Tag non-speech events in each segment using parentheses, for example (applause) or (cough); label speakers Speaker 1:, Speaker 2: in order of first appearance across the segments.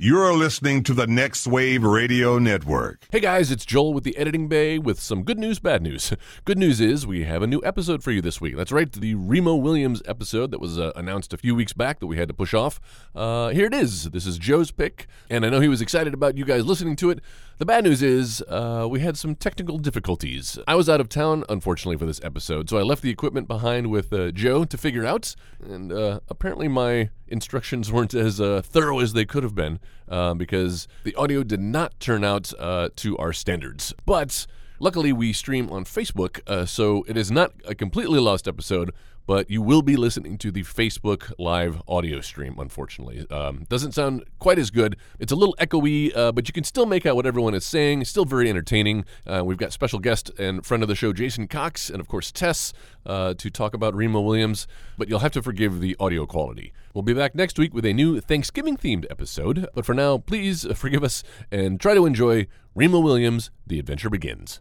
Speaker 1: You're listening to the Next Wave Radio Network.
Speaker 2: Hey guys, it's Joel with the Editing Bay with some good news, bad news. (laughs) Good news is we have a new episode for you this week. That's right, the Remo Williams episode that was uh, announced a few weeks back that we had to push off. Uh, here it is. This is Joe's pick, and I know he was excited about you guys listening to it. The bad news is uh, we had some technical difficulties. I was out of town, unfortunately, for this episode, so I left the equipment behind with uh, Joe to figure out, and uh, apparently my instructions weren't as uh, thorough as they could have been uh, because the audio did not turn out uh, to our standards. But luckily, we stream on Facebook, uh, so it is not a completely lost episode. But you will be listening to the Facebook live audio stream, unfortunately. Um, doesn't sound quite as good. It's a little echoey, uh, but you can still make out what everyone is saying. Still very entertaining. Uh, we've got special guest and friend of the show, Jason Cox, and of course, Tess, uh, to talk about Remo Williams. But you'll have to forgive the audio quality. We'll be back next week with a new Thanksgiving themed episode. But for now, please forgive us and try to enjoy Remo Williams The Adventure Begins.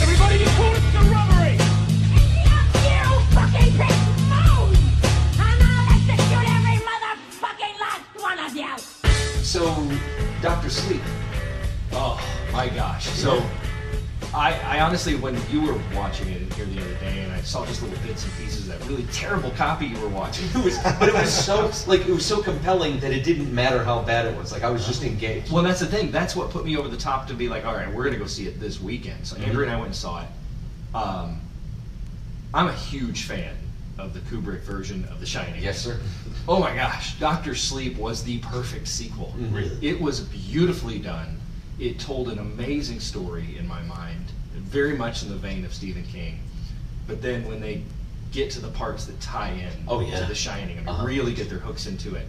Speaker 3: Everybody, you call it the robbery!
Speaker 4: You fucking big moan! And I'll execute every motherfucking last one of you!
Speaker 5: So, Doctor Sleep. Oh my gosh. So, I, I honestly, when you were watching it here the other day, and I saw just little bits and pieces of that really terrible copy you were watching. (laughs) It was, but it was so
Speaker 6: like it was so compelling that it didn't matter how bad it was. Like I was just engaged.
Speaker 5: well. That's the thing. That's what put me over the top to be like, all right, we're gonna go see it this weekend. So Andrew and I went and saw it. Um, I'm a huge fan of the Kubrick version of The Shining.
Speaker 6: Yes, sir.
Speaker 5: Oh my gosh, Doctor Sleep was the perfect sequel.
Speaker 6: Mm-hmm. Really?
Speaker 5: It was beautifully done. It told an amazing story in my mind, very much in the vein of Stephen King. But then when they get to the parts that tie in
Speaker 6: Oh, yeah.
Speaker 5: to The Shining and
Speaker 6: Uh-huh.
Speaker 5: really get their hooks into it,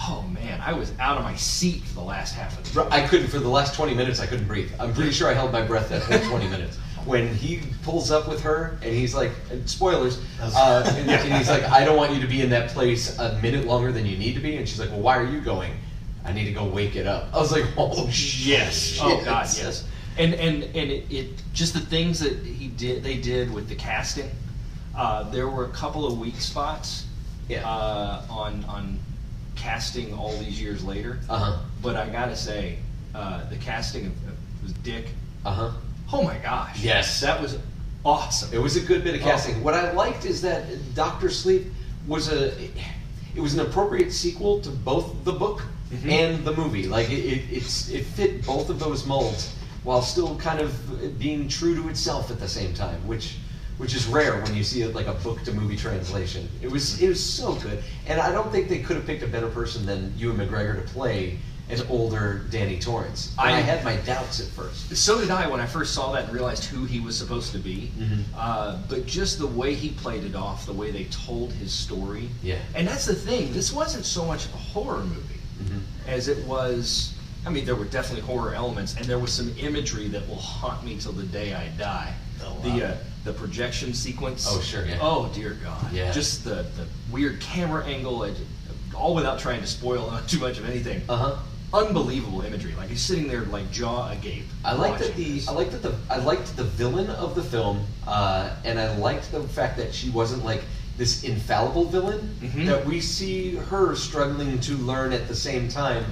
Speaker 5: oh man, I was out of my seat for the last half of the
Speaker 6: Bro, I couldn't for the last 20 minutes. I couldn't breathe. I'm pretty sure I held my breath that whole 20 minutes. When he pulls up with her and he's like, and spoilers, uh, and, and he's like, I don't want you to be in that place a minute longer than you need to be. And she's like, Well, why are you going? I need to go wake it up. I was like, Oh shit.
Speaker 5: Yes. Oh God,
Speaker 6: Yes.
Speaker 5: yes. And and and it, it just the things that he did they did with the casting. Uh, there were a couple of weak spots.
Speaker 6: Yeah.
Speaker 5: Uh, on on casting all these years later.
Speaker 6: Uh huh.
Speaker 5: But I gotta say, uh, the casting of, of was Dick.
Speaker 6: Uh huh.
Speaker 5: Oh my gosh.
Speaker 6: Yes.
Speaker 5: That was awesome.
Speaker 6: It was a good bit of
Speaker 5: Oh.
Speaker 6: casting. What I liked is that Doctor Sleep was a it was an appropriate sequel to both the book
Speaker 5: Mm-hmm.
Speaker 6: and the movie. Like it, it it's it fit both of those molds while still kind of being true to itself at the same time, which which is rare when you see it like a book to movie translation. It was it was so good, and I don't think they could have picked a better person than Ewan McGregor to play an older Danny Torrance. And I,
Speaker 5: I-
Speaker 6: had my doubts at first.
Speaker 5: So did I when I first saw that and realized who he was supposed to be.
Speaker 6: Mm-hmm.
Speaker 5: Uh, but just the way he played it off, the way they told his story.
Speaker 6: Yeah.
Speaker 5: And that's the thing. This wasn't so much a horror movie
Speaker 6: Mm-hmm.
Speaker 5: as it was. I mean, there were definitely horror elements, and there was some imagery that will haunt me till the day I die.
Speaker 6: Oh,
Speaker 5: The
Speaker 6: wow.
Speaker 5: uh, the projection sequence.
Speaker 6: Oh, sure, yeah.
Speaker 5: Oh dear God.
Speaker 6: Yeah.
Speaker 5: Just the, the weird camera angle, and all without trying to spoil (laughs) too much of anything
Speaker 6: Uh huh.
Speaker 5: unbelievable imagery. Like he's sitting there, like jaw agape.
Speaker 6: I like that
Speaker 5: watching
Speaker 6: the
Speaker 5: this.
Speaker 6: I like that the I liked the villain of the film, uh, and I liked the fact that she wasn't like this infallible villain
Speaker 5: Mhm.
Speaker 6: that we see her struggling to learn at the same time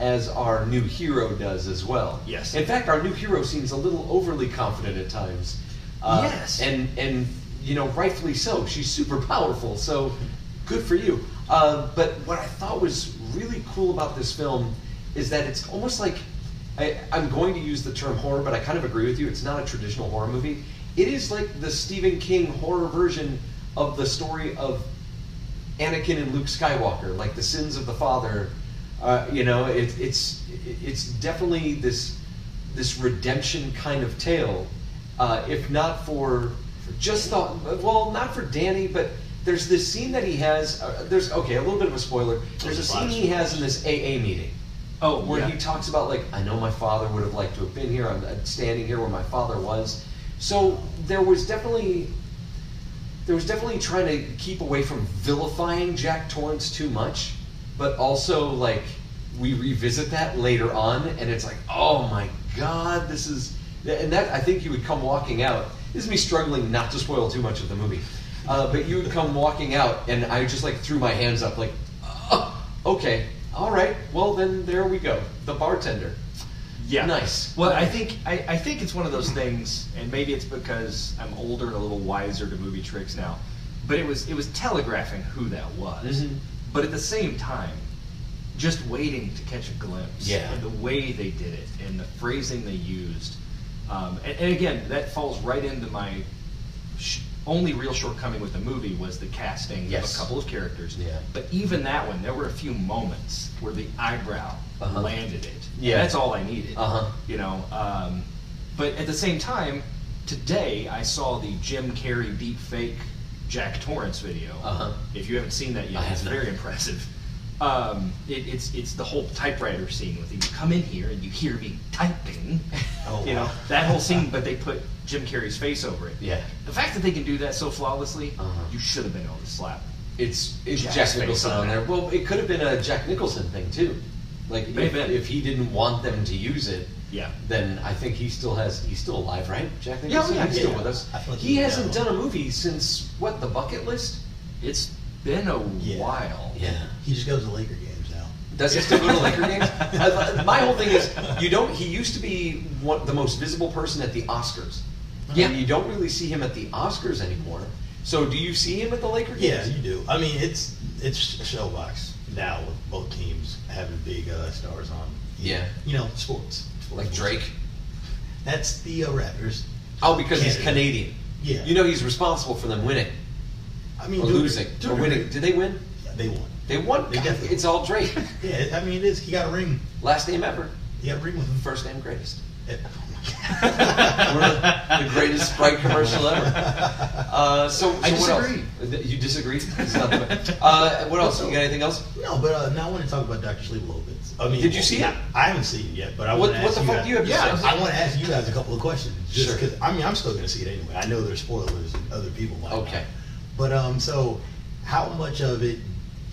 Speaker 6: as our new hero does as well.
Speaker 5: Yes.
Speaker 6: In fact, our new hero seems a little overly confident at times. Uh,
Speaker 5: Yes.
Speaker 6: And and you know, rightfully so. She's super powerful. So good for you. Uh, but what I thought was really cool about this film is that it's almost like I, I'm going to use the term horror, but I kind of agree with you. It's not a traditional horror movie. It is like the Stephen King horror version of the story of Anakin and Luke Skywalker, like the sins of the father. Uh, you know, it, it's it's definitely this this redemption kind of tale. Uh, if not for just the well, not for Danny, but there's this scene that he has. Uh, there's okay, a little bit of a spoiler. There's a scene he has in this AA meeting
Speaker 5: oh,
Speaker 6: where
Speaker 5: yeah.
Speaker 6: he talks about like I know my father would have liked to have been here. I'm uh, standing here where my father was. So there was definitely there was definitely trying to keep away from vilifying Jack Torrance too much, but also like we revisit that later on, and it's like, oh my god, this is and that I think you would come walking out. This is me struggling not to spoil too much of the movie, uh, but you would come walking out, and I just like threw my hands up, like, "Oh, okay, all right, well then there we go. The bartender.
Speaker 5: Yeah.
Speaker 6: Nice.
Speaker 5: Well, I think I, I think it's one of those things, and maybe it's because I'm older and a little wiser to movie tricks now. But it was it was telegraphing who that was.
Speaker 6: Mhm.
Speaker 5: But at the same time, just waiting to catch a glimpse.
Speaker 6: Yeah.
Speaker 5: And the way they did it and the phrasing they used. Um, and, and again, that falls right into my sh- only real shortcoming with the movie was the casting
Speaker 6: Yes.
Speaker 5: of a couple of characters.
Speaker 6: Yeah.
Speaker 5: But even that one, there were a few moments where the eyebrow
Speaker 6: Uh-huh.
Speaker 5: landed it. And
Speaker 6: Yeah.
Speaker 5: that's all I needed.
Speaker 6: Uh-huh.
Speaker 5: You know, um, but at the same time, today I saw the Jim Carrey deep fake Jack Torrance video.
Speaker 6: Uh-huh.
Speaker 5: If you haven't seen that yet,
Speaker 6: I have
Speaker 5: it's
Speaker 6: not.
Speaker 5: very impressive. Um, it, it's it's the whole typewriter scene with you come in here and you hear me typing.
Speaker 6: Oh,
Speaker 5: you
Speaker 6: wow.
Speaker 5: know that whole scene, but they put Jim Carrey's face over it.
Speaker 6: Yeah.
Speaker 5: The fact that they can do that so flawlessly,
Speaker 6: Uh-huh.
Speaker 5: you should have been able to slap.
Speaker 6: It's, it's
Speaker 5: Jack
Speaker 6: Jack,
Speaker 5: Nicholson.
Speaker 6: Nicholson on there. Well, it could have been a Jack Nicholson thing too. Like
Speaker 5: May have
Speaker 6: if,
Speaker 5: been.
Speaker 6: if he didn't want them to use it,
Speaker 5: Yeah.
Speaker 6: Then I think he still has. He's still alive, right? Jack
Speaker 5: Yeah,
Speaker 6: Nicholson.
Speaker 5: yeah,
Speaker 6: he's
Speaker 5: yeah.
Speaker 6: still with us.
Speaker 7: I feel like
Speaker 6: he
Speaker 7: he's
Speaker 6: hasn't
Speaker 7: down.
Speaker 6: done a movie since what? The Bucket List.
Speaker 5: It's been a
Speaker 7: Yeah.
Speaker 5: while.
Speaker 6: Yeah.
Speaker 7: He just goes to Laker games now.
Speaker 6: Does he still go to Laker games? I- my whole thing is, you don't. He used to be one, the most visible person at the Oscars.
Speaker 5: Yeah.
Speaker 6: And you don't really see him at the Oscars anymore. So, do you see him at the Laker
Speaker 7: Yeah,
Speaker 6: games?
Speaker 7: you do. I mean, it's it's a showbox now with both teams having big uh, stars on.
Speaker 6: Yeah.
Speaker 7: You know, sports.
Speaker 6: Like Drake.
Speaker 7: That's the uh, Raptors.
Speaker 6: Oh, because he's
Speaker 7: Canada.
Speaker 6: Canadian.
Speaker 7: Yeah.
Speaker 6: You know he's responsible for them winning
Speaker 7: I mean,
Speaker 6: or
Speaker 7: dude,
Speaker 6: losing
Speaker 7: dude,
Speaker 6: or winning. Did they win?
Speaker 7: They won.
Speaker 6: They won.
Speaker 7: They
Speaker 6: God,
Speaker 7: definitely
Speaker 6: it's all Drake.
Speaker 7: Yeah, I mean, it is. He got a ring.
Speaker 6: Last name ever.
Speaker 7: He got a ring with him.
Speaker 6: First name
Speaker 7: (laughs)
Speaker 6: greatest.
Speaker 7: Yeah. Oh my God.
Speaker 6: One of the, the greatest Sprite commercial ever. Uh, so, so
Speaker 5: I
Speaker 6: what
Speaker 5: disagree.
Speaker 6: else? You disagree? It's not the way. Uh, what else? You got anything else?
Speaker 7: No, but uh, now I want to talk about Doctor Sleep a little bit. I mean,
Speaker 6: Did you see it?
Speaker 7: I haven't seen it yet, but I
Speaker 6: What-
Speaker 7: want to
Speaker 6: what
Speaker 7: ask
Speaker 6: the
Speaker 7: you
Speaker 6: fuck
Speaker 7: guys,
Speaker 6: do you have to Yeah, say?
Speaker 7: I want to ask you guys a couple of questions, just
Speaker 6: Sure.
Speaker 7: because I mean I'm still going to see it anyway. I know there's spoilers and other people might. not.
Speaker 6: Okay.
Speaker 7: But um, so how much of it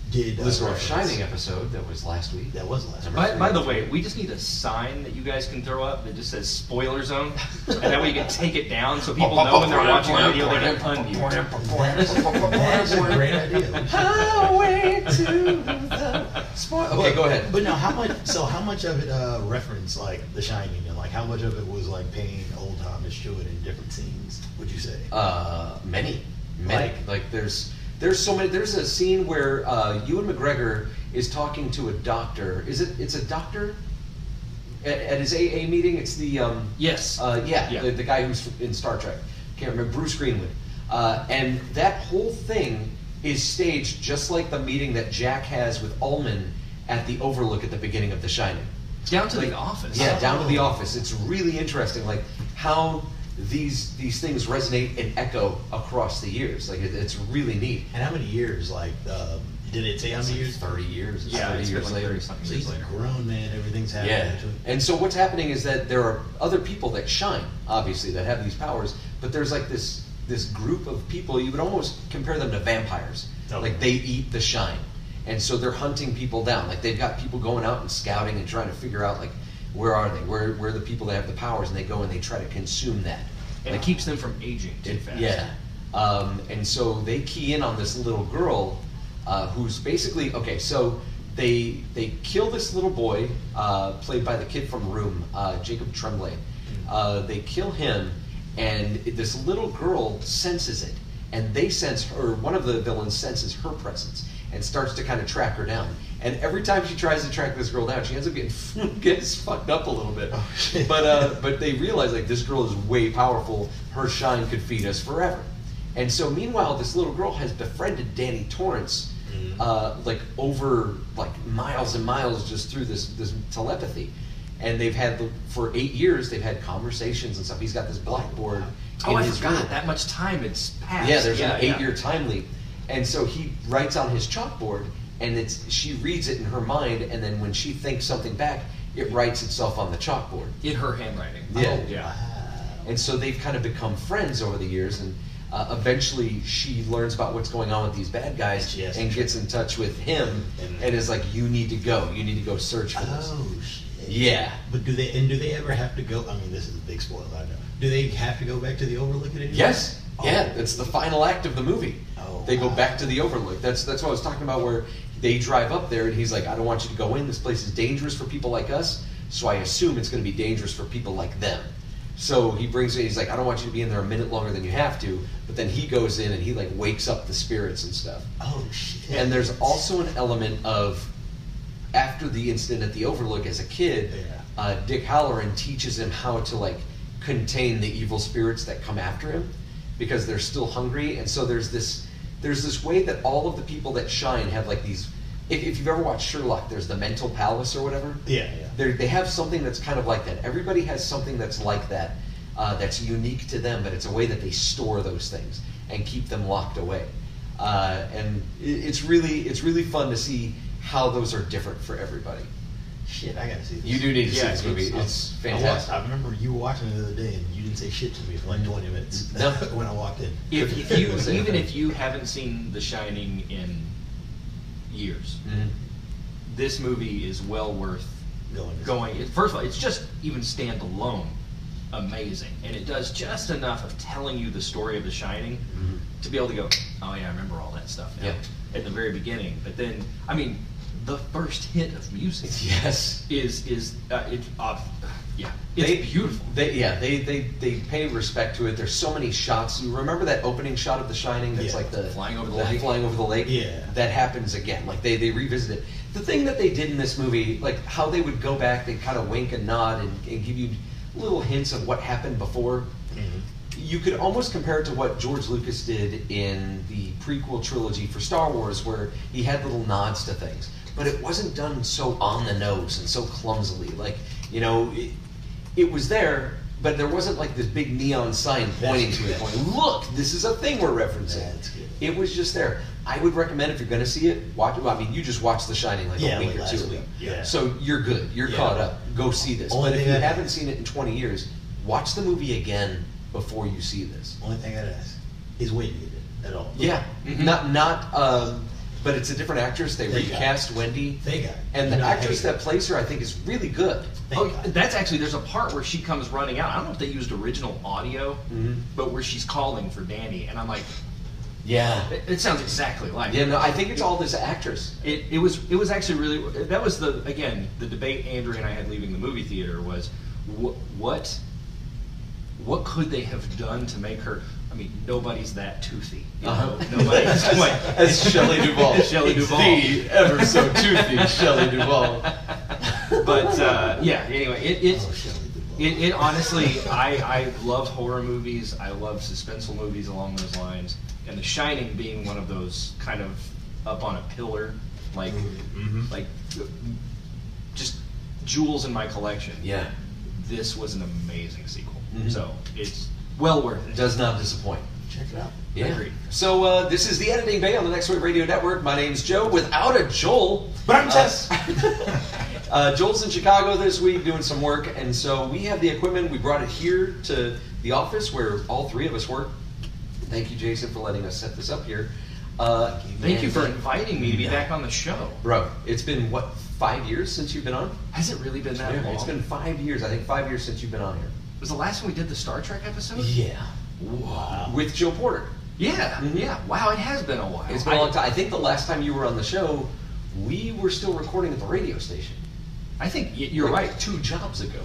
Speaker 7: did uh,
Speaker 6: Listener of
Speaker 7: reference-
Speaker 6: Shining episode that was last week.
Speaker 7: That was last.
Speaker 5: By,
Speaker 7: week.
Speaker 5: by the way, we just need a sign that you guys can throw up that just says "spoiler zone," and that way you can take it down so
Speaker 6: (laughs)
Speaker 5: people know when they're watching the video they can unmute.
Speaker 7: that's, that's a great idea. We should-
Speaker 6: Highway to the spoil. Okay,
Speaker 7: but-
Speaker 6: go ahead.
Speaker 7: But no, how much? So how much of it uh, referenced like The Shining, and like how much of it was like paying old Thomas Stewart in different scenes? Would you say?
Speaker 6: Uh, many, many. Like,
Speaker 7: Like-
Speaker 6: there's there's so many. There's a scene where uh, Ewan McGregor is talking to a doctor. Is it? It's a doctor. At, at his AA meeting, it's the um,
Speaker 5: Yes.
Speaker 6: uh, yeah,
Speaker 5: Yeah.
Speaker 6: The, the guy who's in Star Trek. Can't remember Bruce Greenwood. Uh, and that whole thing is staged just like the meeting that Jack has with Ullman at the Overlook at the beginning of The Shining.
Speaker 5: Down to
Speaker 6: Like-
Speaker 5: the office.
Speaker 6: Yeah, down to the
Speaker 7: Oh.
Speaker 6: office. It's really interesting, like how these these things resonate and echo across the years. Like it, it's really neat.
Speaker 7: And how many years? Like, um, did it say how many years?
Speaker 6: Thirty years, it's
Speaker 5: Yeah,
Speaker 6: thirty
Speaker 5: it's been
Speaker 6: years
Speaker 5: like
Speaker 6: later.
Speaker 5: 30 something
Speaker 7: So
Speaker 5: years
Speaker 7: he's a
Speaker 5: later.
Speaker 7: grown man. Everything's happening.
Speaker 6: Yeah,
Speaker 7: to him.
Speaker 6: and so what's happening is that there are other people that shine, obviously, that have these powers. But there's like this this group of people. You would almost compare them to vampires.
Speaker 7: Okay.
Speaker 6: Like they eat the shine, and so they're hunting people down. Like they've got people going out and scouting and trying to figure out like where are they? Where where are the people that have the powers? And they go and they try to consume that.
Speaker 5: And it keeps them from aging too
Speaker 6: It-
Speaker 5: fast.
Speaker 6: Yeah. Um, and so they key in on this little girl uh, who's basically okay. So they they kill this little boy uh, played by the kid from Room, uh, Jacob Tremblay. Uh, they kill him, and this little girl senses it, and they sense her. One of the villains senses her presence and starts to kind of track her down. And every time she tries to track this girl down, she ends up getting (laughs) gets fucked up a little bit.
Speaker 5: Oh,
Speaker 6: (laughs)
Speaker 7: shit.
Speaker 6: but uh, but they realize like this girl is way powerful. Her shine could feed us forever. And so meanwhile, this little girl has befriended Danny Torrance,
Speaker 5: Mm-hmm.
Speaker 6: uh, like over like miles and miles just through this this telepathy. And they've had the- for eight years they've had conversations and stuff. He's got this blackboard.
Speaker 5: Oh,
Speaker 6: in
Speaker 5: I
Speaker 6: his
Speaker 5: forgot.
Speaker 6: room.
Speaker 5: That much time it's passed.
Speaker 6: Yeah, there's
Speaker 5: yeah,
Speaker 6: an
Speaker 5: yeah.
Speaker 6: eight-year time leap, and so he writes on his chalkboard, and it's she reads it in her mind, and then when she thinks something back, it writes itself on the chalkboard.
Speaker 5: in her handwriting.
Speaker 6: Yeah.
Speaker 5: Oh, yeah.
Speaker 6: (laughs) And so they've kind of become friends over the years, and uh, eventually she learns about what's going on with these bad guys
Speaker 7: She has to
Speaker 6: and
Speaker 7: tr-
Speaker 6: gets in touch with him,
Speaker 7: And-
Speaker 6: and is like, "You need to go. You need to go search for this."
Speaker 7: Oh shit. Yeah, but do they and do they ever have to go? I mean, this is a big spoiler. I know. Do they have to go back to the Overlook at any Oh.
Speaker 6: Yes.
Speaker 7: point?
Speaker 6: Yeah, it's the final act of the movie.
Speaker 7: Oh,
Speaker 6: they go
Speaker 7: wow.
Speaker 6: back to the Overlook. That's that's what I was talking about. Where they drive up there, and he's like, "I don't want you to go in. This place is dangerous for people like us. So I assume it's going to be dangerous for people like them." So he brings it. He's like, "I don't want you to be in there a minute longer than you have to." But then he goes in and he like wakes up the spirits and stuff.
Speaker 7: Oh shit.
Speaker 6: And there's also an element of after the incident at the Overlook as a kid,
Speaker 7: Yeah.
Speaker 6: uh, Dick Halloran teaches him how to like contain the evil spirits that come after him because they're still hungry. And so there's this there's this way that all of the people that shine have like these. If, if you've ever watched Sherlock, there's the mental palace or whatever.
Speaker 7: Yeah, yeah.
Speaker 6: They're, they have something that's kind of like that. Everybody has something that's like that, uh, that's unique to them, but it's a way that they store those things and keep them locked away. Uh, and it, it's really it's really fun to see how those are different for everybody.
Speaker 7: Shit, I gotta see this.
Speaker 6: You do need to see
Speaker 7: Yeah,
Speaker 6: this movie. It's
Speaker 7: I watched-
Speaker 6: fantastic.
Speaker 7: I, remember you watching it the other day, and you didn't say shit to me for like 20 minutes
Speaker 6: No.
Speaker 7: (laughs) when I walked in.
Speaker 5: If, if you
Speaker 7: (laughs)
Speaker 5: even if you haven't seen The Shining in years,
Speaker 7: Mm-hmm.
Speaker 5: this movie is well worth
Speaker 7: Going.
Speaker 5: going. it- First of all, it's just even standalone amazing, and it does just enough of telling you the story of The Shining
Speaker 7: Mm-hmm.
Speaker 5: to be able to go, oh yeah, I remember all that stuff now,"
Speaker 6: Yeah.
Speaker 5: at the very beginning. But then, I mean, the first hit of music
Speaker 6: (laughs) Yes.
Speaker 5: is is uh, it, uh, yeah, it's
Speaker 6: They-
Speaker 5: beautiful.
Speaker 6: They, yeah, they, they, they pay respect to it. There's so many shots. You remember that opening shot of The Shining? That's
Speaker 7: Yeah.
Speaker 6: like the
Speaker 5: Flying over the lake.
Speaker 6: Flying over the lake.
Speaker 7: Yeah.
Speaker 6: that happens again. Like they they revisit it. The thing that they did in this movie, like how they would go back, they kind of wink and nod and, and give you little hints of what happened before. You could almost compare it to what George Lucas did in the prequel trilogy for Star Wars, where he had little nods to things, but it wasn't done so on the nose and so clumsily. Like you know, it, it was there, but there wasn't like this big neon sign pointing to it, going, "Look, this is a thing we're referencing."
Speaker 7: That's good.
Speaker 6: It was just there. I would recommend if you're going to see it, watch. well, I mean, you just watched The Shining like
Speaker 7: Yeah,
Speaker 6: a week
Speaker 7: like
Speaker 6: or
Speaker 7: last
Speaker 6: two ago,
Speaker 7: week. Yeah.
Speaker 6: so you're good. You're
Speaker 7: Yeah.
Speaker 6: caught up. Go see this.
Speaker 7: Only
Speaker 6: but if
Speaker 7: thing
Speaker 6: you
Speaker 7: that-
Speaker 6: haven't seen it in 20 years, watch the movie again before you see this.
Speaker 7: Only thing I'd ask is Wendy in it at all?
Speaker 6: Yeah, Mm-hmm. not not. Um, but it's a different actress. They
Speaker 7: Thank God.
Speaker 6: recast Wendy,
Speaker 7: Thank God.
Speaker 6: and the
Speaker 7: No, I
Speaker 6: actress
Speaker 7: hate it.
Speaker 6: that plays her, I think, is really good.
Speaker 7: Thank
Speaker 5: Oh,
Speaker 7: God.
Speaker 5: that's actually there's a part where she comes running out. I don't know if they used original audio,
Speaker 6: Mm-hmm.
Speaker 5: but where she's calling for Danny, and I'm like,
Speaker 6: Yeah,
Speaker 5: it, it sounds exactly like.
Speaker 6: yeah. No, I think it's all this actress.
Speaker 5: It, it was it was actually really that was the again the debate Andrea and I had leaving the movie theater was wh- what what could they have done to make her I mean nobody's that toothy you know?
Speaker 7: Uh-huh.
Speaker 5: nobody's
Speaker 7: (laughs)
Speaker 6: (laughs)
Speaker 5: quite
Speaker 6: As Shelley Duvall.
Speaker 5: Shelley Duvall.
Speaker 6: The ever so toothy Shelley (laughs) Duvall.
Speaker 5: but uh, yeah anyway it, it
Speaker 7: Oh, Shelley Duvall.
Speaker 5: It, it honestly, I, I love horror movies. I love suspenseful movies along those lines, and The Shining being one of those kind of up on a pillar, like like just jewels in my collection.
Speaker 6: Yeah,
Speaker 5: this was an amazing sequel. So it's well worth it.
Speaker 6: does not disappoint.
Speaker 7: Check it out.
Speaker 6: Yeah.
Speaker 5: Agreed.
Speaker 6: So uh, this is the editing bay on the Next Wave Radio Network. My name's Joe. Without a Joel,
Speaker 7: But I'm just.
Speaker 6: uh, Joel's in Chicago this week doing some work, and so we have the equipment. We brought it here to the office where all three of us work. Thank you, Jason, for letting us set this up here. Uh,
Speaker 5: Thank you
Speaker 6: and-
Speaker 5: for inviting me to be back on the show.
Speaker 6: bro. It's been what five years since you've been on?
Speaker 5: Has it really been that
Speaker 6: Yeah,
Speaker 5: long?
Speaker 6: it's been five years. I think five years since you've been on here.
Speaker 5: was the last one we did the Star Trek episode?
Speaker 6: Yeah.
Speaker 7: Wow.
Speaker 6: With Joe Porter.
Speaker 5: Yeah, yeah. Wow, it has Mm-hmm. been a while.
Speaker 6: It's been a
Speaker 5: I-
Speaker 6: long time. I think the last time you were on the show, we were still recording at the radio station.
Speaker 5: I think y- you're
Speaker 6: Like
Speaker 5: right.
Speaker 6: Two
Speaker 5: (laughs)
Speaker 6: jobs ago.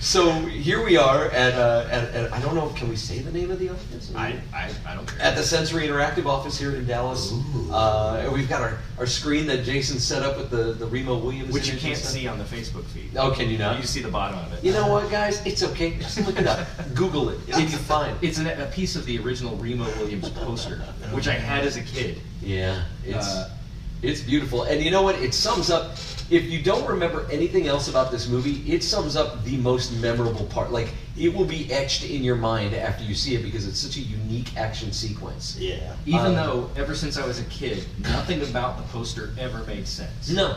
Speaker 6: so here we are at, uh, at, at I don't know. Can we say the name of the office?
Speaker 5: I, I, I don't care.
Speaker 6: at the Sensory Interactive office here in Dallas. Uh, and we've got our, our screen that Jason set up with the, the Remo Williams.
Speaker 5: Which you
Speaker 6: image and
Speaker 5: can't
Speaker 6: stuff.
Speaker 5: see on the Facebook feed.
Speaker 6: Oh, can you
Speaker 5: You
Speaker 6: not?
Speaker 5: see the bottom of it.
Speaker 6: You know what, guys? It's okay. Just look it up.
Speaker 5: (laughs)
Speaker 6: Google it. It'll be fine.
Speaker 5: It's an, a piece of the original Remo Williams (laughs) poster, which I had as a kid.
Speaker 6: Yeah, it's
Speaker 5: Uh,
Speaker 6: it's beautiful, and you know what? It sums up. If you don't remember anything else about this movie, it sums up the most memorable part. Like it will be etched in your mind after you see it because it's such a unique action sequence.
Speaker 7: Yeah. Uh,
Speaker 5: Even
Speaker 6: Um,
Speaker 5: though, ever since I was a kid, nothing about the poster ever made sense.
Speaker 6: No,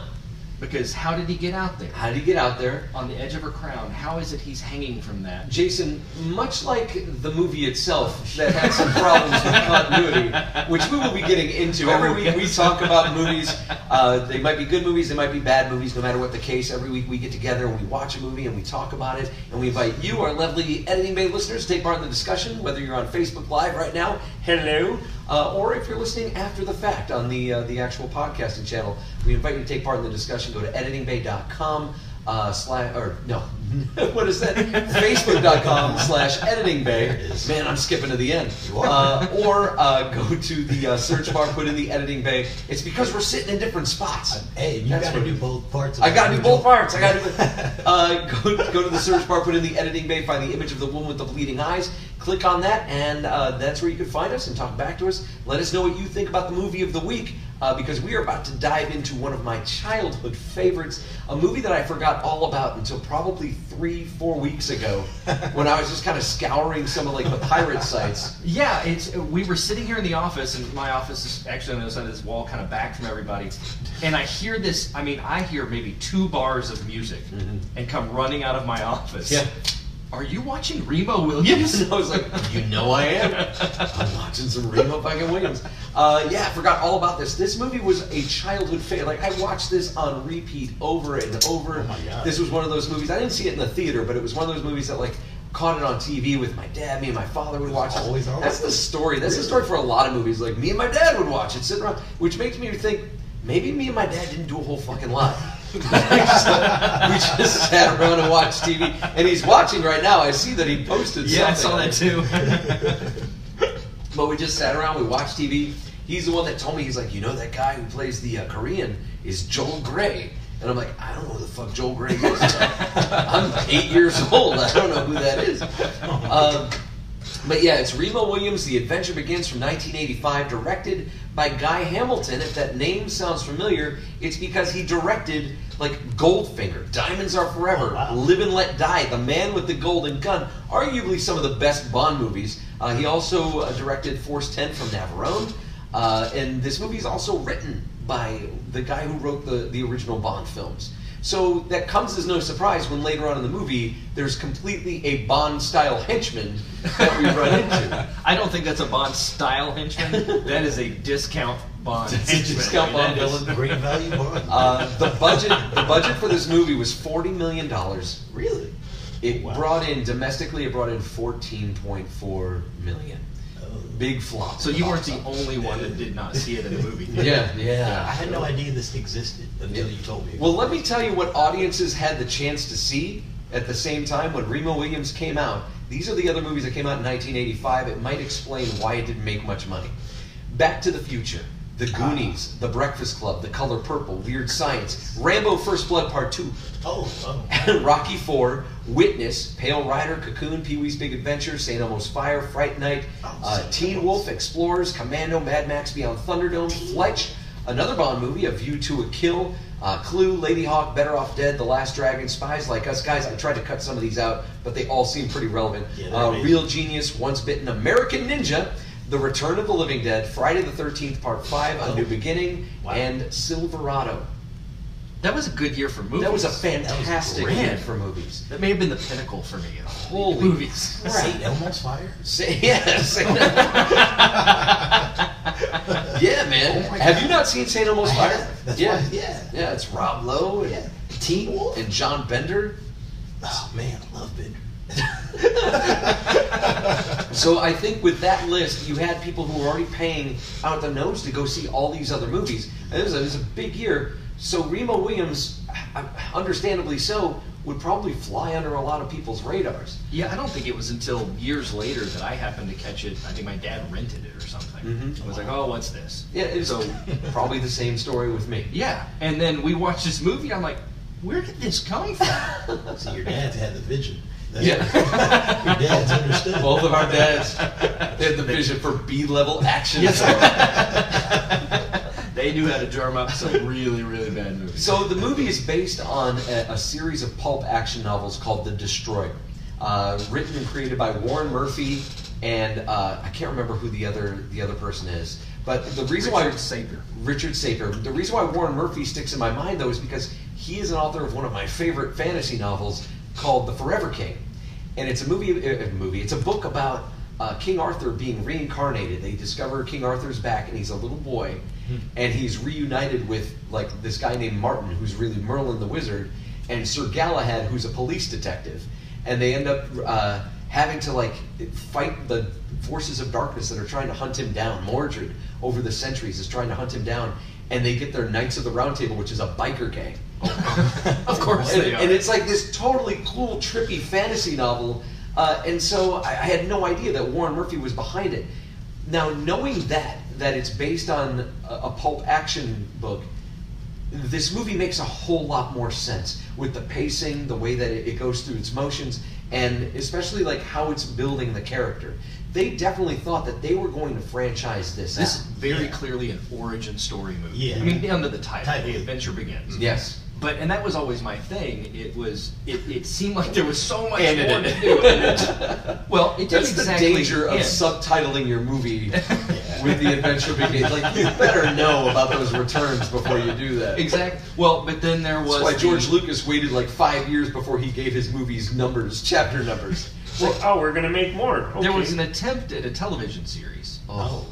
Speaker 8: Because how did he get out there?
Speaker 6: How did he get out there?
Speaker 8: On the edge of her crown, how is it he's hanging from that?
Speaker 6: Jason, much like the movie itself that had some problems with continuity, which we will be getting into every week. We talk about movies. Uh, they might be good movies, they might be bad movies, no matter what the case. Every week we get together and we watch a movie and we talk about it. And we invite you, our lovely Editing Bay listeners, to take part in the discussion, whether you're on Facebook Live right now, hello, uh, or if you're listening after the fact on the, uh, the actual podcasting channel. We invite you to take part in the discussion. Go to editingbay.com uh, slash or no, (laughs) what is that?
Speaker 7: (laughs)
Speaker 6: Facebook.com slash editing bay. Man, I'm skipping to the end. Uh, or uh, go to the uh, search bar, put in the editing bay. It's because we're sitting in different spots.
Speaker 7: Uh, Hey, you
Speaker 6: That's
Speaker 7: got to
Speaker 6: what-
Speaker 7: do both parts. Of
Speaker 6: I
Speaker 7: the
Speaker 6: gotta do
Speaker 7: original.
Speaker 6: both parts. I gotta do, uh, go, go to the search bar, put in the editing bay, find the image of the woman with the bleeding eyes, click on that, and uh, that's where you can find us and talk back to us. Let us know what you think about the movie of the week uh, because we are about to dive into one of my childhood favorites, a movie that I forgot all about until probably three, four weeks ago when I was just kind of scouring some of like the pirate
Speaker 7: (laughs)
Speaker 6: sites.
Speaker 8: Yeah, it's we were sitting here in the office, and my office is actually on the other side of this wall, kind of back from everybody. And I hear this. I mean, I hear maybe two bars of music, and come running out of my office.
Speaker 6: Mm-hmm. Yeah.
Speaker 8: Are you watching Remo Williams? (laughs)
Speaker 6: I was like, you know I am. I'm watching some Remo fucking Williams. Uh, yeah, I forgot all about this. This movie was a childhood favorite. Like I watched this on repeat over and over.
Speaker 7: Oh my God.
Speaker 6: This was one of those movies. I didn't see it in the theater, but it was one of those movies that like caught it on TV with my dad. Me and my father would watch it.
Speaker 7: always on?
Speaker 6: That's the story. That's the story for a lot of movies. Like me and my dad would watch it sitting around, which makes me think maybe me and my dad didn't do a whole fucking lot. (laughs) we just sat around and watched TV, and he's watching right now. I see that he posted.
Speaker 8: yeah, I saw
Speaker 6: something.
Speaker 8: that too.
Speaker 6: But we just sat around, we watched TV. He's the one that told me, he's like, you know, that guy who plays the uh, Korean is Joel Gray. And I'm like, I don't know who the fuck Joel Gray is. (laughs) I'm eight years old. I don't know who that is. Um, but yeah, it's Remo Williams. The Adventure Begins from 1985, directed by Guy Hamilton. If that name sounds familiar, it's because he directed like Goldfinger, Diamonds Are Forever,
Speaker 7: Oh, wow.
Speaker 6: Live and Let Die, The Man with the Golden Gun, arguably some of the best Bond movies. Uh, he also uh, directed Force 10 from Navarone, uh, and this movie is also written by the guy who wrote the, the original Bond films. So that comes as no surprise when later on in the movie there's completely a Bond style henchman that we run into.
Speaker 8: I don't think that's a Bond style
Speaker 6: (laughs)
Speaker 8: henchman. That is a discount Bond henchman.
Speaker 6: discount
Speaker 8: I mean, that
Speaker 6: Bond
Speaker 8: is-
Speaker 6: villain.
Speaker 7: Great value, boy.
Speaker 6: (laughs) Uh, the budget the budget for this movie was forty million dollars.
Speaker 7: really?
Speaker 6: It
Speaker 7: Wow.
Speaker 6: brought in domestically, it brought in fourteen point four million. Big flop.
Speaker 8: So you weren't the only one that did not see it in the movie. theater.
Speaker 6: Yeah,
Speaker 7: I
Speaker 6: yeah.
Speaker 7: had no idea this existed until you told me.
Speaker 6: Well, let me tell you what audiences had the chance to see at the same time when Remo Williams came out. These are the other movies that came out in 1985. It might explain why it didn't make much money. Back to the Future, The Goonies, The Breakfast Club, The Color Purple, Weird Science, Rambo: First Blood Part Two,
Speaker 7: oh, oh.
Speaker 6: (laughs) Rocky Four, Witness, Pale Rider, Cocoon, Pee Wee's Big Adventure, St. Elmo's Fire, Fright Night,
Speaker 7: Oh,
Speaker 6: uh,
Speaker 7: St.
Speaker 6: Teen
Speaker 7: Elmo's.
Speaker 6: Wolf, Explorers, Commando, Mad Max Beyond Thunderdome, Fletch, another Bond movie, A View to a Kill, uh, Clue, Lady Hawk, Better Off Dead, The Last Dragon, Spies Like Us. Guys, I tried to cut some of these out, but they all seem pretty relevant.
Speaker 7: Yeah, they're
Speaker 6: uh,
Speaker 7: amazing.
Speaker 6: Real Genius, Once Bitten, American Ninja, The Return of the Living Dead, Friday the 13th, Part 5, A New Beginning,
Speaker 7: Wow.
Speaker 6: and Silverado.
Speaker 8: That was a good year for movies.
Speaker 6: That was a fantastic
Speaker 8: great.
Speaker 6: year for movies.
Speaker 8: That may have been the pinnacle for me. in
Speaker 5: (laughs)
Speaker 6: Holy
Speaker 8: movies.
Speaker 7: St. Elmo's Fire?
Speaker 6: Say (laughs) yes. yeah, man.
Speaker 7: Oh my
Speaker 6: Have
Speaker 7: God.
Speaker 6: you not seen St.
Speaker 7: I
Speaker 6: Elmo's Fire?
Speaker 7: have. That's
Speaker 6: yeah.
Speaker 7: why- yeah.
Speaker 6: Yeah, it's Rob Lowe and
Speaker 7: Yeah.
Speaker 6: Teen
Speaker 7: Wolf.
Speaker 6: and John Bender.
Speaker 7: Oh, man, I love Bender.
Speaker 6: So I think with that list, you had people who were already paying out their nose to go see all these other movies. And it was a, it was a big year. So Remo Williams, uh, understandably so, would probably fly under a lot of people's radars.
Speaker 8: Yeah, I don't think it was until years later that I happened to catch it. I think my dad rented it or something. I was like, oh, what's this?
Speaker 6: Yeah, it's
Speaker 8: So,
Speaker 6: probably the same story with me.
Speaker 8: yeah. And then we watched this movie. I'm like, where did this come from?
Speaker 7: See, your dad's had the vision. That's
Speaker 6: Yeah.
Speaker 7: (laughs) Your dad's understood.
Speaker 6: Both of our dads, they had the vision for B-level action. (laughs)
Speaker 8: they knew how to drum up some really, really bad movies.
Speaker 6: So the movie is based on a, a series of pulp action novels called The Destroyer, uh, written and created by Warren Murphy and uh, I can't remember who the other the other person is. But the reason why
Speaker 8: Richard Saper.
Speaker 6: Richard Saper. The reason why Warren Murphy sticks in my mind though is because he is an author of one of my favorite fantasy novels called The Forever King, and it's a movie. uh, A a movie. It's a book about uh, King Arthur being reincarnated. They discover King Arthur's back, and he's a little boy, and he's reunited with like this guy named Martin, who's really Merlin the Wizard, and Sir Galahad, who's a police detective, and they end up uh, having to like fight the forces of darkness that are trying to hunt him down. Mordred, over the centuries, is trying to hunt him down, and they get their Knights of the Round Table, which is a biker gang.
Speaker 5: Of course
Speaker 6: and,
Speaker 5: they are.
Speaker 6: and it's like this totally cool, trippy fantasy novel. Uh, and so I, I had no idea that Warren Murphy was behind it. Now, knowing that that it's based on a, a pulp action book, this movie makes a whole lot more sense with the pacing, the way that it, it goes through its motions, and especially like how it's building the character. They definitely thought that they were going to franchise this.
Speaker 5: This is
Speaker 6: out.
Speaker 5: very
Speaker 7: Yeah.
Speaker 5: clearly an origin story movie.
Speaker 7: Yeah.
Speaker 5: I mean, under the title,
Speaker 7: Title.
Speaker 5: Adventure Begins.
Speaker 6: yes.
Speaker 5: But and that was always my thing. It was it, it seemed like there was so much
Speaker 6: And it
Speaker 5: more
Speaker 6: ended.
Speaker 5: to do. And it's- well, it
Speaker 6: That's
Speaker 5: didn't exactly
Speaker 6: the danger of
Speaker 5: end.
Speaker 6: subtitling your movie (laughs) with the adventure begins. Like you better know about those returns before you do that.
Speaker 5: Exact. Well, but then there was
Speaker 6: That's why
Speaker 5: the-
Speaker 6: George Lucas waited like five years before he gave his movies numbers, chapter numbers.
Speaker 9: Well, oh, we're gonna make more. Okay.
Speaker 5: There was an attempt at a television series.
Speaker 7: Oh.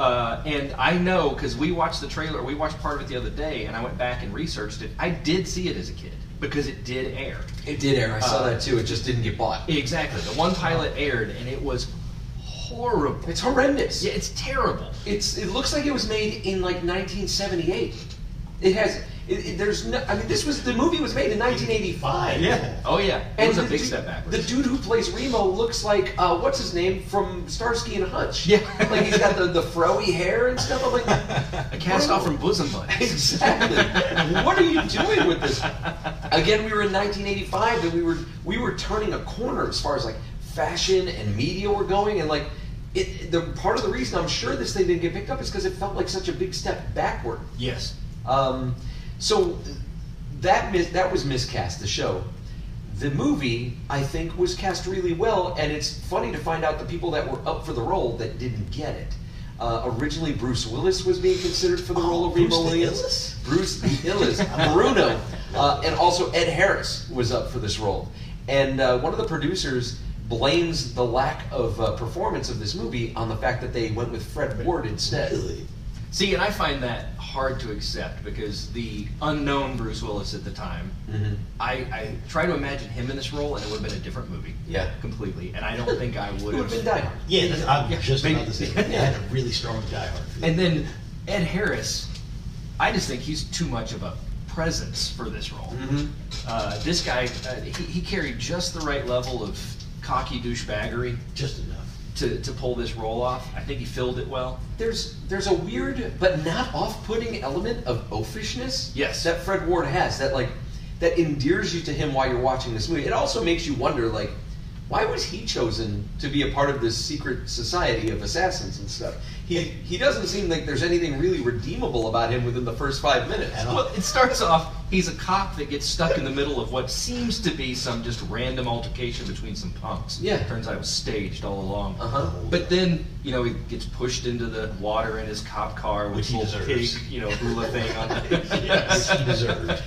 Speaker 5: Uh, and I know because we watched the trailer, we watched part of it the other day, and I went back and researched it. I did see it as a kid because it did air.
Speaker 6: It did air. I saw that too. It just didn't get bought.
Speaker 5: Exactly. The one pilot aired, and it was horrible.
Speaker 6: It's horrendous.
Speaker 5: Yeah, it's terrible.
Speaker 6: It's. It looks like it was made in like 1978. It has. It, it- there's no. I mean, this was the movie was made in 1985.
Speaker 7: Yeah.
Speaker 5: Oh yeah, it was a big
Speaker 6: the,
Speaker 5: step backwards.
Speaker 6: The dude who plays Remo looks like uh, what's his name from Starsky and Hutch.
Speaker 5: Yeah.
Speaker 6: like he's got the the froey hair and stuff. I'm like,
Speaker 5: (laughs) a cast off from Bosom Buddies.
Speaker 6: exactly. what are you doing with this? Again, we were in 1985, and we were we were turning a corner as far as like fashion and media were going, and like. It, the part of the reason I'm sure this thing didn't get picked up is because it felt like such a big step backward.
Speaker 5: Yes.
Speaker 6: Um, so that mis- that was miscast. The show, the movie, I think was cast really well, and it's funny to find out the people that were up for the role that didn't get it. Uh, originally, Bruce Willis was being considered for the role of
Speaker 7: Oh, Bruce
Speaker 6: Remo
Speaker 7: the
Speaker 6: Williams.
Speaker 7: Illis?
Speaker 6: Bruce the
Speaker 7: (laughs)
Speaker 6: Illis, Bruno, uh, and also Ed Harris was up for this role. And uh, one of the producers blames the lack of uh, performance of this movie on the fact that they went with Fred Ward instead.
Speaker 7: Really?
Speaker 5: See, and I find that hard to accept because the unknown Bruce Willis at the time,
Speaker 6: Mm-hmm.
Speaker 5: I, I try to imagine him in this role, and it would have been a different movie.
Speaker 6: Yeah.
Speaker 5: completely. And I don't think I would
Speaker 6: (laughs) It would have been Die Hard.
Speaker 7: Yeah, that's, I'm just
Speaker 5: big-
Speaker 7: about to say. I had a really strong Die Hard. feeling.
Speaker 5: And then Ed Harris, I just think he's too much of a presence for this role.
Speaker 6: Mm-hmm.
Speaker 5: Uh, this guy, uh, he, he carried just the right level of cocky douchebaggery
Speaker 7: just enough.
Speaker 5: to, to pull this role off. I think he filled it well.
Speaker 6: there's there's a weird but not off-putting element of oafishness.
Speaker 5: Yes.
Speaker 6: That Fred Ward has that like that endears you to him while you're watching this movie. It also makes you wonder like why was he chosen to be a part of this secret society of assassins and stuff? He he doesn't seem like there's anything really redeemable about him within the first five minutes.
Speaker 7: At all.
Speaker 5: Well, it starts off, he's a cop that gets stuck in the middle of what seems to be some just random altercation between some punks.
Speaker 6: Yeah.
Speaker 5: Turns out it was staged all along.
Speaker 6: Uh-huh.
Speaker 5: But then, you know, he gets pushed into the water in his cop car with
Speaker 7: Which
Speaker 5: his
Speaker 7: he
Speaker 5: little pig,
Speaker 7: deserves.
Speaker 5: you know, hula thing on the. (laughs)
Speaker 7: Which he deserved.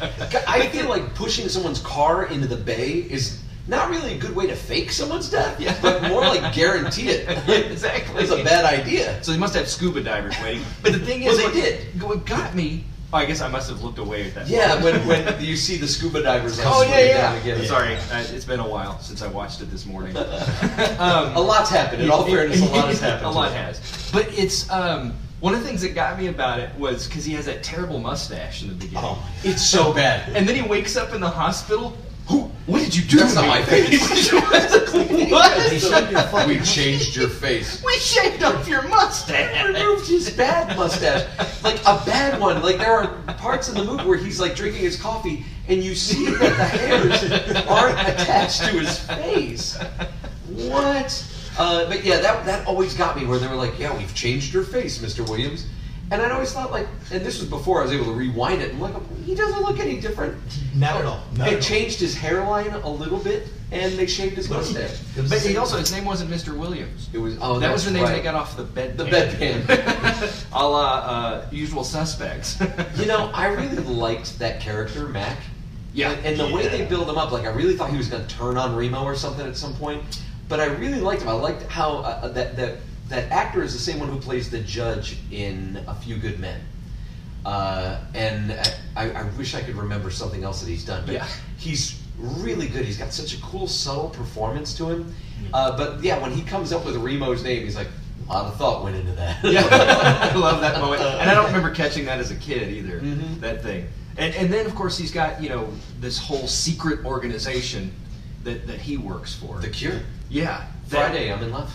Speaker 6: I feel like pushing someone's car into the bay is not really a good way to fake someone's death,
Speaker 5: Yeah.
Speaker 6: but more like guarantee it.
Speaker 5: (laughs) exactly.
Speaker 6: It's a bad idea.
Speaker 5: So they must have scuba divers waiting. But the thing is,
Speaker 6: Well, they
Speaker 5: what,
Speaker 6: did.
Speaker 5: What got me? Oh, I guess I must have looked away at that.
Speaker 6: Yeah, when, when you see the scuba divers. on
Speaker 5: Oh
Speaker 6: the
Speaker 5: yeah,
Speaker 6: way
Speaker 5: yeah.
Speaker 6: down again.
Speaker 5: Sorry, uh, it's been a while since I watched it this
Speaker 6: (laughs)
Speaker 5: morning.
Speaker 6: A lot's happened. In all fairness, a lot has
Speaker 5: (laughs)
Speaker 6: happened.
Speaker 5: a lot has. But it's um, one of the things that got me about it was because he has that terrible mustache in the beginning,
Speaker 7: Oh,
Speaker 6: It's so bad.
Speaker 5: and then he wakes up in the hospital. Who? What did you do?
Speaker 6: That's
Speaker 5: to
Speaker 6: not
Speaker 5: me?" (laughs)
Speaker 6: my face.
Speaker 7: they
Speaker 5: what?
Speaker 7: shaved your
Speaker 6: we
Speaker 7: fucking
Speaker 6: changed your face.
Speaker 5: we shaved off your mustache.
Speaker 6: Removed his bad mustache, like a bad one. Like there are parts in the movie where he's like drinking his coffee, and you see that the hairs aren't attached to his face. What? Uh, but yeah, that that always got me. Where they were like, "Yeah, we've changed your face, Mr. Williams," and I'd always thought like, and this was before I was able to rewind it. and look, he doesn't look any different.
Speaker 7: Not at all. Not
Speaker 6: they
Speaker 7: at all.
Speaker 6: changed his hairline a little bit, and they shaved his
Speaker 7: But he-
Speaker 6: mustache.
Speaker 7: it was
Speaker 5: But
Speaker 7: the
Speaker 5: he
Speaker 7: same-
Speaker 5: also his name wasn't Mr. Williams.
Speaker 6: It was oh,
Speaker 5: that was the
Speaker 6: that's
Speaker 5: name
Speaker 6: right.
Speaker 5: they got off the bed.
Speaker 6: The bedpan.
Speaker 5: (laughs) a la uh, Usual Suspects. (laughs)
Speaker 6: you know, I really liked that character, Mac.
Speaker 5: Yeah.
Speaker 6: And, and the way they build him up, like I really thought he was going to turn on Remo or something at some point, but I really liked him. I liked how uh, that that that actor is the same one who plays the judge in A Few Good Men. Uh, and I, I wish I could remember something else that he's done. But
Speaker 5: Yeah.
Speaker 6: he's really good. He's got such a cool, subtle performance to him.
Speaker 5: Mm-hmm.
Speaker 6: Uh, but yeah, when he comes up with Remo's name, he's like, a lot of thought went into that. (laughs)
Speaker 5: Yeah, I love that moment, and I don't (laughs) remember catching that as a kid either. That thing, and and then of course he's got you know this whole secret organization that that he works for.
Speaker 6: the Cure.
Speaker 5: yeah, that-
Speaker 6: Friday, I'm in
Speaker 5: (laughs)
Speaker 6: love.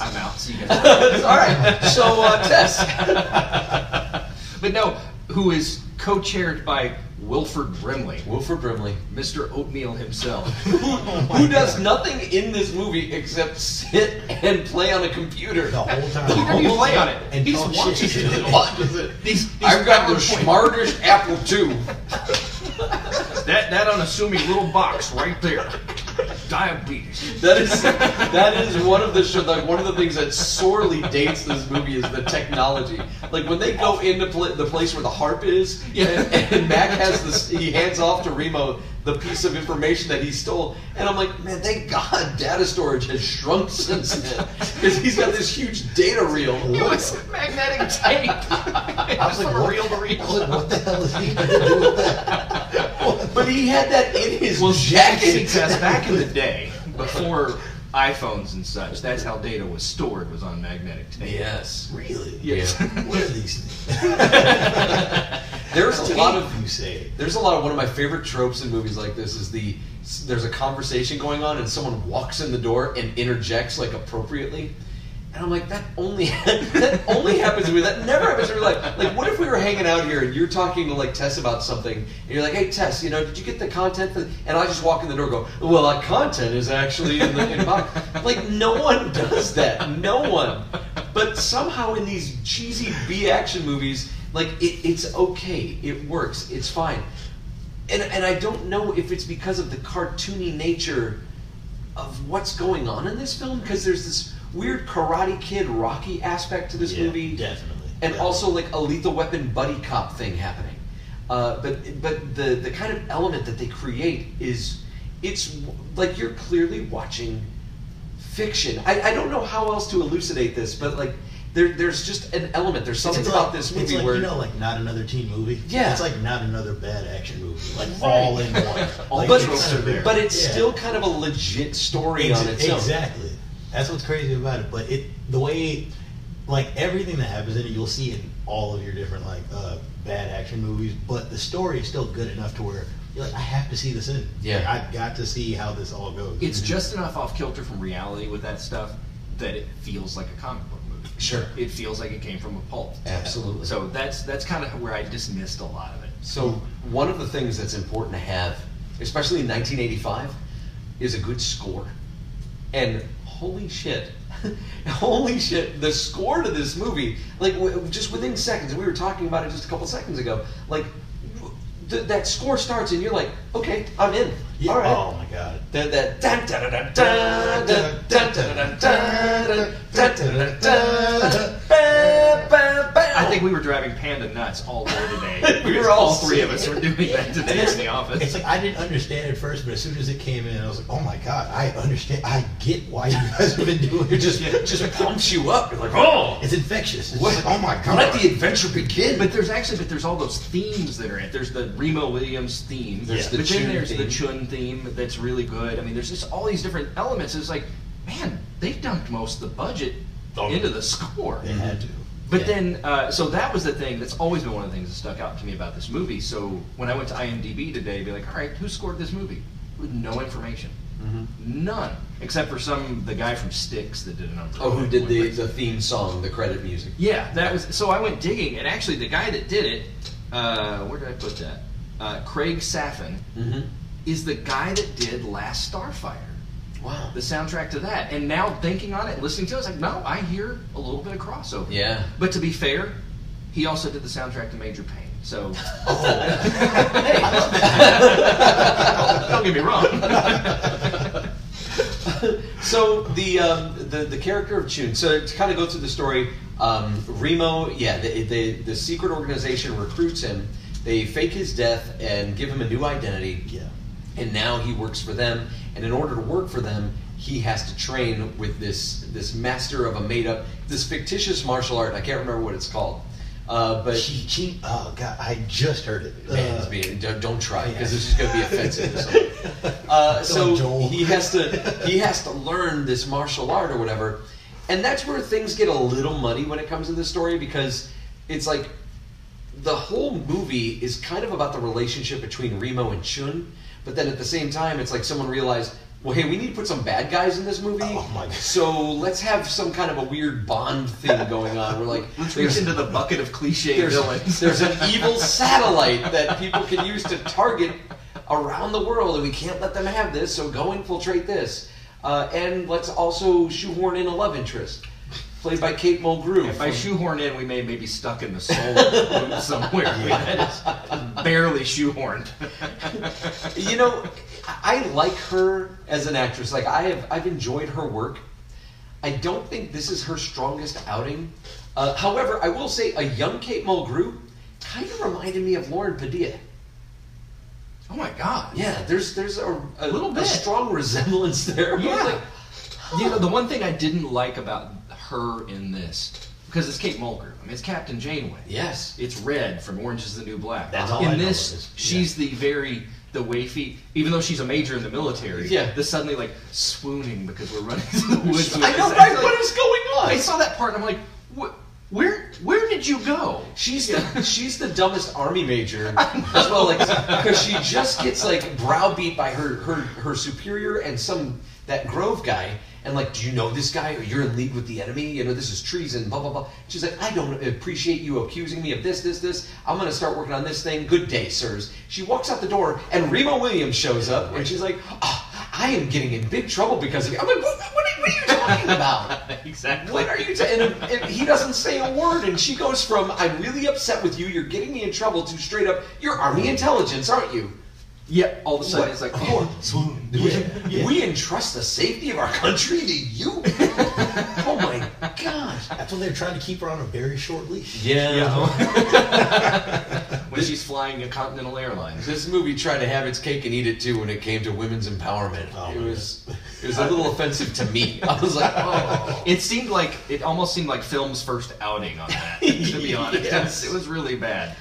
Speaker 5: I'm out. See you guys.
Speaker 6: All right, so uh, Tess.
Speaker 5: but no, who is co-chaired by Wilford Brimley,
Speaker 6: Wilford Brimley,
Speaker 5: Mr. Oatmeal himself.
Speaker 6: (laughs)
Speaker 5: Oh
Speaker 6: who does nothing in this movie except sit and play on a computer.
Speaker 7: The whole time.
Speaker 5: He doesn't even play on it.
Speaker 7: And
Speaker 5: he
Speaker 7: talk
Speaker 5: just
Speaker 7: shit.
Speaker 5: watches
Speaker 7: (laughs)
Speaker 5: it.
Speaker 7: Watches it.
Speaker 5: These, these
Speaker 6: I've got the
Speaker 5: PowerPoint-
Speaker 6: smartest Apple II.
Speaker 5: that that unassuming little box right there. Diabetes.
Speaker 6: That is that is one of the sh- like one of the things that sorely dates this movie is the technology. Like when they go into pl- the place where the harp is, and, and Mac has this, he hands off to Remo the piece of information that he stole, and I'm like, man, thank God data storage has shrunk since
Speaker 5: (laughs)
Speaker 6: then because he's got this huge data reel.
Speaker 5: It was magnetic tape. (laughs) I was like, real to real.
Speaker 7: I was like, what the hell is he going to
Speaker 5: (laughs)
Speaker 7: do with that?
Speaker 6: But he had that in his
Speaker 5: Jacket
Speaker 6: jacket.
Speaker 5: says back in the day, before iPhones and such, that's how data was stored was on magnetic tape.
Speaker 6: Yes.
Speaker 7: Really?
Speaker 5: Yes.
Speaker 7: What are these things?
Speaker 6: There's a lot of
Speaker 7: you say it.
Speaker 6: There's a lot of one of my favorite tropes in movies like this is the there's a conversation going on and someone walks in the door and interjects like appropriately. And I'm like, that only (laughs) that only happens to me. That never happens in real life. Like, what if we were hanging out here and you're talking to like Tess about something, and you're like, "Hey Tess, you know, did you get the content?" For th-" And I just walk in the door, and go, "Well, that content is actually in the in box." Like, no one does that. No one. But somehow in these cheesy B action movies, like it, it's okay. It works. It's fine. And and I don't know if it's because of the cartoony nature of what's going on in this film because there's this weird Karate Kid Rocky aspect to this
Speaker 7: Yeah,
Speaker 6: movie,
Speaker 7: definitely.
Speaker 6: and
Speaker 7: Yeah.
Speaker 6: also like a Lethal Weapon buddy cop thing happening. Uh, but but the the kind of element that they create is it's w- like you're clearly watching fiction. I, I don't know how else to elucidate this, but like there there's just an element. There's something
Speaker 7: It's like-
Speaker 6: about this movie
Speaker 7: it's like,
Speaker 6: where
Speaker 7: you know, like not another teen movie.
Speaker 6: Yeah.
Speaker 7: it's like not another bad action movie. Like all
Speaker 6: (laughs)
Speaker 7: in one. Like,
Speaker 6: but
Speaker 7: it's
Speaker 6: it's,
Speaker 7: sort of-
Speaker 6: but it's
Speaker 7: yeah.
Speaker 6: still kind of a legit story
Speaker 7: Ex-
Speaker 6: on its own.
Speaker 7: Exactly. That's what's crazy about it. But it the way like everything that happens in it, you'll see in all of your different like uh, bad action movies. But the story is still good enough to where you're like, I have to see this in.
Speaker 6: Yeah.
Speaker 7: Like, I've got to see how this all goes.
Speaker 5: It's just enough off kilter from reality with that stuff that it feels like a comic book movie.
Speaker 6: Sure.
Speaker 5: It feels like it came from a pulp.
Speaker 6: Absolutely.
Speaker 5: So that's that's kind of where I dismissed a lot of it.
Speaker 6: So one of the things that's important to have, especially in 1985, is a good score. And holy shit, holy shit, the score to this movie, like w- just within seconds, we were talking about it just a couple seconds ago. Like w- th- that score starts and you're like, okay, I'm in.
Speaker 7: Yeah.
Speaker 6: All right.
Speaker 7: Oh my god.
Speaker 6: That that dun dun dun dun dun dun dun dun dun dun dun dun dun ba, ba, ba.
Speaker 5: I think we were driving panda nuts all day today.
Speaker 6: (laughs) We were all
Speaker 5: three of us were doing that today
Speaker 6: (laughs)
Speaker 5: in the
Speaker 7: It's
Speaker 5: office.
Speaker 7: like I didn't understand it first, but as soon as it came in, I was like, "Oh my god, I understand. I get why you guys have been doing it.
Speaker 6: it just just pumps you up. You're like, oh,
Speaker 7: It's infectious. It's
Speaker 6: What-
Speaker 7: just like, oh my god.
Speaker 6: Let the adventure begin.
Speaker 5: But there's actually, but there's all those themes that are in it. There's the Remo Williams theme.
Speaker 6: There's the
Speaker 5: but then
Speaker 6: Chun
Speaker 5: there's the
Speaker 6: theme.
Speaker 5: Chun theme that's really good. I mean, there's just all these different elements. It's like, man, they dumped most of the budget
Speaker 6: Oh.
Speaker 5: into the score.
Speaker 7: They had to.
Speaker 5: But then, uh, so that was the thing that's always been one of the things that stuck out to me about this movie. So when I went to IMDb today, be like, all right, who scored this movie? With no information,
Speaker 6: Mm-hmm.
Speaker 5: none, except for some the guy from Styx that did a number.
Speaker 6: oh, who did the, the theme song, the credit music?
Speaker 5: Yeah, that was. So I went digging, and actually, the guy that did it, uh, where did I put that? Uh, Craig Saffin
Speaker 6: Mm-hmm.
Speaker 5: is the guy that did Last Starfire
Speaker 6: Wow.
Speaker 5: the soundtrack to that. And now thinking on it, listening to it, it's like, no, I hear a little bit of crossover.
Speaker 6: Yeah.
Speaker 5: But to be fair, he also did the soundtrack to Major Pain. So (laughs) don't get me wrong.
Speaker 6: So the um, the the character of Chun. So to kind of go through the story, um, Remo, yeah, the, the the secret organization recruits him They fake his death and give him a new identity.
Speaker 7: Yeah.
Speaker 6: And now he works for them. And in order to work for them, he has to train with this this master of a made up this fictitious martial art. I can't remember what it's called, uh, but.
Speaker 7: Chi Chi. Oh god, I just heard it.
Speaker 6: Man, it's
Speaker 7: Uh,
Speaker 6: being- don't, don't try
Speaker 7: yeah.
Speaker 6: because this is going to be offensive. to
Speaker 7: (laughs)
Speaker 6: someone. Uh, so
Speaker 7: Don't, Joel.
Speaker 6: he has to he has to learn this martial art or whatever, and that's where things get a little muddy when it comes to this story because it's like the whole movie is kind of about the relationship between Remo and Chun, but then at the same time, it's like someone realized, well, hey, we need to put some bad guys in this movie.
Speaker 7: Oh, my God.
Speaker 6: So let's have some kind of a weird Bond thing going on. We're like,
Speaker 5: Let's
Speaker 6: there's-
Speaker 5: reach into the bucket of cliche
Speaker 6: there's,
Speaker 5: villains. (laughs)
Speaker 6: there's an evil satellite that people can use to target around the world, and we can't let them have this, so go infiltrate this. Uh, and let's also shoehorn in a love interest, played by Kate Mulgrew.
Speaker 5: If I
Speaker 6: from-
Speaker 5: shoehorn in, we may maybe stuck in the soul of the room somewhere. (laughs) That is barely shoehorned.
Speaker 6: you know, I I like her as an actress. Like I have, I've enjoyed her work. I don't think this is her strongest outing. Uh, however, I will say a young Kate Mulgrew kind of reminded me of Lauren Padilla.
Speaker 5: Oh my god.
Speaker 6: Yeah, there's there's a, a
Speaker 5: Little bit.
Speaker 6: a strong resemblance there. I'm
Speaker 5: Yeah.
Speaker 6: like,
Speaker 5: You know, the one thing I didn't like about her in this, because it's Kate Mulgrew. I mean, it's Captain Janeway.
Speaker 6: yes.
Speaker 5: It's red from Orange is the New Black. Uh,
Speaker 7: That's
Speaker 5: in
Speaker 7: all I know
Speaker 5: this,
Speaker 7: of is-
Speaker 5: she's the very the wafy, even though she's a major in the military.
Speaker 6: Yeah.
Speaker 5: the suddenly like swooning because we're running through the woods. with
Speaker 6: (laughs) I know,
Speaker 5: this.
Speaker 6: right?
Speaker 5: Like,
Speaker 6: What is going on?
Speaker 5: I saw that part and I'm like, "Wh- where where did you go?
Speaker 6: She's the she's the dumbest army major as well, like because she just gets like browbeat by her her her superior and some that Grove guy, and like, do you know this guy or you're in league with the enemy? You know this is treason, blah blah blah. She's like, I don't appreciate you accusing me of this this this. I'm gonna start working on this thing. Good day, sirs. She walks out the door and Remo Williams shows up, and she's like, "Ah, I am getting in big trouble because of you. I'm like, what, what, are- what are you talking about?
Speaker 5: Exactly.
Speaker 6: What are you? Ta- and, and he doesn't say a word, and she goes from "I'm really upset with you. You're getting me in trouble" to straight up "You're Army intelligence, aren't you?"
Speaker 5: Yeah, all of a sudden
Speaker 6: What?
Speaker 5: it's like,
Speaker 6: Of
Speaker 5: oh,
Speaker 6: course. (laughs)
Speaker 7: Yeah, yeah.
Speaker 6: We entrust the safety of our country
Speaker 5: (laughs)
Speaker 6: to you. oh my gosh!
Speaker 7: That's when they're trying to keep her on a very short leash.
Speaker 6: Yeah.
Speaker 5: when she's flying a Continental Airlines.
Speaker 6: This movie tried to have its cake and eat it too when it came to women's empowerment.
Speaker 7: Oh,
Speaker 6: it
Speaker 7: man.
Speaker 6: was it was a little offensive to me. I
Speaker 5: (laughs)
Speaker 6: was like, oh.
Speaker 5: It seemed like it almost seemed like film's first outing on
Speaker 6: (laughs)
Speaker 5: that. To be honest,
Speaker 6: Yes.
Speaker 5: it was really bad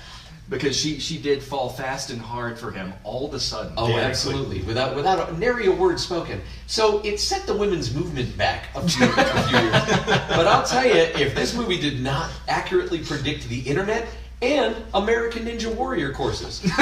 Speaker 5: because she she did fall fast and hard for him all of a sudden.
Speaker 6: Oh,
Speaker 7: Damn.
Speaker 6: absolutely! Without without a, nary a word spoken. So it set the women's movement back a few, a few years. But I'll tell you, if this movie did not accurately predict the internet and American Ninja Warrior courses, (laughs)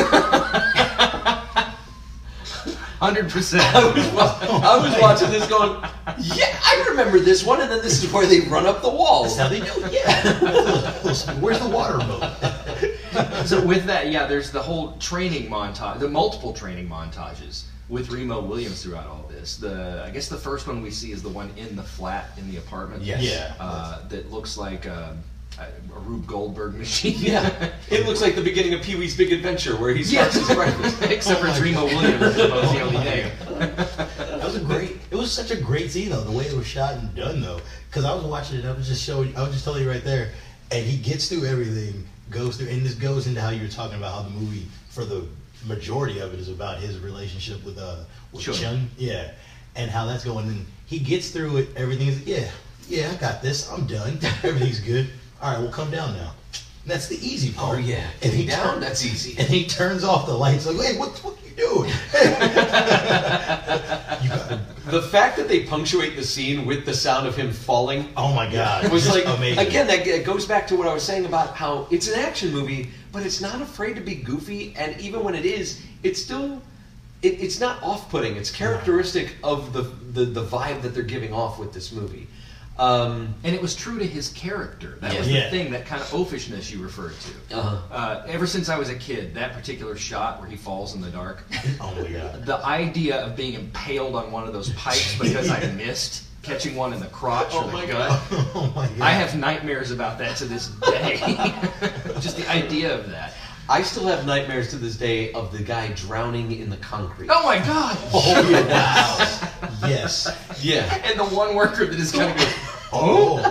Speaker 5: hundred
Speaker 6: I
Speaker 5: percent.
Speaker 6: was, wa- I was watching this going, yeah, I remember this one, and then this is where they run up the walls.
Speaker 7: That's how they do
Speaker 6: (laughs)
Speaker 7: it. Yeah. Where's the water boat?
Speaker 5: So with that, yeah, there's the whole training montage, the multiple training montages with Remo Williams throughout all this. The I guess the first one we see is the one in the flat in the apartment.
Speaker 6: Yes.
Speaker 7: Yeah.
Speaker 5: Uh, that looks like a, a Rube Goldberg (laughs) machine.
Speaker 6: Yeah, it looks like the beginning of Pee Wee's Big Adventure where he starts
Speaker 5: Yes.
Speaker 6: his breakfast.
Speaker 5: (laughs)
Speaker 6: Oh,
Speaker 5: Except for it's Remo Williams, as opposed to the only name.
Speaker 7: (laughs) That was a great. It was such a great scene though. The way it was shot and done though, because I was watching it. I was just showing. I was just telling you right there. And he gets through everything, goes through, and this goes into how you were talking about how the movie for the majority of it is about his relationship with uh with
Speaker 5: Chun.
Speaker 7: Chun. yeah, and how that's going. And he gets through it. Everything is yeah, yeah. I got this. I'm done. (laughs) Everything's good. All right, we'll come down now. And that's the easy part.
Speaker 6: Oh, yeah.
Speaker 7: and
Speaker 6: Getting
Speaker 7: he
Speaker 6: down,
Speaker 7: turn-
Speaker 6: that's easy.
Speaker 7: And he turns off the lights. Like, hey, what the fuck you doing? (laughs) you got
Speaker 6: The fact that they punctuate the scene with the sound of him falling
Speaker 7: Oh my god! It
Speaker 6: was like
Speaker 7: amazing.
Speaker 6: again that it goes back to what I was saying about how it's an action movie, but it's not afraid to be goofy, and even when it is, it's still it, it's not off-putting. It's characteristic of the, the the vibe that they're giving off with this movie. Um,
Speaker 5: And it was true to his character. That was the
Speaker 7: Yeah.
Speaker 5: thing, that kind of oafishness you referred to.
Speaker 6: Uh-huh.
Speaker 5: Uh, ever since I was a kid, that particular shot where he falls in the dark, (laughs)
Speaker 7: oh my god!
Speaker 5: the idea of being impaled on one of those pipes because I missed catching one in the crotch or the gut.
Speaker 7: Oh my god!
Speaker 5: I have nightmares about that to this day. (laughs) Just the idea of that.
Speaker 6: I still have nightmares to this day of the guy drowning in the concrete.
Speaker 5: Oh my god!
Speaker 6: (laughs)
Speaker 7: Oh yeah! Wow! yes.
Speaker 6: Yeah.
Speaker 5: And the one worker that is kind of goes,
Speaker 6: (laughs)
Speaker 7: Oh.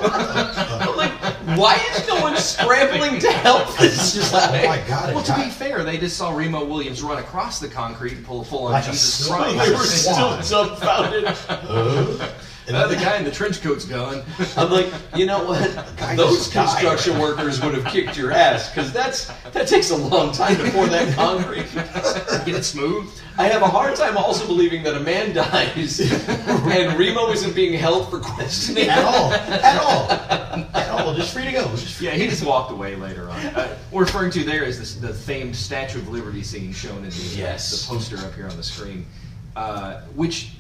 Speaker 6: I'm like, Why is no one scrambling to help this
Speaker 7: Just like, oh my god!
Speaker 5: Well,
Speaker 7: it
Speaker 5: to
Speaker 7: got-
Speaker 5: be fair, they just saw Remo Williams run across the concrete and pull a full on
Speaker 7: Like a
Speaker 5: Jesus
Speaker 7: swan.
Speaker 5: Christ.
Speaker 7: They
Speaker 6: We're still dumbfounded.
Speaker 5: And then the guy in the trench coat's gone.
Speaker 6: I'm like, you know what?
Speaker 7: guy
Speaker 6: Those
Speaker 7: just died.
Speaker 6: construction workers would have kicked your ass because that's that takes a long time to pour that concrete.
Speaker 5: (laughs) Get it smooth.
Speaker 6: I have a hard time also believing that a
Speaker 5: (laughs)
Speaker 6: man dies and Remo isn't being held for questioning.
Speaker 7: at all, at all, at all. Just free to go. Just free.
Speaker 5: Yeah, he just walked away later on. Uh, we're referring to there is this, the famed Statue of Liberty scene shown in the, uh,
Speaker 6: Yes.
Speaker 5: the poster up here on the screen, uh, which,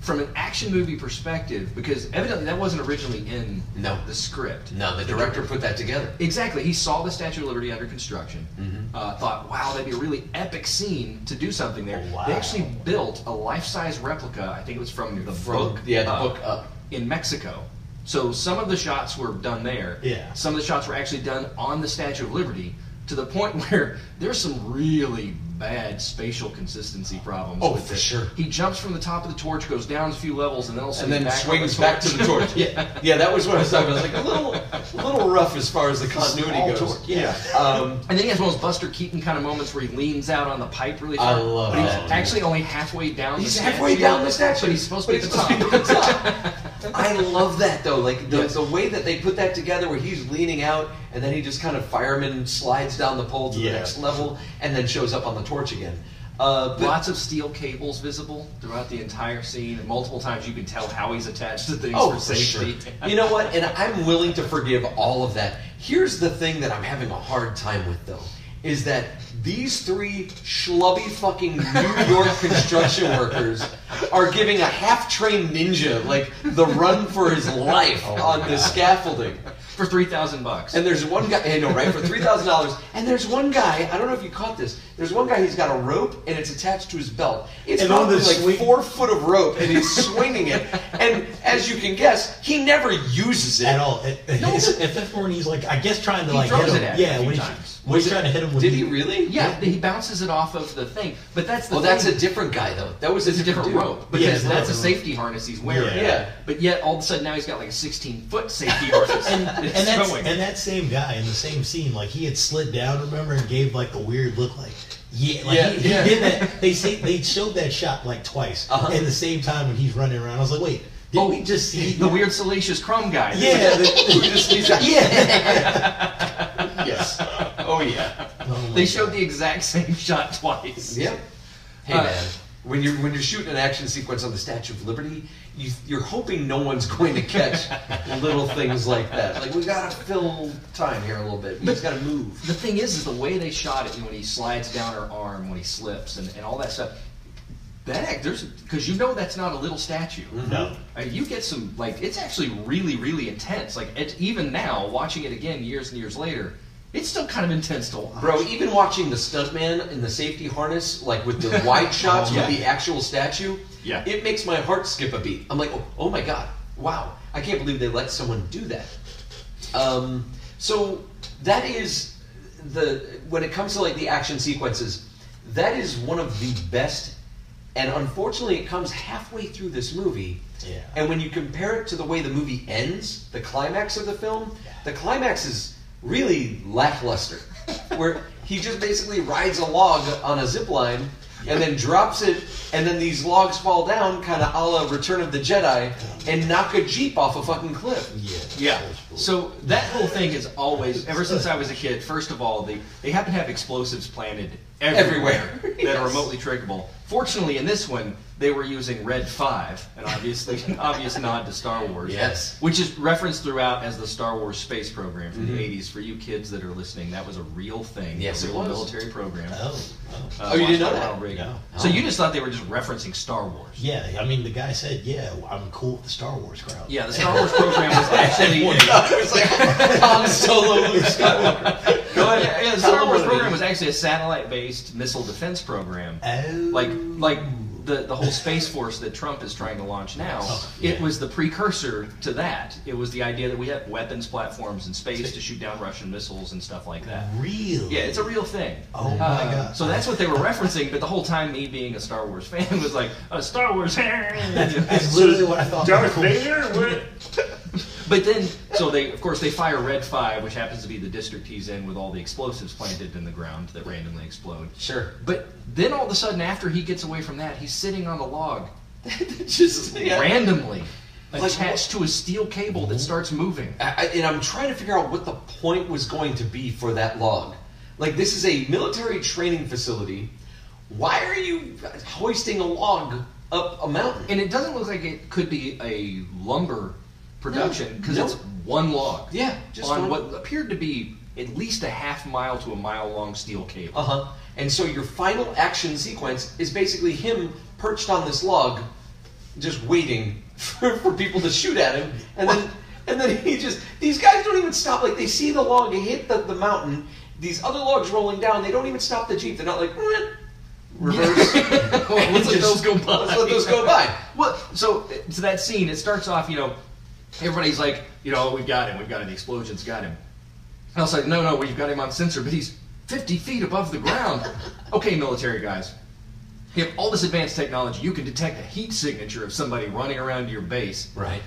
Speaker 5: from an action movie perspective, because evidently that wasn't originally in
Speaker 6: No.
Speaker 5: the script.
Speaker 6: No, the director put that together.
Speaker 5: Exactly. He saw the Statue of Liberty under construction,
Speaker 6: Mm-hmm.
Speaker 5: uh, thought, wow, that'd be a really epic scene to do something there.
Speaker 6: Oh,
Speaker 7: Wow.
Speaker 5: They actually built a life size replica, I think it was from the
Speaker 6: From-
Speaker 5: book,
Speaker 6: yeah, the book up.
Speaker 5: in Mexico. So some of the shots were done there.
Speaker 7: Yeah.
Speaker 5: Some of the shots were actually done on the Statue of Liberty to the point (laughs) where there's some really bad spatial consistency problems.
Speaker 6: Oh,
Speaker 5: with
Speaker 6: for
Speaker 5: it.
Speaker 6: sure.
Speaker 5: He jumps from the top of the torch, goes down a few levels, and then all of a
Speaker 6: and
Speaker 5: sudden
Speaker 6: then
Speaker 5: back on the
Speaker 6: swings back
Speaker 5: (laughs)
Speaker 6: to
Speaker 5: torch.
Speaker 6: the torch. yeah, yeah, that was what I was talking about. It was like a little, a little rough as far as the continuity
Speaker 5: Small
Speaker 6: goes.
Speaker 5: torch,
Speaker 6: Yeah. Um,
Speaker 5: And then he has one of those Buster Keaton kind of moments where he leans out on the pipe really
Speaker 6: I
Speaker 5: far.
Speaker 6: love
Speaker 5: but he's
Speaker 6: that.
Speaker 5: actually only halfway down
Speaker 6: he's
Speaker 5: the
Speaker 6: halfway
Speaker 5: statue,
Speaker 6: down the statue,
Speaker 5: But he's supposed to be
Speaker 6: (laughs)
Speaker 5: at the
Speaker 6: supposed
Speaker 5: top.
Speaker 6: to be at
Speaker 5: (laughs)
Speaker 6: the top. I love that though. Like the,
Speaker 5: Yes.
Speaker 6: the way that they put that together, where he's leaning out and then he just kind of fireman slides down the pole to
Speaker 7: Yeah.
Speaker 6: the next level and then shows up on the torch again. Uh, but
Speaker 5: Lots of steel cables visible throughout the entire scene, and multiple times you can tell how he's attached to things
Speaker 6: Oh,
Speaker 5: for
Speaker 6: for
Speaker 5: safety.
Speaker 6: sure. (laughs) You know what? And I'm willing to forgive all of that. Here's the thing that I'm having a hard time with, though, is that these three schlubby fucking (laughs) New York construction workers are giving a half-trained ninja like the run for his life on this scaffolding.
Speaker 5: For three thousand bucks.
Speaker 6: And there's one guy, I know, right? For three thousand dollars. And there's one guy. I don't know if you caught this. There's one guy. He's got a rope, and it's attached to his belt. It's
Speaker 7: And on
Speaker 6: probably
Speaker 7: the
Speaker 6: like
Speaker 7: swing-
Speaker 6: four foot of rope, and he's swinging
Speaker 7: (laughs)
Speaker 6: it. And as you can guess, he never uses it
Speaker 7: At all. It,
Speaker 6: No.
Speaker 7: it's, if that's when he's like, I guess trying to
Speaker 5: He
Speaker 7: like hit
Speaker 5: throws it
Speaker 7: him.
Speaker 5: at him
Speaker 7: yeah,
Speaker 5: a few
Speaker 7: when he's,
Speaker 5: times.
Speaker 7: when he's trying to hit him with
Speaker 6: Did
Speaker 7: the-
Speaker 6: he really?
Speaker 5: yeah, he bounces it off of the thing. But that's the
Speaker 6: Well, that's a
Speaker 5: thing.
Speaker 6: different guy though. That was a
Speaker 5: It's a different rope
Speaker 7: Yeah,
Speaker 5: because
Speaker 7: it's
Speaker 5: that's a
Speaker 7: different.
Speaker 5: safety harness he's wearing.
Speaker 7: Yeah.
Speaker 6: Yeah.
Speaker 5: But yet, all of a sudden, now he's got like a 16 foot
Speaker 7: (laughs)
Speaker 5: safety harness.
Speaker 7: And,
Speaker 5: It's
Speaker 7: and, that's,
Speaker 5: throwing.
Speaker 7: and that same guy in the same scene, like he had slid down, remember, and gave like the weird look, like yeah, like
Speaker 6: Yeah,
Speaker 7: he, he
Speaker 6: yeah.
Speaker 7: did that. They say, they showed that shot like twice in the same time when he's running around. I was like, wait, did
Speaker 5: Uh-huh. Oh,
Speaker 7: we just see
Speaker 5: the weird salacious crumb guy.
Speaker 7: (laughs)
Speaker 5: (laughs)
Speaker 7: Yeah, the-
Speaker 6: Who just needs
Speaker 7: (laughs)
Speaker 6: a-
Speaker 7: yeah.
Speaker 6: Yes. Oh yeah.
Speaker 5: They showed the exact same (laughs) shot twice.
Speaker 6: Yep. Hey
Speaker 5: Uh,
Speaker 6: man. When you're when you're shooting an action sequence on the Statue of Liberty, you, you're hoping no one's (laughs) going to catch little things like that. Like we gotta fill time here a little bit. We just gotta move.
Speaker 5: The thing is, is the way they shot it, you know, when he slides down her arm, when he slips, and, and all that stuff. That act, there's because you know that's not a little statue.
Speaker 7: No.
Speaker 5: I mean, you get some like it's actually really, really intense. Like it's, even now, watching it again years and years later, it's still kind of intense to watch.
Speaker 6: Bro, even watching the stuntman in the safety harness, like with
Speaker 5: (laughs)
Speaker 6: the wide shots
Speaker 5: Oh, yeah.
Speaker 6: with the actual statue,
Speaker 5: Yeah.
Speaker 6: it makes my heart skip a beat. I'm like, oh, oh my god, wow, I can't believe they let someone do that. Um, so that is the when it comes to like the action sequences, that is one of the best. And unfortunately, it comes halfway through this movie.
Speaker 7: Yeah.
Speaker 6: And when you compare it to the way the movie ends, the climax of the film, the climax is really lackluster. where he just basically rides a log on a zip line and then drops it, and then these logs fall down, kind of a la Return of the Jedi, and knock a Jeep off a fucking cliff.
Speaker 7: Yeah.
Speaker 5: Yeah. So that whole thing is always ever since I was a kid. First of all, they they happen to have explosives planted everywhere,
Speaker 6: Everywhere. (laughs)
Speaker 5: that are
Speaker 6: Yes.
Speaker 5: remotely triggerable. Fortunately, in this one, they were using Red Five, an obviously an obvious (laughs) nod to Star Wars.
Speaker 6: Yes.
Speaker 5: Which is referenced throughout as the Star Wars space program from the '80s. For you kids that are listening, that was a real thing.
Speaker 6: Mm-hmm. Yes,
Speaker 5: a
Speaker 6: it
Speaker 5: real
Speaker 6: was.
Speaker 5: military program.
Speaker 7: Oh, oh.
Speaker 5: uh,
Speaker 6: Oh, you
Speaker 5: launched
Speaker 6: didn't know
Speaker 5: by
Speaker 6: that? Oh.
Speaker 5: Ronald Reagan.
Speaker 7: No.
Speaker 5: So you just thought they were just referencing Star Wars.
Speaker 7: Yeah, I mean, the guy said, "Yeah, I'm cool with the Star Wars crowd." (laughs)
Speaker 5: Yeah, the Star Wars program
Speaker 6: (laughs)
Speaker 5: was actually a-
Speaker 6: it was like Han Solo,
Speaker 7: (laughs)
Speaker 6: Luke Skywalker. Go ahead.
Speaker 5: Yeah, yeah, the
Speaker 6: Tell
Speaker 5: Star
Speaker 6: them
Speaker 5: Wars
Speaker 6: what it
Speaker 5: program
Speaker 6: is.
Speaker 5: was actually a satellite-based missile defense program.
Speaker 7: Oh.
Speaker 5: (laughs) Like, like the the whole space force that Trump is trying to launch now.
Speaker 6: Oh,
Speaker 5: It
Speaker 7: yeah.
Speaker 5: was the precursor to that. It was the idea that we have weapons platforms in space to shoot down Russian missiles and stuff like that.
Speaker 7: real.
Speaker 5: Yeah, it's a real thing. Uh,
Speaker 7: Oh my god.
Speaker 5: So that's what they were referencing. But the whole time, me being a Star Wars (laughs) fan was like, uh, (laughs)
Speaker 9: Star Wars.
Speaker 7: That's literally what I thought.
Speaker 9: Darth Vader? What?
Speaker 5: But then, so they, of course, they fire Red Five, which happens to be the district he's in with all the explosives planted in the ground that randomly explode.
Speaker 6: Sure.
Speaker 5: But then all of a sudden, after he gets away from that, he's sitting on a log
Speaker 6: (laughs) Just yeah.
Speaker 5: randomly
Speaker 6: Like
Speaker 5: attached to a steel cable that starts moving.
Speaker 6: I, I- and I'm trying to figure out what the point was going to be for that log. Like, this is a military training facility. Why are you hoisting a log up a mountain?
Speaker 5: And it doesn't look like it could be a lumber production because
Speaker 6: No.
Speaker 5: it's one log.
Speaker 6: Yeah, just
Speaker 5: on
Speaker 6: one-
Speaker 5: what appeared to be at least a half mile to a mile long steel cable.
Speaker 6: Uh huh. And so your final action sequence is basically him perched on this log, just waiting (laughs) for, for people to shoot at him, and then and then he just these guys don't even stop. Like they see the log hit the, the mountain, these other logs rolling down. They don't even stop the jeep. They're not like "Eh,
Speaker 5: (laughs)
Speaker 6: (laughs) reverse.
Speaker 5: let's let
Speaker 6: Just-
Speaker 5: those go by.
Speaker 6: Let's let those go by.
Speaker 5: Well, so to that scene, it starts off, you know, everybody's like, you know, we've got him, we've got him, the explosion's got him. And I was like, no, no, we've got him on sensor, but he's 50 feet above the ground. okay, military guys, you have all this advanced technology, you can detect a heat signature of somebody running around your base.
Speaker 6: Right.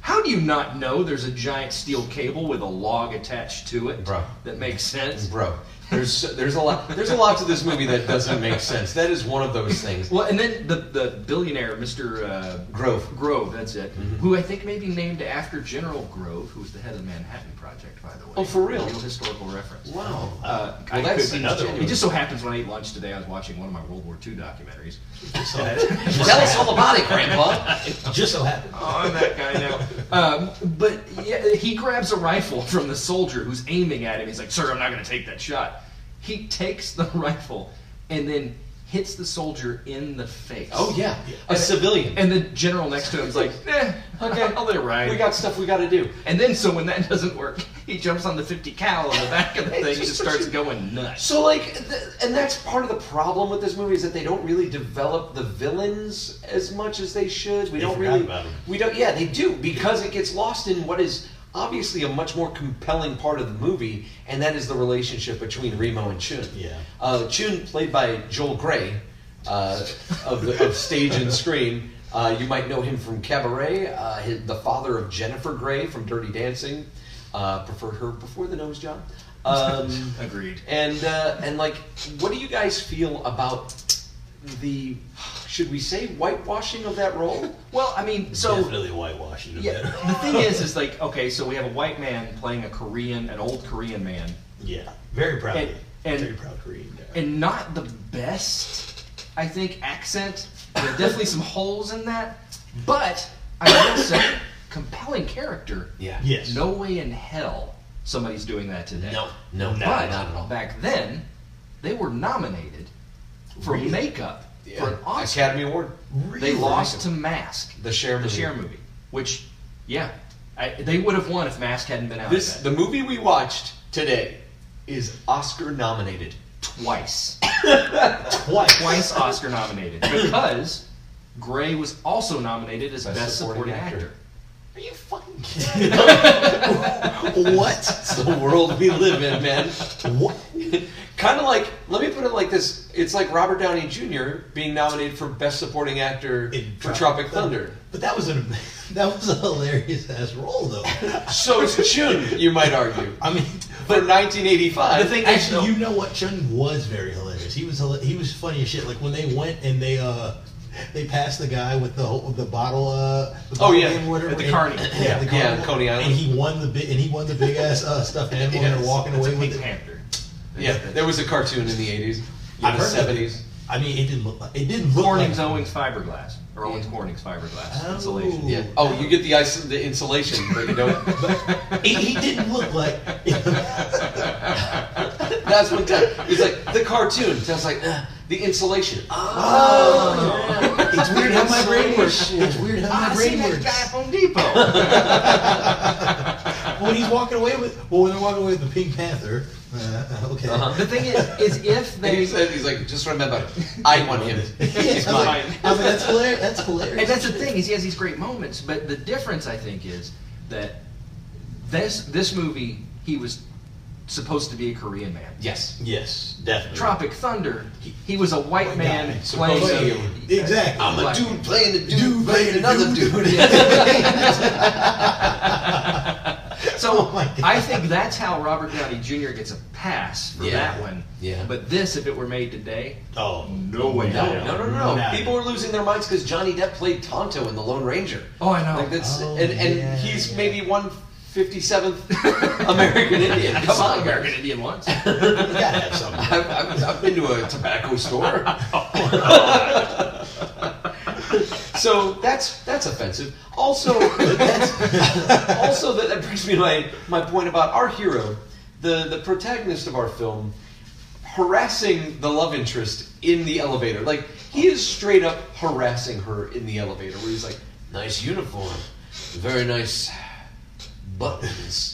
Speaker 5: How do you not know there's a giant steel cable with a log attached to it?
Speaker 6: Bro.
Speaker 5: That makes sense.
Speaker 6: Bro, there's there's a lot there's a lot to this movie that doesn't make sense. That is one of those things.
Speaker 5: Well, and then the, the billionaire, Mr. Uh,
Speaker 6: Grove.
Speaker 5: Grove, that's it.
Speaker 6: Mm-hmm.
Speaker 5: Who I think may be named after General Grove, who was the head of the Manhattan Project, by the way.
Speaker 6: Oh, for real?
Speaker 5: Real historical reference.
Speaker 6: Wow.
Speaker 5: Uh,
Speaker 6: Well,
Speaker 5: I
Speaker 6: that
Speaker 5: could-
Speaker 6: seems
Speaker 5: It
Speaker 6: genuine.
Speaker 5: just so happens when I ate lunch today, I was watching one of my World War II documentaries.
Speaker 7: (laughs)
Speaker 6: Tell us all about it, Grandpa.
Speaker 7: Just so happened.
Speaker 5: Oh, I'm that guy now. (laughs) Um, but yeah, he grabs a rifle from the soldier who's aiming at him. He's like, "Sir, I'm not going to take that shot." He takes the (laughs) rifle and then hits the soldier in the face.
Speaker 6: (laughs) Oh yeah, a civilian.
Speaker 5: And the general next to him's like, eh, okay, I'll let it ride.
Speaker 6: We got stuff we got to do.
Speaker 5: and then, so when that (laughs) doesn't work, he jumps on the 50 cal on the back of the thing and just starts going nuts.
Speaker 6: So like, th- and that's part of the problem with this movie is that they don't really develop the villains as much as they should. We
Speaker 7: They
Speaker 6: don't
Speaker 7: forgot
Speaker 6: really.
Speaker 7: about 'em.
Speaker 6: We don't. Yeah, they do because it gets lost in what is obviously a much more compelling part of the movie, and that is the relationship between Remo and Chun.
Speaker 7: Yeah.
Speaker 6: Uh, Chun, played by Joel Gray, uh, of, the, of stage and screen. Uh, you might know him from Cabaret, uh, his, the father of Jennifer Gray from Dirty Dancing. Uh, preferred her before the nose job. Um,
Speaker 5: Agreed.
Speaker 6: and uh, and like, what do you guys feel about the should we say whitewashing of that role?
Speaker 5: Well, I mean, so.
Speaker 7: Definitely whitewashing a
Speaker 5: Yeah,
Speaker 7: bit.
Speaker 5: (laughs) the thing is, is like, okay, so we have a white man playing a Korean, an old Korean man,
Speaker 7: Yeah. Very proud.
Speaker 5: And-
Speaker 7: of you.
Speaker 5: and-
Speaker 7: very proud Korean guy.
Speaker 5: and not the best, I think, accent. There are definitely some holes in that, but I will say, compelling character.
Speaker 6: Yeah.
Speaker 7: yes.
Speaker 5: No way in hell somebody's doing that today.
Speaker 6: No. No. No.
Speaker 5: but
Speaker 6: not at all.
Speaker 5: back then, they were nominated for
Speaker 7: Really?
Speaker 5: makeup
Speaker 6: Yeah.
Speaker 5: for an Oscar.
Speaker 6: Academy Award.
Speaker 5: They lost to Mask,
Speaker 6: The Cher
Speaker 5: the
Speaker 6: movie.
Speaker 5: Cher movie, which, yeah, I, they would have won if Mask hadn't been out
Speaker 6: This
Speaker 5: yet.
Speaker 6: the movie we watched today is Oscar nominated.
Speaker 5: twice,
Speaker 7: Twice. (laughs)
Speaker 5: twice Oscar
Speaker 6: (laughs)
Speaker 5: nominated because Gray was also nominated as Best,
Speaker 6: Best
Speaker 5: Supporting,
Speaker 6: Supporting
Speaker 5: Actor.
Speaker 6: Actor.
Speaker 5: Are you fucking (laughs)
Speaker 7: What?
Speaker 6: It's the world we live in, man.
Speaker 7: what?
Speaker 6: kind of like, let me put it like this: it's like Robert Downey Jr. being nominated for Best Supporting Actor for Tropic Thunder.
Speaker 7: But that was an (laughs) that was a hilarious ass role though.
Speaker 6: So it's June, you might argue.
Speaker 7: I mean,
Speaker 5: (laughs)
Speaker 6: For 1985.
Speaker 5: The thing is, though-
Speaker 7: actually, you know what? Chun was very hilarious. He was hila- he was funny as shit. Like when they went and they uh they passed the guy with the whole- with the bottle uh the
Speaker 6: Oh,
Speaker 7: bottle
Speaker 6: yeah.
Speaker 7: game or whatever.
Speaker 5: At the
Speaker 7: and-
Speaker 5: carny.
Speaker 7: (laughs) yeah, the
Speaker 6: Yeah,
Speaker 7: carnival.
Speaker 6: Coney Island.
Speaker 7: and he won the big and he won the big ass uh, stuffed animal and they're walking away with
Speaker 5: Pink
Speaker 7: it.
Speaker 5: Panther?
Speaker 6: Yeah, there was a cartoon in the 80s, yeah, the
Speaker 7: heard that.
Speaker 6: 70s.
Speaker 7: I mean, it didn't look like it didn't look
Speaker 5: Corning's
Speaker 7: like
Speaker 5: Owings fiberglass, or Owens Corning's fiberglass
Speaker 7: Oh.
Speaker 5: insulation.
Speaker 6: Yeah. Oh, you get the ice, the insulation, but you don't.
Speaker 7: (laughs) it, he didn't look
Speaker 5: (laughs)
Speaker 7: like.
Speaker 6: That's one time. It's like the cartoon. Sounds like uh, the insulation. Ah,
Speaker 7: it's weird how my brain works. It's weird how my
Speaker 5: Ah, I seen
Speaker 7: brain
Speaker 5: that guy at
Speaker 7: works.
Speaker 5: Home
Speaker 6: (laughs)
Speaker 5: Depot.
Speaker 7: When he's walking away with, well, when they're walking away with the Pink Panther. Uh, okay.
Speaker 5: the thing is, is if
Speaker 6: and
Speaker 5: they
Speaker 6: Uh-huh. he said, he's like, just remember, I want him. He's
Speaker 7: (laughs) Yeah,
Speaker 6: mine.
Speaker 7: I mean, that's hilarious. That's hilarious.
Speaker 5: And that's the thing is he has these great moments, but the difference I think is that this this movie he was supposed to be a Korean man.
Speaker 6: Yes.
Speaker 7: Yes, definitely.
Speaker 5: Tropic Thunder, he, he was a white man
Speaker 7: guy,
Speaker 5: playing.
Speaker 6: supposed
Speaker 5: a-
Speaker 6: to
Speaker 7: Exactly.
Speaker 6: I'm a
Speaker 5: Like-
Speaker 7: (laughs)
Speaker 6: dude playing a dude, playing another dude.
Speaker 5: So
Speaker 7: Oh my God.
Speaker 5: I think that's how Robert Downey Jr. gets a pass for
Speaker 6: Yeah.
Speaker 5: that one.
Speaker 6: Yeah.
Speaker 5: But this, if it were made today,
Speaker 7: Oh,
Speaker 5: no way.
Speaker 6: No, no, no, no.
Speaker 7: No.
Speaker 6: People are losing their minds because Johnny Depp played Tonto in The Lone Ranger.
Speaker 5: Oh, I know.
Speaker 6: Like that's,
Speaker 7: Oh,
Speaker 6: and, and
Speaker 7: yeah,
Speaker 6: he's
Speaker 7: yeah.
Speaker 6: maybe one fifty seventh (laughs) American Indian.
Speaker 5: I
Speaker 6: Come
Speaker 5: saw
Speaker 6: on,
Speaker 5: American
Speaker 6: American.
Speaker 5: Indian once.
Speaker 7: you gotta have something.
Speaker 6: I've, I've, I've been to a tobacco store. (laughs) so that's that's offensive. Also, that's, also that, that brings me to my, my point about our hero, the, the protagonist of our film, harassing the love interest in the elevator. Like he is straight up harassing her in the elevator, where he's like, "Nice uniform, very nice buttons."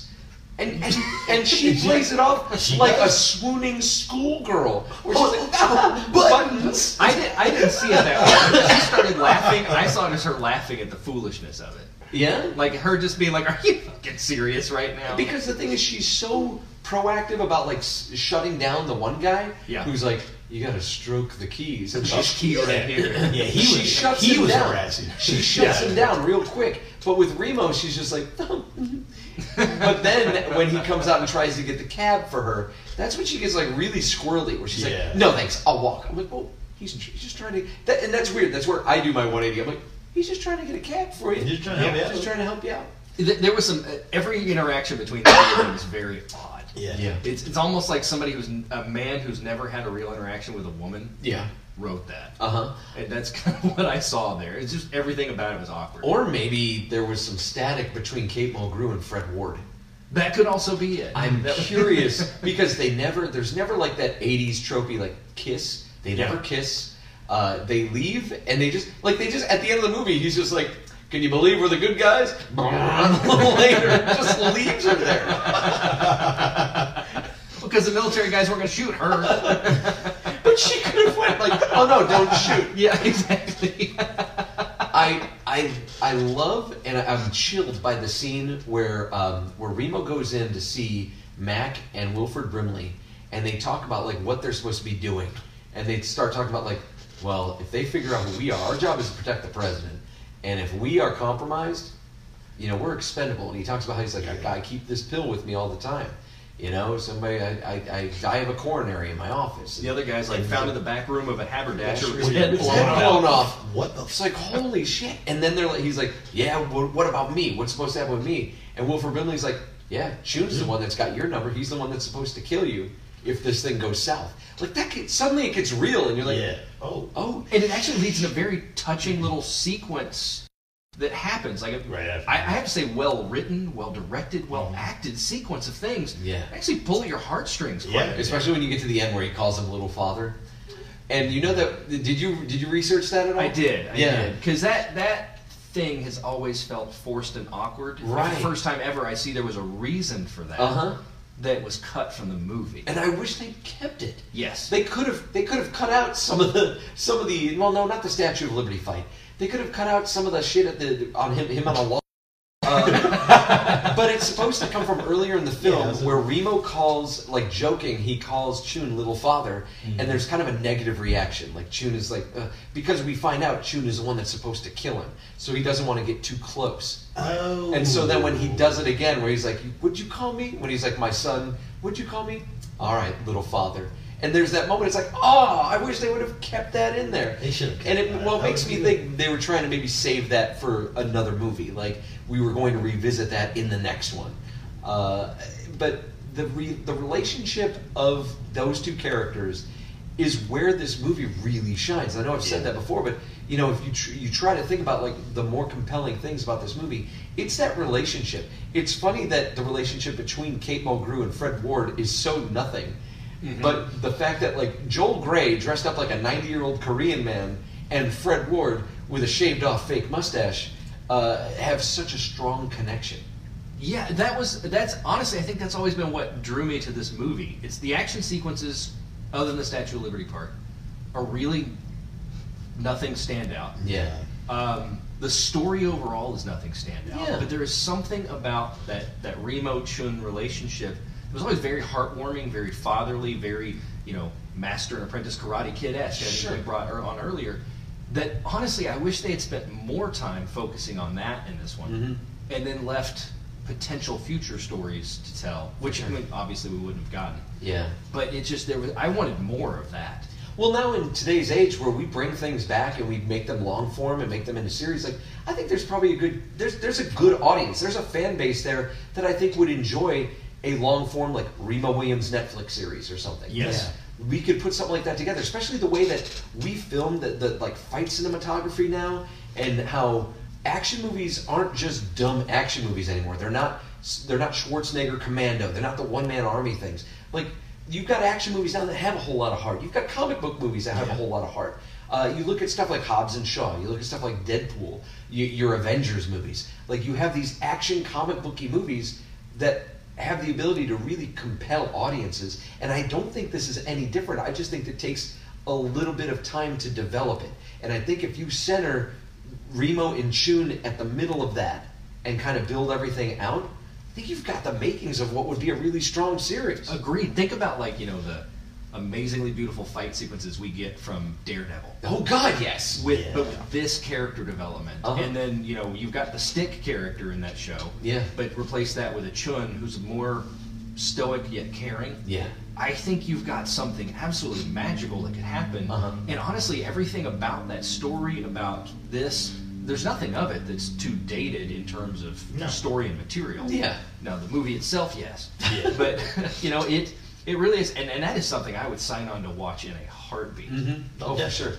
Speaker 6: And, and, and she plays it off like a swooning schoolgirl. Where she's like, "Ah,
Speaker 5: (laughs)
Speaker 6: buttons!
Speaker 5: Oh, I, did, I didn't see it that way. She started laughing. I saw it as her laughing at the foolishness of it.
Speaker 6: Yeah?
Speaker 5: Like her just being like, "Are you fucking serious right now?"
Speaker 6: Because the thing is, she's so proactive about like s- shutting down the one guy
Speaker 5: Yeah.
Speaker 6: who's like, "You got to stroke the keys," and
Speaker 5: she's
Speaker 6: she's
Speaker 5: key right
Speaker 6: (laughs)
Speaker 5: here.
Speaker 7: Yeah, he
Speaker 6: she
Speaker 7: was.
Speaker 6: shuts
Speaker 7: he
Speaker 6: him
Speaker 7: was
Speaker 6: down.
Speaker 7: harassing. (laughs)
Speaker 6: She shuts
Speaker 7: Yeah.
Speaker 6: him down real quick. But with Remo, she's just like. but then when he comes out and tries to get the cab for her, that's when she gets like really squirrely, where she's
Speaker 7: Yeah.
Speaker 6: like, "No thanks, I'll walk." I'm like, "Oh, he's, he's just trying to," that, and that's weird. That's where I do my 180. I'm like, "He's just trying to get a cab for you.
Speaker 7: He's just trying to help you out."
Speaker 6: Just trying to help you out."
Speaker 5: Th- There was some. uh, Every interaction between the two of them is very odd.
Speaker 7: Yeah.
Speaker 6: Yeah.
Speaker 5: It's, it's almost like somebody who's n- a man who's never had a real interaction with a woman
Speaker 6: Yeah.
Speaker 5: wrote that.
Speaker 6: Uh huh.
Speaker 5: And that's (laughs) kind of what I saw there. It's just everything about it was awkward.
Speaker 6: Or maybe there was some static between Kate Mulgrew and Fred Ward.
Speaker 5: that could also be it.
Speaker 6: I'm
Speaker 5: That-
Speaker 6: curious because they never. There's never like that '80s tropey like kiss. They never kiss. Uh, they leave and they just like they just at the end of the movie he's just like, "Can you believe we're the good guys?" (laughs) Later, just leaves her there.
Speaker 5: because the military guys weren't going to shoot her.
Speaker 6: (laughs) But she could have went like, "Oh no, don't
Speaker 5: (laughs)
Speaker 6: shoot."
Speaker 5: yeah, exactly. (laughs)
Speaker 6: I I I love and I'm chilled by the scene where um, where Remo goes in to see Mac and Wilford Brimley, and they talk about like what they're supposed to be doing, and they start talking about like, well, if they figure out who we are, our job is to protect the president, and if we are compromised, you know, we're expendable. And he talks about how he's like, I, I keep this pill with me all the time. You know, somebody, I, I, I die of a coronary in my office.
Speaker 5: The other guy's like found in the back room of a haberdasher with
Speaker 6: His
Speaker 5: his head
Speaker 6: his
Speaker 5: blown
Speaker 6: head blown
Speaker 5: off.
Speaker 6: off.
Speaker 7: What the?
Speaker 6: It's
Speaker 7: F-
Speaker 6: like holy shit. And then they're like, he's like, yeah. What, what about me? What's supposed to happen with me? And Wilford Brimley's like, yeah. June's the one that's got your number. He's the one that's supposed to kill you if this thing goes south. Like that. Gets, suddenly it gets real, and you're like,
Speaker 7: yeah. Oh.
Speaker 6: oh.
Speaker 5: And it actually leads in a very touching little sequence that happens. Like, a-
Speaker 7: Right after.
Speaker 5: I, I have to say, well written, well directed, well acted sequence of things.
Speaker 6: Yeah.
Speaker 5: Actually, pull at your heartstrings. Quite.
Speaker 7: Yeah.
Speaker 6: Especially when you get to the end where he calls him little father. And you know that? Did you did you research that at all?
Speaker 5: I did. I
Speaker 6: yeah.
Speaker 5: Because that that thing has always felt forced and awkward.
Speaker 6: Right.
Speaker 5: The first time ever I see there was a reason for that.
Speaker 6: Uh-huh.
Speaker 5: That was cut from the movie.
Speaker 6: And I wish they kept it.
Speaker 5: Yes.
Speaker 6: They could have they could have cut out some of the some of the well no not the Statue of Liberty fight. They could have cut out some of the shit at the on him him on a wall. Um, (laughs) but it's supposed to come from earlier in the
Speaker 7: Yeah,
Speaker 6: film
Speaker 7: that's a-
Speaker 6: where Remo calls like joking he calls Chun little father
Speaker 7: Mm-hmm.
Speaker 6: and there's kind of a negative reaction like Chun is like uh, because we find out Chun is the one that's supposed to kill him so he doesn't want to get too close.
Speaker 7: Oh.
Speaker 6: And so then when he does it again, where he's like, "Would you call me?" When he's like, "My son, would you call me?" All right, little father. And there's that moment. It's like, oh, I wish they would have kept that in there.
Speaker 7: They should have kept
Speaker 6: And it
Speaker 7: that.
Speaker 6: well
Speaker 7: That
Speaker 6: makes
Speaker 7: would
Speaker 6: me
Speaker 7: be
Speaker 6: think they were trying to maybe save that for another movie. Like we were going to revisit that in the next one. Uh, but the re- the relationship of those two characters is where this movie really shines. I know I've said
Speaker 7: Yeah.
Speaker 6: that before, but you know, if you tr- you try to think about like the more compelling things about this movie, it's that relationship. It's funny that the relationship between Kate Mulgrew and Fred Ward is so nothing, but the fact that like Joel Gray dressed up like a ninety-year-old Korean man and Fred Ward with a shaved-off fake mustache uh, have such a strong connection.
Speaker 5: Yeah, that was that's honestly I think that's always been what drew me to this movie. It's the action sequences other than the Statue of Liberty part are really nothing standout.
Speaker 6: Yeah.
Speaker 5: Um, the story overall is nothing standout,
Speaker 6: Yeah.
Speaker 5: but there is something about that that Remo Chun relationship. It was always very heartwarming, very fatherly, very you know master and apprentice karate kid esque.
Speaker 6: Sure.
Speaker 5: I think we brought her on earlier. That
Speaker 6: Mm-hmm.
Speaker 5: honestly, I wish they had spent more time focusing on that in this one, and then left potential future stories to tell, which I mean, obviously we wouldn't have gotten.
Speaker 6: Yeah.
Speaker 5: But it just there was I wanted more of that.
Speaker 6: Well, now in today's age, where we bring things back and we make them long form and make them into series, like I think there's probably a good there's there's a good audience, there's a fan base there that I think would enjoy a long form like Rima Williams Netflix series or something.
Speaker 5: Yes.
Speaker 6: we could put something like that together, especially the way that we film the, the like fight cinematography now and how action movies aren't just dumb action movies anymore. They're not they're not Schwarzenegger Commando. They're not the one man army things. Like you've got action movies now that have a whole lot of heart. You've got comic book movies that have a whole lot of heart. Uh, you look at stuff like Hobbs and Shaw. You look at stuff like Deadpool. You, your Avengers movies. Like you have these action comic booky movies that have the ability to really compel audiences. And I don't think this is any different. I just think it takes a little bit of time to develop it. And I think if you center Remo and Chun at the middle of that and kind of build everything out, I think you've got the makings of what would be a really strong series.
Speaker 5: Agreed. Think about like, you know, the amazingly beautiful fight sequences we get from Daredevil.
Speaker 6: Oh God, yes.
Speaker 5: with but
Speaker 7: Yeah.
Speaker 5: with this character development,
Speaker 6: Uh-huh.
Speaker 5: and then you know you've got the stick character in that show.
Speaker 6: Yeah.
Speaker 5: But replace that with a Chun who's more stoic yet caring.
Speaker 6: Yeah.
Speaker 5: I think you've got something absolutely magical that could happen.
Speaker 6: Uh-huh.
Speaker 5: And honestly, everything about that story, about this, there's nothing of it that's too dated in terms of
Speaker 7: No.
Speaker 5: story and material.
Speaker 6: Yeah.
Speaker 5: Now the movie itself, yes. (laughs) But you know it. It really is, and, and that is something I would sign on to watch in a heartbeat.
Speaker 6: Oh, for sure.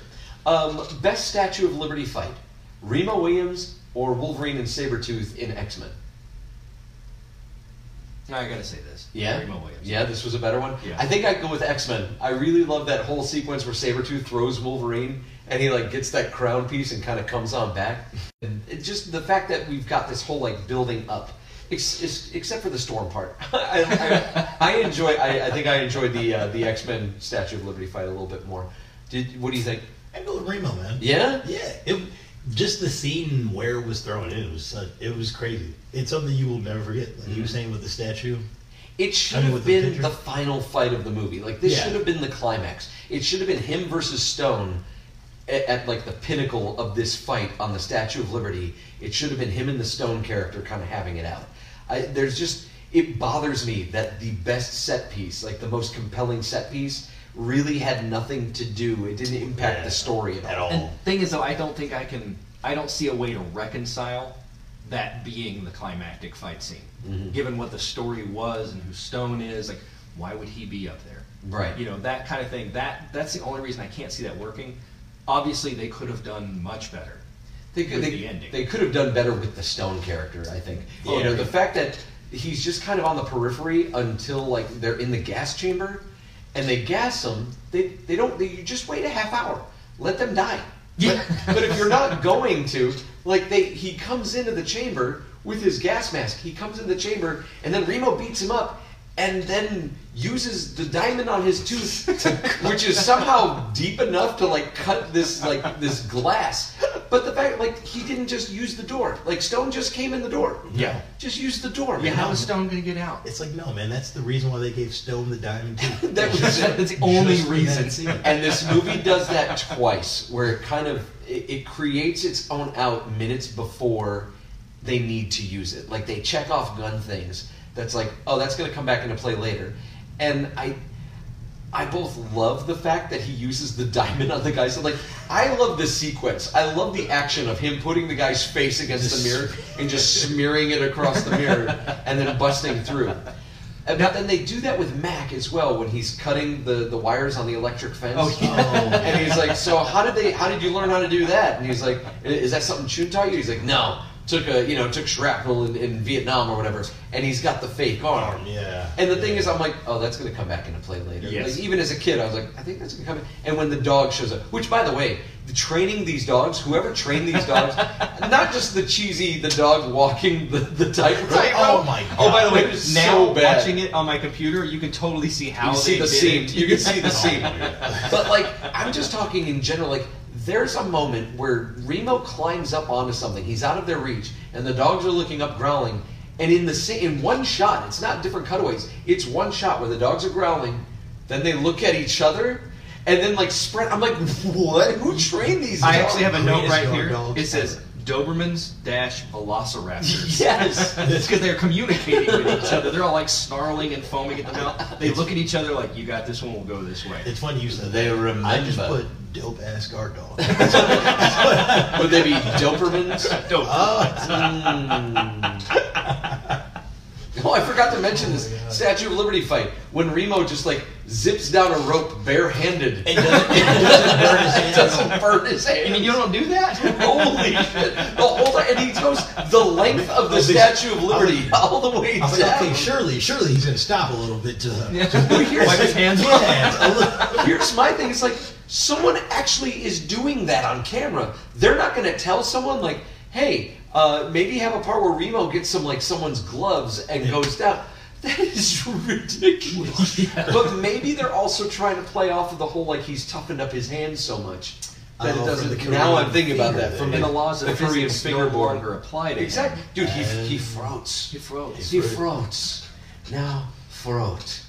Speaker 6: Um, best Statue of Liberty fight: Remo Williams or Wolverine and Sabretooth in X Men.
Speaker 5: Now I gotta say this.
Speaker 6: Yeah.
Speaker 5: Remo Williams.
Speaker 6: Yeah, this was a better one.
Speaker 5: Yeah.
Speaker 6: I think I'd go with X Men. I really love that whole sequence where Sabretooth throws Wolverine and he like gets that crown piece and kind of comes on back. And it just the fact that we've got this whole like building up. Ex- ex- except for the storm part, (laughs) I, I, I enjoy. I, I think I enjoyed the uh, the X Men Statue of Liberty fight a little bit more. Did what do you think?
Speaker 7: I go with Remo, man.
Speaker 6: Yeah,
Speaker 7: Yeah, it, just the scene where it was thrown in it was such, it was crazy. It's something you will never forget. Like
Speaker 6: Mm-hmm.
Speaker 7: you were saying with the statue,
Speaker 6: It should
Speaker 7: I mean,
Speaker 6: have
Speaker 7: with the
Speaker 6: been
Speaker 7: picture-
Speaker 6: the final fight of the movie. Like this
Speaker 7: Yeah.
Speaker 6: should have been the climax. It should have been him versus Stone at, at like the pinnacle of this fight on the Statue of Liberty. It should have been him and the Stone character kind of having it out. I, there's just it bothers me that the best set piece, like the most compelling set piece, really had nothing to do. It didn't impact
Speaker 7: Yeah,
Speaker 6: the story
Speaker 7: at all.
Speaker 5: And thing is, though, I don't think I can. I don't see a way to reconcile that being the climactic fight scene,
Speaker 6: Mm-hmm.
Speaker 5: given what the story was and who Stone is. Like, why would he be up there?
Speaker 6: Right.
Speaker 5: You know that kind of thing. That that's the only reason I can't see that working. Obviously, they could have done much better.
Speaker 6: They could,
Speaker 5: with
Speaker 6: they,
Speaker 5: the ending.
Speaker 6: they could have done better with the Stone character, I think. you know, the fact that he's just kind of on the periphery until like they're in the gas chamber, and they gas him. They they don't. They, you just wait a half hour. Let them die. Yeah. But, but if you're not going to, like they, he comes into the chamber with his gas mask. He comes in the chamber, and then Remo beats him up. And then uses the diamond on his tooth, to, which is somehow deep enough to like cut this like this glass. But the fact, like, he didn't just use the door. Like, Stone just came in the door.
Speaker 5: Yeah.
Speaker 6: Just use the door.
Speaker 5: Yeah.
Speaker 6: man.
Speaker 5: How is Stone going to get out?
Speaker 7: it's like no, man. That's the reason why they gave Stone the diamond
Speaker 6: (laughs)
Speaker 7: too.
Speaker 6: That was
Speaker 5: That's the only
Speaker 7: Just for that
Speaker 5: reason.
Speaker 7: scene.
Speaker 6: And this movie does that twice, where it kind of it, it creates its own out minutes before they need to use it. Like they check off gun things. That's like, oh, that's going to come back into play later. And I, I both love the fact that he uses the diamond on the guy. So like, I love this sequence. I love the action of him putting the guy's face against the mirror and just smearing it across the mirror and then busting (laughs) through. And but then they do that with Mac as well when he's cutting the, the wires on the electric fence. Oh,
Speaker 7: Oh,
Speaker 6: (laughs) and he's like, "So how did they? How did you learn how to do that?" And he's like, "I- "Is that something Chun taught you?" He's like, "No, took a you know took shrapnel in, in Vietnam or whatever." And he's got the fake arm.
Speaker 7: yeah.
Speaker 6: And the thing is, I'm like, "Oh, that's gonna come back into play later."
Speaker 5: Yes.
Speaker 6: Like even as a kid, I was like, "I think that's gonna come." in. And when the dog shows up, which by the way, the training these dogs, whoever trained these
Speaker 7: (laughs)
Speaker 6: dogs, not just the cheesy the dog walking the the tightrope.
Speaker 7: Oh my
Speaker 6: Oh, by the
Speaker 7: God.
Speaker 6: way, it was
Speaker 5: now
Speaker 6: so bad.
Speaker 5: watching it on my computer, you can totally see how
Speaker 6: You
Speaker 5: they
Speaker 6: see the
Speaker 5: did
Speaker 6: seam.
Speaker 5: it.
Speaker 6: You can
Speaker 5: (laughs)
Speaker 6: see the seam. But like, I'm just talking in general. Like, there's a moment where Remo climbs up onto something. He's out of their reach, and the dogs are looking up, growling. And in the sa- in one shot, it's not different cutaways. It's one shot where the dogs are growling. Then they look at each other, and then like spread. I'm like, what? Who trained these?
Speaker 5: I
Speaker 6: dogs?
Speaker 5: actually have a note
Speaker 7: Greatest
Speaker 5: right
Speaker 7: yard
Speaker 5: here.
Speaker 7: dogs
Speaker 5: It says,
Speaker 7: ever.
Speaker 5: Dobermans dash Velociraptors.
Speaker 6: (laughs)
Speaker 5: (laughs)
Speaker 6: Yes.
Speaker 5: It's because they're communicating with each other. They're all like snarling and foaming at the mouth. They look at each other like, "You got this one. We'll go this way."
Speaker 7: It's funny you said
Speaker 6: They
Speaker 7: that.
Speaker 6: remember.
Speaker 7: I just put dope ass
Speaker 6: (laughs)
Speaker 7: guard dog.
Speaker 6: Would they be
Speaker 5: (laughs)
Speaker 6: Dobermans? hmm.
Speaker 5: Dope.
Speaker 6: Oh, I forgot to mention this Statue of Liberty fight when Remo just like zips down a rope barehanded. (laughs)
Speaker 7: It doesn't, it doesn't burn his
Speaker 6: It
Speaker 7: hand.
Speaker 6: doesn't burn his hand.
Speaker 5: I mean, you don't do that.
Speaker 6: Holy shit! The whole time, and he goes the length of the
Speaker 7: I was-
Speaker 6: Statue of Liberty all the way
Speaker 7: I was like, okay,
Speaker 6: down.
Speaker 7: surely, surely he's gonna stop a little bit to. Yeah.
Speaker 5: Wipe his hands off.
Speaker 7: a
Speaker 6: (laughs)
Speaker 7: little-
Speaker 6: Here's my thing: it's like someone actually is doing that on camera. They're not going to tell someone like, "Hey, uh, maybe have a part where Remo gets some like someone's gloves and goes down." That is (laughs) ridiculous. But maybe they're also trying to play off of the whole like he's toughened up his hands so much that
Speaker 7: Oh,
Speaker 6: it
Speaker 7: from
Speaker 6: doesn't.
Speaker 7: the Korean
Speaker 6: now I'm thinking about
Speaker 7: finger
Speaker 6: that from
Speaker 7: thing.
Speaker 5: And the laws of
Speaker 6: the Korean
Speaker 5: physics no
Speaker 6: fingerboard.
Speaker 5: longer apply to him.
Speaker 6: Exactly, dude. He he froats. He froats. He froats. Now froat.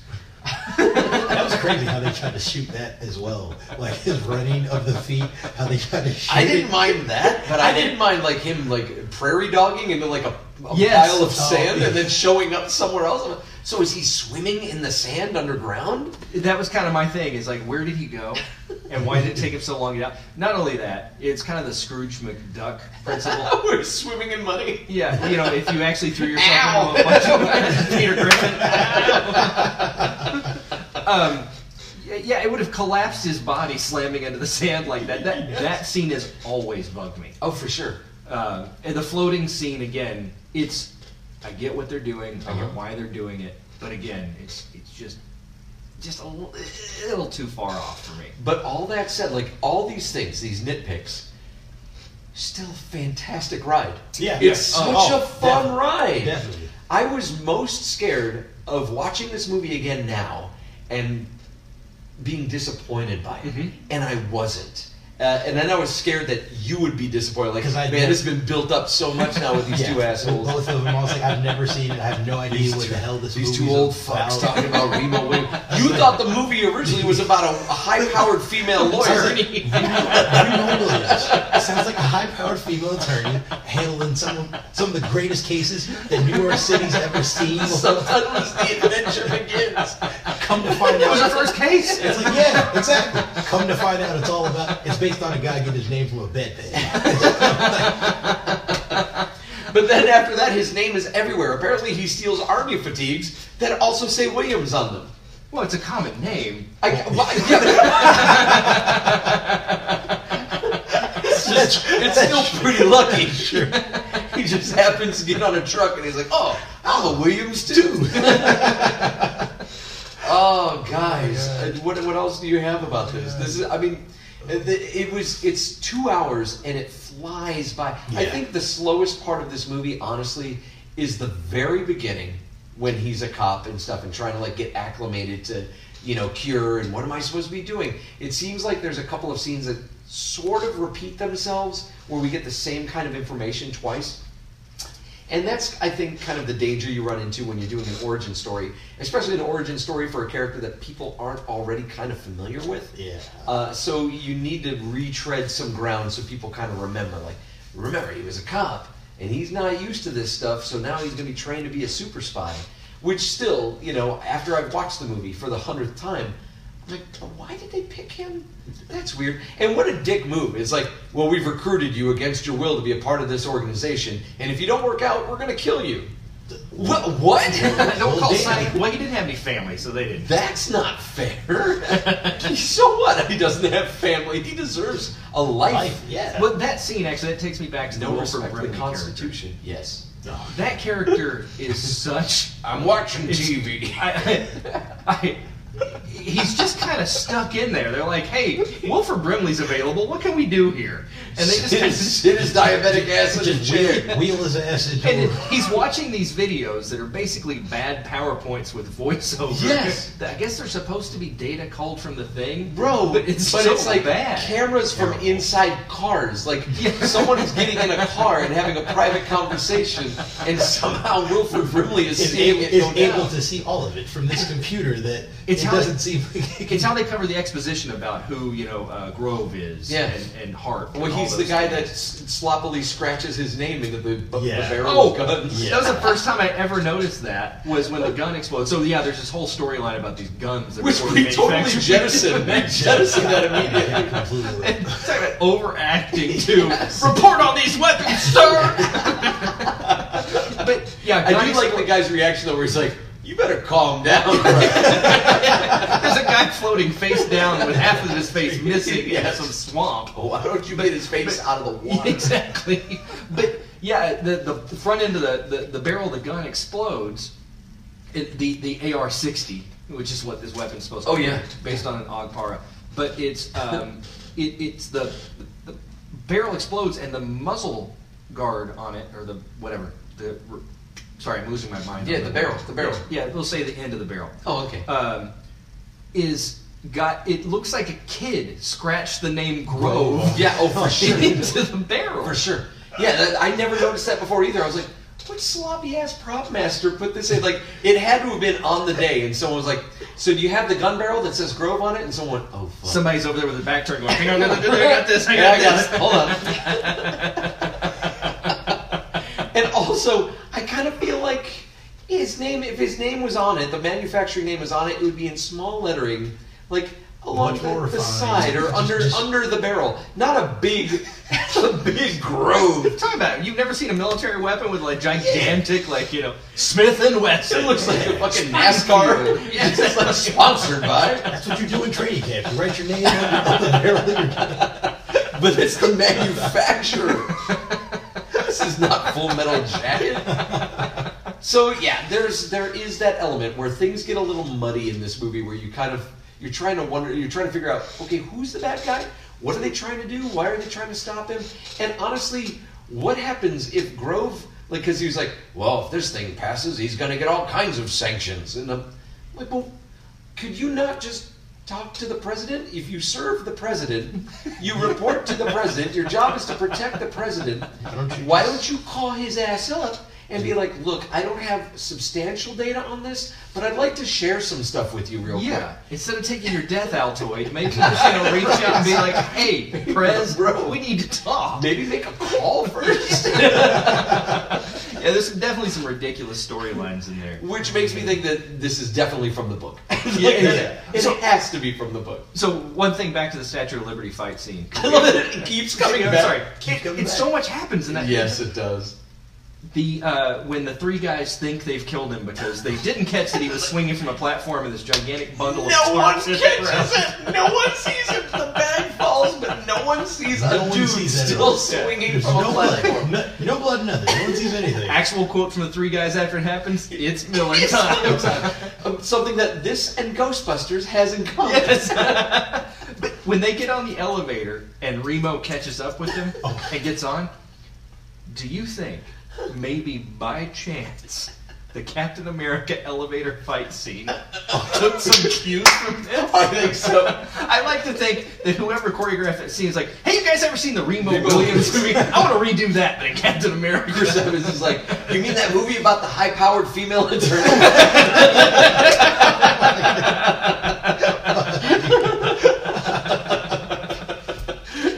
Speaker 7: that was crazy how they tried to shoot that as well. Like his running of the feet, how they tried to shoot.
Speaker 6: I didn't
Speaker 7: it.
Speaker 6: mind that, but I didn't mind like him like prairie dogging into like a, a
Speaker 5: Yes.
Speaker 6: pile of
Speaker 7: Oh,
Speaker 6: sand
Speaker 7: yeah.
Speaker 6: and then showing up somewhere else. I'm like, So is he swimming in the sand underground?
Speaker 5: that was kind of my thing. Is like, where did he go, and why did it take him so long to get out? Not only that, it's kind of the Scrooge McDuck
Speaker 6: (laughs)
Speaker 5: principle.
Speaker 6: (laughs) We're swimming in money.
Speaker 5: Yeah, you know, if you actually threw yourself into a bunch of (laughs) Peter Griffin. (laughs) um, y- yeah, it would have collapsed his body slamming into the sand like that. That that scene has always bugged me.
Speaker 6: Oh, for sure.
Speaker 5: Uh, and the floating scene again. It's I get what they're doing. I get why they're doing it. But again, it's it's just just a little too far off for me.
Speaker 6: But all that said, like all these things, these nitpicks, still fantastic ride.
Speaker 7: Yeah.
Speaker 6: it's
Speaker 7: Yeah.
Speaker 6: such
Speaker 7: Oh,
Speaker 6: a fun
Speaker 7: definitely.
Speaker 6: ride.
Speaker 7: Definitely.
Speaker 6: I was most scared of watching this movie again now and being disappointed by it,
Speaker 7: Mm-hmm.
Speaker 6: and I wasn't. Uh, and then I was scared that you would be disappointed. Like,
Speaker 7: 'Cause I
Speaker 6: man,
Speaker 7: did.
Speaker 6: this has been built up so much now with these
Speaker 7: (laughs) Yeah.
Speaker 6: two assholes.
Speaker 7: Both of them. I was like, I've never seen it. I have no idea what the hell this.
Speaker 6: These two
Speaker 7: movie's
Speaker 6: old fucks
Speaker 7: about.
Speaker 6: talking about Remo Williams. You thought the movie originally was about a, a high-powered
Speaker 7: (laughs)
Speaker 6: female lawyer.
Speaker 7: Remo Williams. Sounds like a high-powered female attorney handling some some of the greatest cases that New York City's ever
Speaker 6: (laughs)
Speaker 7: seen.
Speaker 6: Sometimes the adventure begins.
Speaker 7: Come to find
Speaker 5: That was our
Speaker 7: out,
Speaker 5: first case.
Speaker 7: it's like yeah, exactly. Come to find out, it's all about. It's based on a guy getting his name from a
Speaker 6: (laughs)
Speaker 7: bed peg.
Speaker 6: But then after that, his name is everywhere. Apparently, he steals army fatigues that also say Williams on them.
Speaker 5: Well, it's a common name.
Speaker 6: I, why- (laughs) yeah,
Speaker 5: It's just
Speaker 6: it's still pretty lucky. He just happens to get on a truck and he's like, "Oh, I'm a Williams too." (laughs) oh, guys, uh, what what else do you have about this? This is, I mean, it, it was it's two hours and it flies by. I
Speaker 7: Yeah.
Speaker 6: think the slowest part of this movie, honestly, is the very beginning when he's a cop and stuff and trying to like get acclimated to you know cure and what am I supposed to be doing? It seems like there's a couple of scenes that sort of repeat themselves where we get the same kind of information twice. And that's, I think, kind of the danger you run into when you're doing an origin story, especially an origin story for a character that people aren't already kind of familiar with.
Speaker 7: Yeah.
Speaker 6: Uh, so you need to retread some ground so people kind of remember. Like, remember, he was a cop, and he's not used to this stuff, so now he's going to be trained to be a super spy. Which still, you know, after I've watched the movie for the hundredth time, I'm like, why did they pick him? That's weird. And what a dick move. It's like, well, we've recruited you against your will to be a part of this organization, and if you don't work out, we're going to kill you. What? (laughs) what?
Speaker 5: don't
Speaker 7: Well,
Speaker 5: call
Speaker 7: damn.
Speaker 5: Sonny. (laughs) Well, he didn't have any family, so they didn't.
Speaker 6: That's not fair. (laughs) so what? He doesn't have family. He deserves a life.
Speaker 7: Life, yeah.
Speaker 5: But that scene actually that takes me back to the
Speaker 6: No
Speaker 5: Wilford
Speaker 6: respect for the
Speaker 5: Brimley character.
Speaker 6: Constitution. Yes.
Speaker 5: That character is such.
Speaker 6: I'm watching
Speaker 5: It's-
Speaker 6: TV.
Speaker 5: I, I, he's just kind of stuck in there. They're like, "Hey, Wilford Brimley's available. What can we do here?" And they just
Speaker 6: Sit (laughs)
Speaker 5: kind
Speaker 6: his, sit his diabetic ass in his
Speaker 7: Just
Speaker 6: chair.
Speaker 7: wheel, wheel his ass into.
Speaker 5: And
Speaker 7: a-
Speaker 5: he's watching these videos that are basically bad PowerPoints with voiceover.
Speaker 6: Yes.
Speaker 5: I guess they're supposed to be data culled from the thing.
Speaker 6: Bro,
Speaker 5: but (laughs) it's,
Speaker 6: but
Speaker 5: so
Speaker 6: it's like
Speaker 5: bad.
Speaker 6: cameras from inside cars.
Speaker 5: (laughs)
Speaker 6: Like someone is getting in a car and having a private conversation,
Speaker 5: (laughs)
Speaker 6: and somehow Wilfred Brimley is
Speaker 7: is,
Speaker 6: seeing
Speaker 7: able,
Speaker 6: it
Speaker 7: is
Speaker 6: go
Speaker 7: able
Speaker 6: down.
Speaker 7: to see all of it from this computer that
Speaker 5: It's
Speaker 7: it
Speaker 5: how
Speaker 7: doesn't
Speaker 5: they-
Speaker 7: seem.
Speaker 5: It's how they cover the exposition about who you know uh, Grove is,
Speaker 6: Yeah.
Speaker 5: and, and Hart. and
Speaker 6: Well,
Speaker 5: all
Speaker 6: he's the
Speaker 5: those
Speaker 6: guy
Speaker 5: things.
Speaker 6: that s- sloppily scratches his name into the, bu- the
Speaker 7: Yeah.
Speaker 6: barrel
Speaker 5: Oh,
Speaker 6: of guns.
Speaker 7: Yeah.
Speaker 5: that was the first time I ever noticed that was when the gun explodes. So yeah, there's this whole storyline about these guns that
Speaker 6: (laughs) Which
Speaker 5: were
Speaker 6: we
Speaker 5: (laughs)
Speaker 6: totally
Speaker 5: manufactured.
Speaker 6: (laughs) jettisoned. We jettisoned that
Speaker 5: (laughs)
Speaker 6: immediately.
Speaker 7: Yeah,
Speaker 6: (laughs)
Speaker 7: completely.
Speaker 5: And talk about overacting too. Report on these weapons, sir. (laughs) but yeah,
Speaker 6: I
Speaker 5: gun
Speaker 6: do like the
Speaker 5: explo-
Speaker 6: guy's reaction though, where he's like, "You better calm down."
Speaker 5: (laughs)
Speaker 6: Right.
Speaker 5: There's a guy floating face down with half of his face missing
Speaker 6: Yes.
Speaker 5: in some swamp.
Speaker 6: (laughs) Why don't you get his face out
Speaker 5: (laughs)
Speaker 6: of the water?
Speaker 5: exactly. (laughs) But yeah, the, the front end of the, the, the barrel of the gun explodes. It, the the AR sixty, which is what this weapon's supposed to
Speaker 6: Oh,
Speaker 5: be,
Speaker 6: yeah.
Speaker 5: based on an Agpara. But it's
Speaker 6: (laughs)
Speaker 5: um, it, it's the, the, the barrel explodes and the muzzle guard on it or the whatever the sorry I'm losing my mind.
Speaker 6: Yeah,
Speaker 5: on
Speaker 6: the barrel, the barrel.
Speaker 5: Yeah, we'll say the end of the barrel
Speaker 6: Oh, okay.
Speaker 5: um, is got it looks like a kid scratched the name Grove
Speaker 6: yeah. Oh, for sure.
Speaker 5: (laughs) into the barrel.
Speaker 6: for sure. Yeah, that, I never noticed that before either. I was like, "What sloppy ass prop master put this in?" Like, it had to have been on the day, and someone was like, "So do you have the gun barrel that says Grove on it?" And someone, went, "Oh, fuck."
Speaker 5: Somebody's over there with a back turn going, hang on, no, no, no, no, I got this, (laughs) I
Speaker 6: Yeah,
Speaker 5: got
Speaker 6: I got
Speaker 5: this.
Speaker 6: it. Hold on. and also, I kind of feel like his name, if his name was on it, the manufacturing name was on it, it would be in small lettering, like along
Speaker 7: Much
Speaker 6: the,
Speaker 7: more
Speaker 6: the
Speaker 7: refined.
Speaker 6: side or
Speaker 7: Just-
Speaker 6: under
Speaker 7: just-
Speaker 6: under the barrel. Not a big, (laughs) a big grove.
Speaker 5: Talk about it. You've never seen a military weapon with like gigantic, like, you know, Smith and Wesson.
Speaker 6: It looks like a fucking NASCAR.
Speaker 5: Yeah,
Speaker 6: (laughs) It's just like sponsored by,
Speaker 7: That's what you do in training camp. You write your name
Speaker 6: (laughs)
Speaker 7: on the barrel of your gun.
Speaker 6: but it's the manufacturer. this is not Full Metal Jacket. So yeah, there's there is that element where things get a little muddy in this movie, where you kind of you're trying to wonder, you're trying to figure out, okay, who's the bad guy? What are they trying to do? Why are they trying to stop him? And honestly, what happens if Grove, like, because he was like, well, if this thing passes, he's gonna get all kinds of sanctions, and I'm like, well, could you not just talk to the president? If you serve the president, you report to the president. Your job is to protect the president.
Speaker 7: don't you
Speaker 6: Why
Speaker 7: just-
Speaker 6: don't you call his ass up and be like, look, I don't have substantial data on this, but I'd like to share some stuff with you real
Speaker 5: Yeah. Instead of taking your death Altoid, maybe just, you know, reach out and be like, hey, (laughs) Prez,
Speaker 6: Bro.
Speaker 5: we need to talk.
Speaker 6: quick. Maybe make
Speaker 5: (laughs)
Speaker 6: a call first. (laughs)
Speaker 5: Yeah, there's some- definitely some ridiculous storylines in there.
Speaker 6: Which makes me think that this is definitely from the book. (laughs)
Speaker 5: Yeah, yeah, yeah.
Speaker 6: It has to be from the book.
Speaker 5: So one thing back to the Statue of Liberty fight scene.
Speaker 6: I love that it keeps coming
Speaker 5: I'm
Speaker 6: back.
Speaker 5: sorry.
Speaker 7: Keep
Speaker 5: It,
Speaker 7: coming
Speaker 5: it's
Speaker 7: back.
Speaker 5: so much happens in that.
Speaker 6: Yes, it does.
Speaker 5: The uh, when the three guys think they've killed him because they didn't catch that he was swinging from a platform and this gigantic bundle of tarps hit the ground.
Speaker 6: it. No one sees it. The bag falls, but no one sees
Speaker 7: No one sees that at all. There's no blood. No, no blood, nothing. No one sees anything.
Speaker 5: Actual quote from the three guys after it happens: "It's Miller time."
Speaker 6: Um, (laughs) Something that this and Ghostbusters has in
Speaker 5: (laughs)
Speaker 6: common.
Speaker 5: Yes. but when they get on the elevator and Remo catches up with them
Speaker 7: Oh.
Speaker 5: and gets on, do you think maybe by chance the Captain America elevator fight
Speaker 7: (laughs)
Speaker 5: scene took some cues from this?
Speaker 6: I think so.
Speaker 5: I like to think that whoever choreographed that scene is like, hey, you guys ever seen the Remo Williams movie? I want to redo that, but in Captain America.
Speaker 6: Chris Evans is like, you mean that movie about the high-powered female attorney?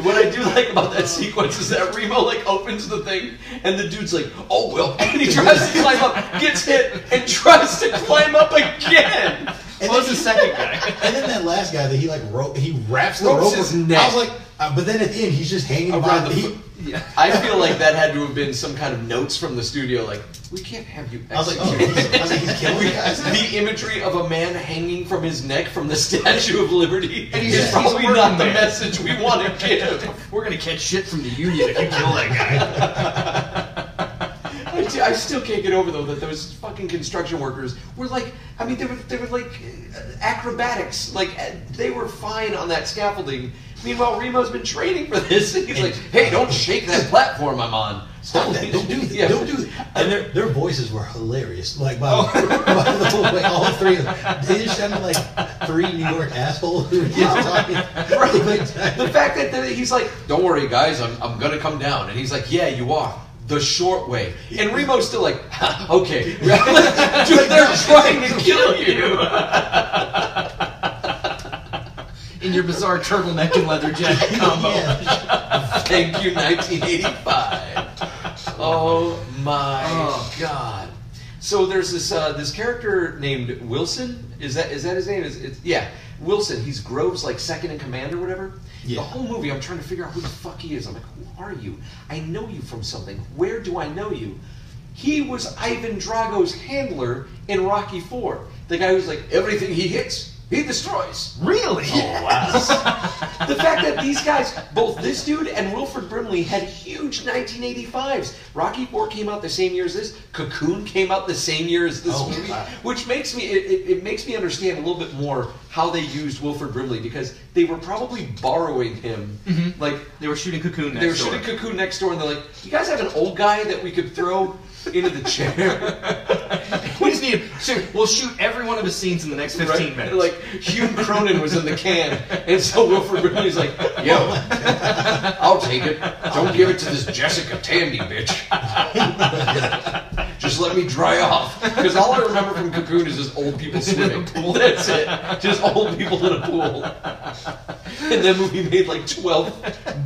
Speaker 6: what I do like about that sequence is that Remo like opens the thing, and the dude's like, oh well, (laughs) and he tries to climb up, gets hit, and tries to climb up again.
Speaker 5: What was the second
Speaker 7: (laughs)
Speaker 5: guy?
Speaker 7: And then that last guy that he like rope, he wraps the
Speaker 6: Ropes
Speaker 7: rope.
Speaker 6: his
Speaker 7: around-
Speaker 6: neck.
Speaker 7: I was like, uh, but then at the end he's just hanging
Speaker 6: Around
Speaker 7: by
Speaker 6: the
Speaker 7: the.
Speaker 6: foot.
Speaker 7: He,
Speaker 5: Yeah.
Speaker 6: I feel like that had to have been some kind of notes from the studio, like we can't have you.
Speaker 7: I was like, oh,
Speaker 6: executed."
Speaker 7: he's, I was like, he's killing
Speaker 6: We-
Speaker 7: you
Speaker 6: (laughs)
Speaker 7: guys.
Speaker 6: the imagery of a man hanging from his neck from the (laughs) Statue of Liberty
Speaker 5: And he's
Speaker 6: is
Speaker 5: just-
Speaker 6: probably
Speaker 5: he's a
Speaker 6: not the
Speaker 5: working man.
Speaker 6: message we want to give.
Speaker 5: We're going to catch shit from the union if you kill that guy.
Speaker 6: (laughs) I, do- I still can't get over though that those fucking construction workers were like, I mean, they were they were like uh, acrobatics, like uh, they were fine on that scaffolding. Meanwhile, Remo's been training for this, (laughs) and he's like, "Hey, don't shake that platform I'm on. (laughs)
Speaker 7: Stop that! Don't do that!
Speaker 6: Yeah.
Speaker 7: Don't do that! And their their voices were hilarious. Like by,
Speaker 6: Oh.
Speaker 7: by the whole way, all three of them. They just sounded like three New York assholes who were just talking. (laughs) Like,
Speaker 6: the fact that that he's like, "Don't worry, guys, I'm, I'm gonna come down," and he's like, "Yeah, you are." The short way, and Remo's still like, (laughs) "Ha, "Okay, dude, they're trying to kill you."
Speaker 5: in your bizarre turtleneck and leather
Speaker 7: (laughs)
Speaker 5: jacket combo.
Speaker 6: Thank you, 1985. (laughs) Oh my
Speaker 5: Oh.
Speaker 6: God. So there's this uh, this character named Wilson. Is that is that his name? Is it's, yeah, Wilson. He's Grove's like second in command or whatever.
Speaker 7: Yeah.
Speaker 6: The whole movie, I'm trying to figure out who the fuck he is. I'm like, who are you? I know you from something. Where do I know you? He was Ivan Drago's handler in Rocky Four. The guy who's like, everything he hits, he destroys.
Speaker 5: Really?
Speaker 7: Oh, wow.
Speaker 6: The fact that these guys, both this dude and Wilford Brimley, had huge 1985s. Rocky Four came out the same year as this. Cocoon came out the same year as this
Speaker 7: Oh,
Speaker 6: movie,
Speaker 7: wow.
Speaker 6: which makes me it, it, it makes me understand a little bit more how they used Wilford Brimley because they were probably borrowing him.
Speaker 7: Mm-hmm.
Speaker 6: Like
Speaker 5: They were shooting Cocoon next
Speaker 6: they were
Speaker 5: door.
Speaker 6: shooting Cocoon next door, and they're like, "You guys have an old guy that we could throw into the
Speaker 7: (laughs)
Speaker 6: chair."
Speaker 5: we just need to shoot. We'll shoot every one of his scenes in the next 15
Speaker 6: Right?
Speaker 5: minutes.
Speaker 6: Like Hugh Cronin was in the can, and so Wilford Brimley's like, "Yo, (laughs) I'll take it. Don't give it to this Jessica Tandy bitch. (laughs) Just let me dry off." Because all I remember from Cocoon is just old (laughs) people swimming. That's it. Just old people in a pool. And that movie made like twelve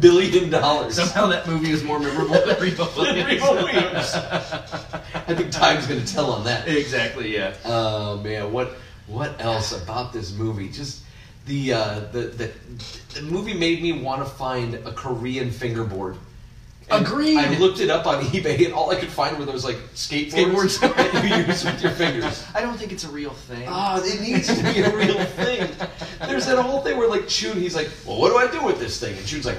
Speaker 6: billion dollars.
Speaker 5: Somehow that movie is more memorable than
Speaker 6: (laughs)
Speaker 5: Reba Williams.
Speaker 6: I think time's gonna tell on that.
Speaker 5: exactly, yeah.
Speaker 6: Oh man, what what else about this movie? Just the uh, the, the the movie made me want to find a Korean fingerboard. And
Speaker 5: Agreed.
Speaker 6: I looked it up on eBay, and all I could find were those like skateboards,
Speaker 5: Skateboards.
Speaker 6: that you use with your fingers.
Speaker 5: I don't think it's a real thing.
Speaker 6: Ah, it needs to be a real thing. There's that whole thing where like Chun, he's like, "Well, what do I do with this thing?" And Chun's like,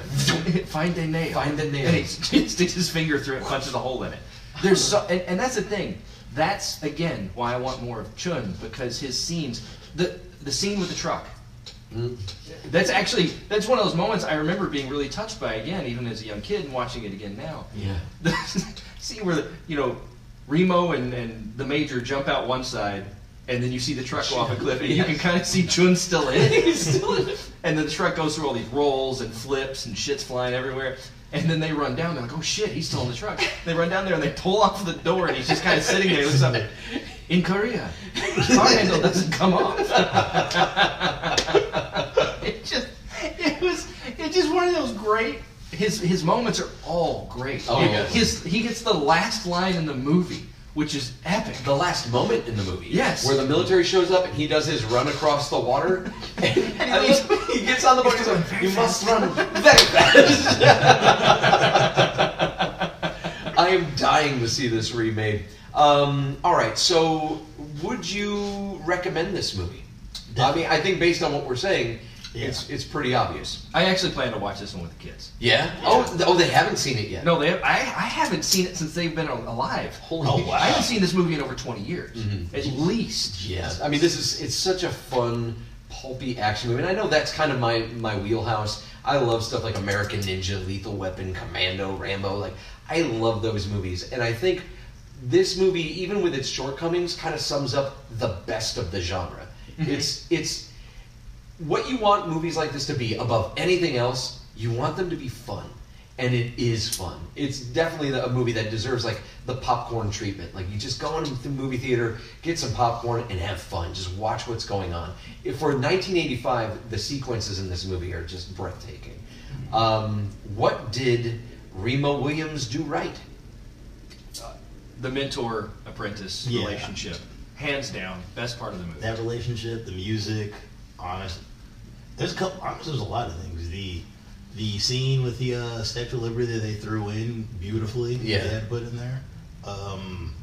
Speaker 5: Find a nail.
Speaker 6: "Find
Speaker 5: (laughs)
Speaker 6: the nail."
Speaker 5: and he sticks his finger through it, and punches a hole in it. There's so, and, and that's the thing. That's again why I want more of Chun because his scenes, the the scene with the truck. That's actually that's one of those moments I remember being really touched by again, even as a young kid and watching it again now.
Speaker 6: Yeah.
Speaker 5: The (laughs) scene where you know Remo and, and the Major jump out one side, and then you see the truck go off a cliff, and you can kind of see Chun still in it.
Speaker 6: (laughs) He's still in it.
Speaker 5: And then the truck goes through all these rolls and flips and shit's flying everywhere. And then they run down. They're like, "Oh shit, he's still in the truck." They run down there and they pull off the door, and he's just kind of sitting there. He looks up. In Korea, car handle doesn't come off. it just, it was, it's just one of those great. His his moments are all great.
Speaker 6: Oh, yeah.
Speaker 5: his he gets the last line in the movie, which is epic.
Speaker 6: the last moment in the movie.
Speaker 5: Yes.
Speaker 6: Where the military shows up and he does his run across the (laughs) water. and (laughs) he, he gets on the boat and he's like, You must run very fast. (laughs) I am dying to see this remade. Um, all right, so would you recommend this movie? I mean, I think based on what we're saying, it's, it's pretty obvious.
Speaker 5: I actually plan to watch this one with the kids.
Speaker 6: Yeah? Oh, th- oh, they haven't seen it yet.
Speaker 5: No, they. I, I haven't seen it since they've been al- alive. Holy
Speaker 7: Oh, wow.
Speaker 5: I haven't seen this movie in over twenty years, at least.
Speaker 6: Yeah, I mean, this is it's such a fun, pulpy action movie, and I know that's kind of my my wheelhouse. I love stuff like American Ninja, Lethal Weapon, Commando, Rambo. Like, I love those movies, and I think this movie, even with its shortcomings, kind of sums up the best of the genre. It's it's what you want movies like this to be above anything else. You want them to be fun, and it is fun. It's definitely a movie that deserves like the popcorn treatment. Like you just go into the movie theater, get some popcorn, and have fun. Just watch what's going on. If for 1985, the sequences in this movie are just breathtaking. Um, what did Remo Williams do right?
Speaker 5: The mentor apprentice
Speaker 7: Yeah.
Speaker 5: relationship, hands down, best part of the movie.
Speaker 7: that relationship, the music, honest. There's a couple. Honestly, there's a lot of things. The the scene with the uh, Statue of Liberty that they threw in beautifully. that
Speaker 6: Yeah.
Speaker 7: they had put in there. Um,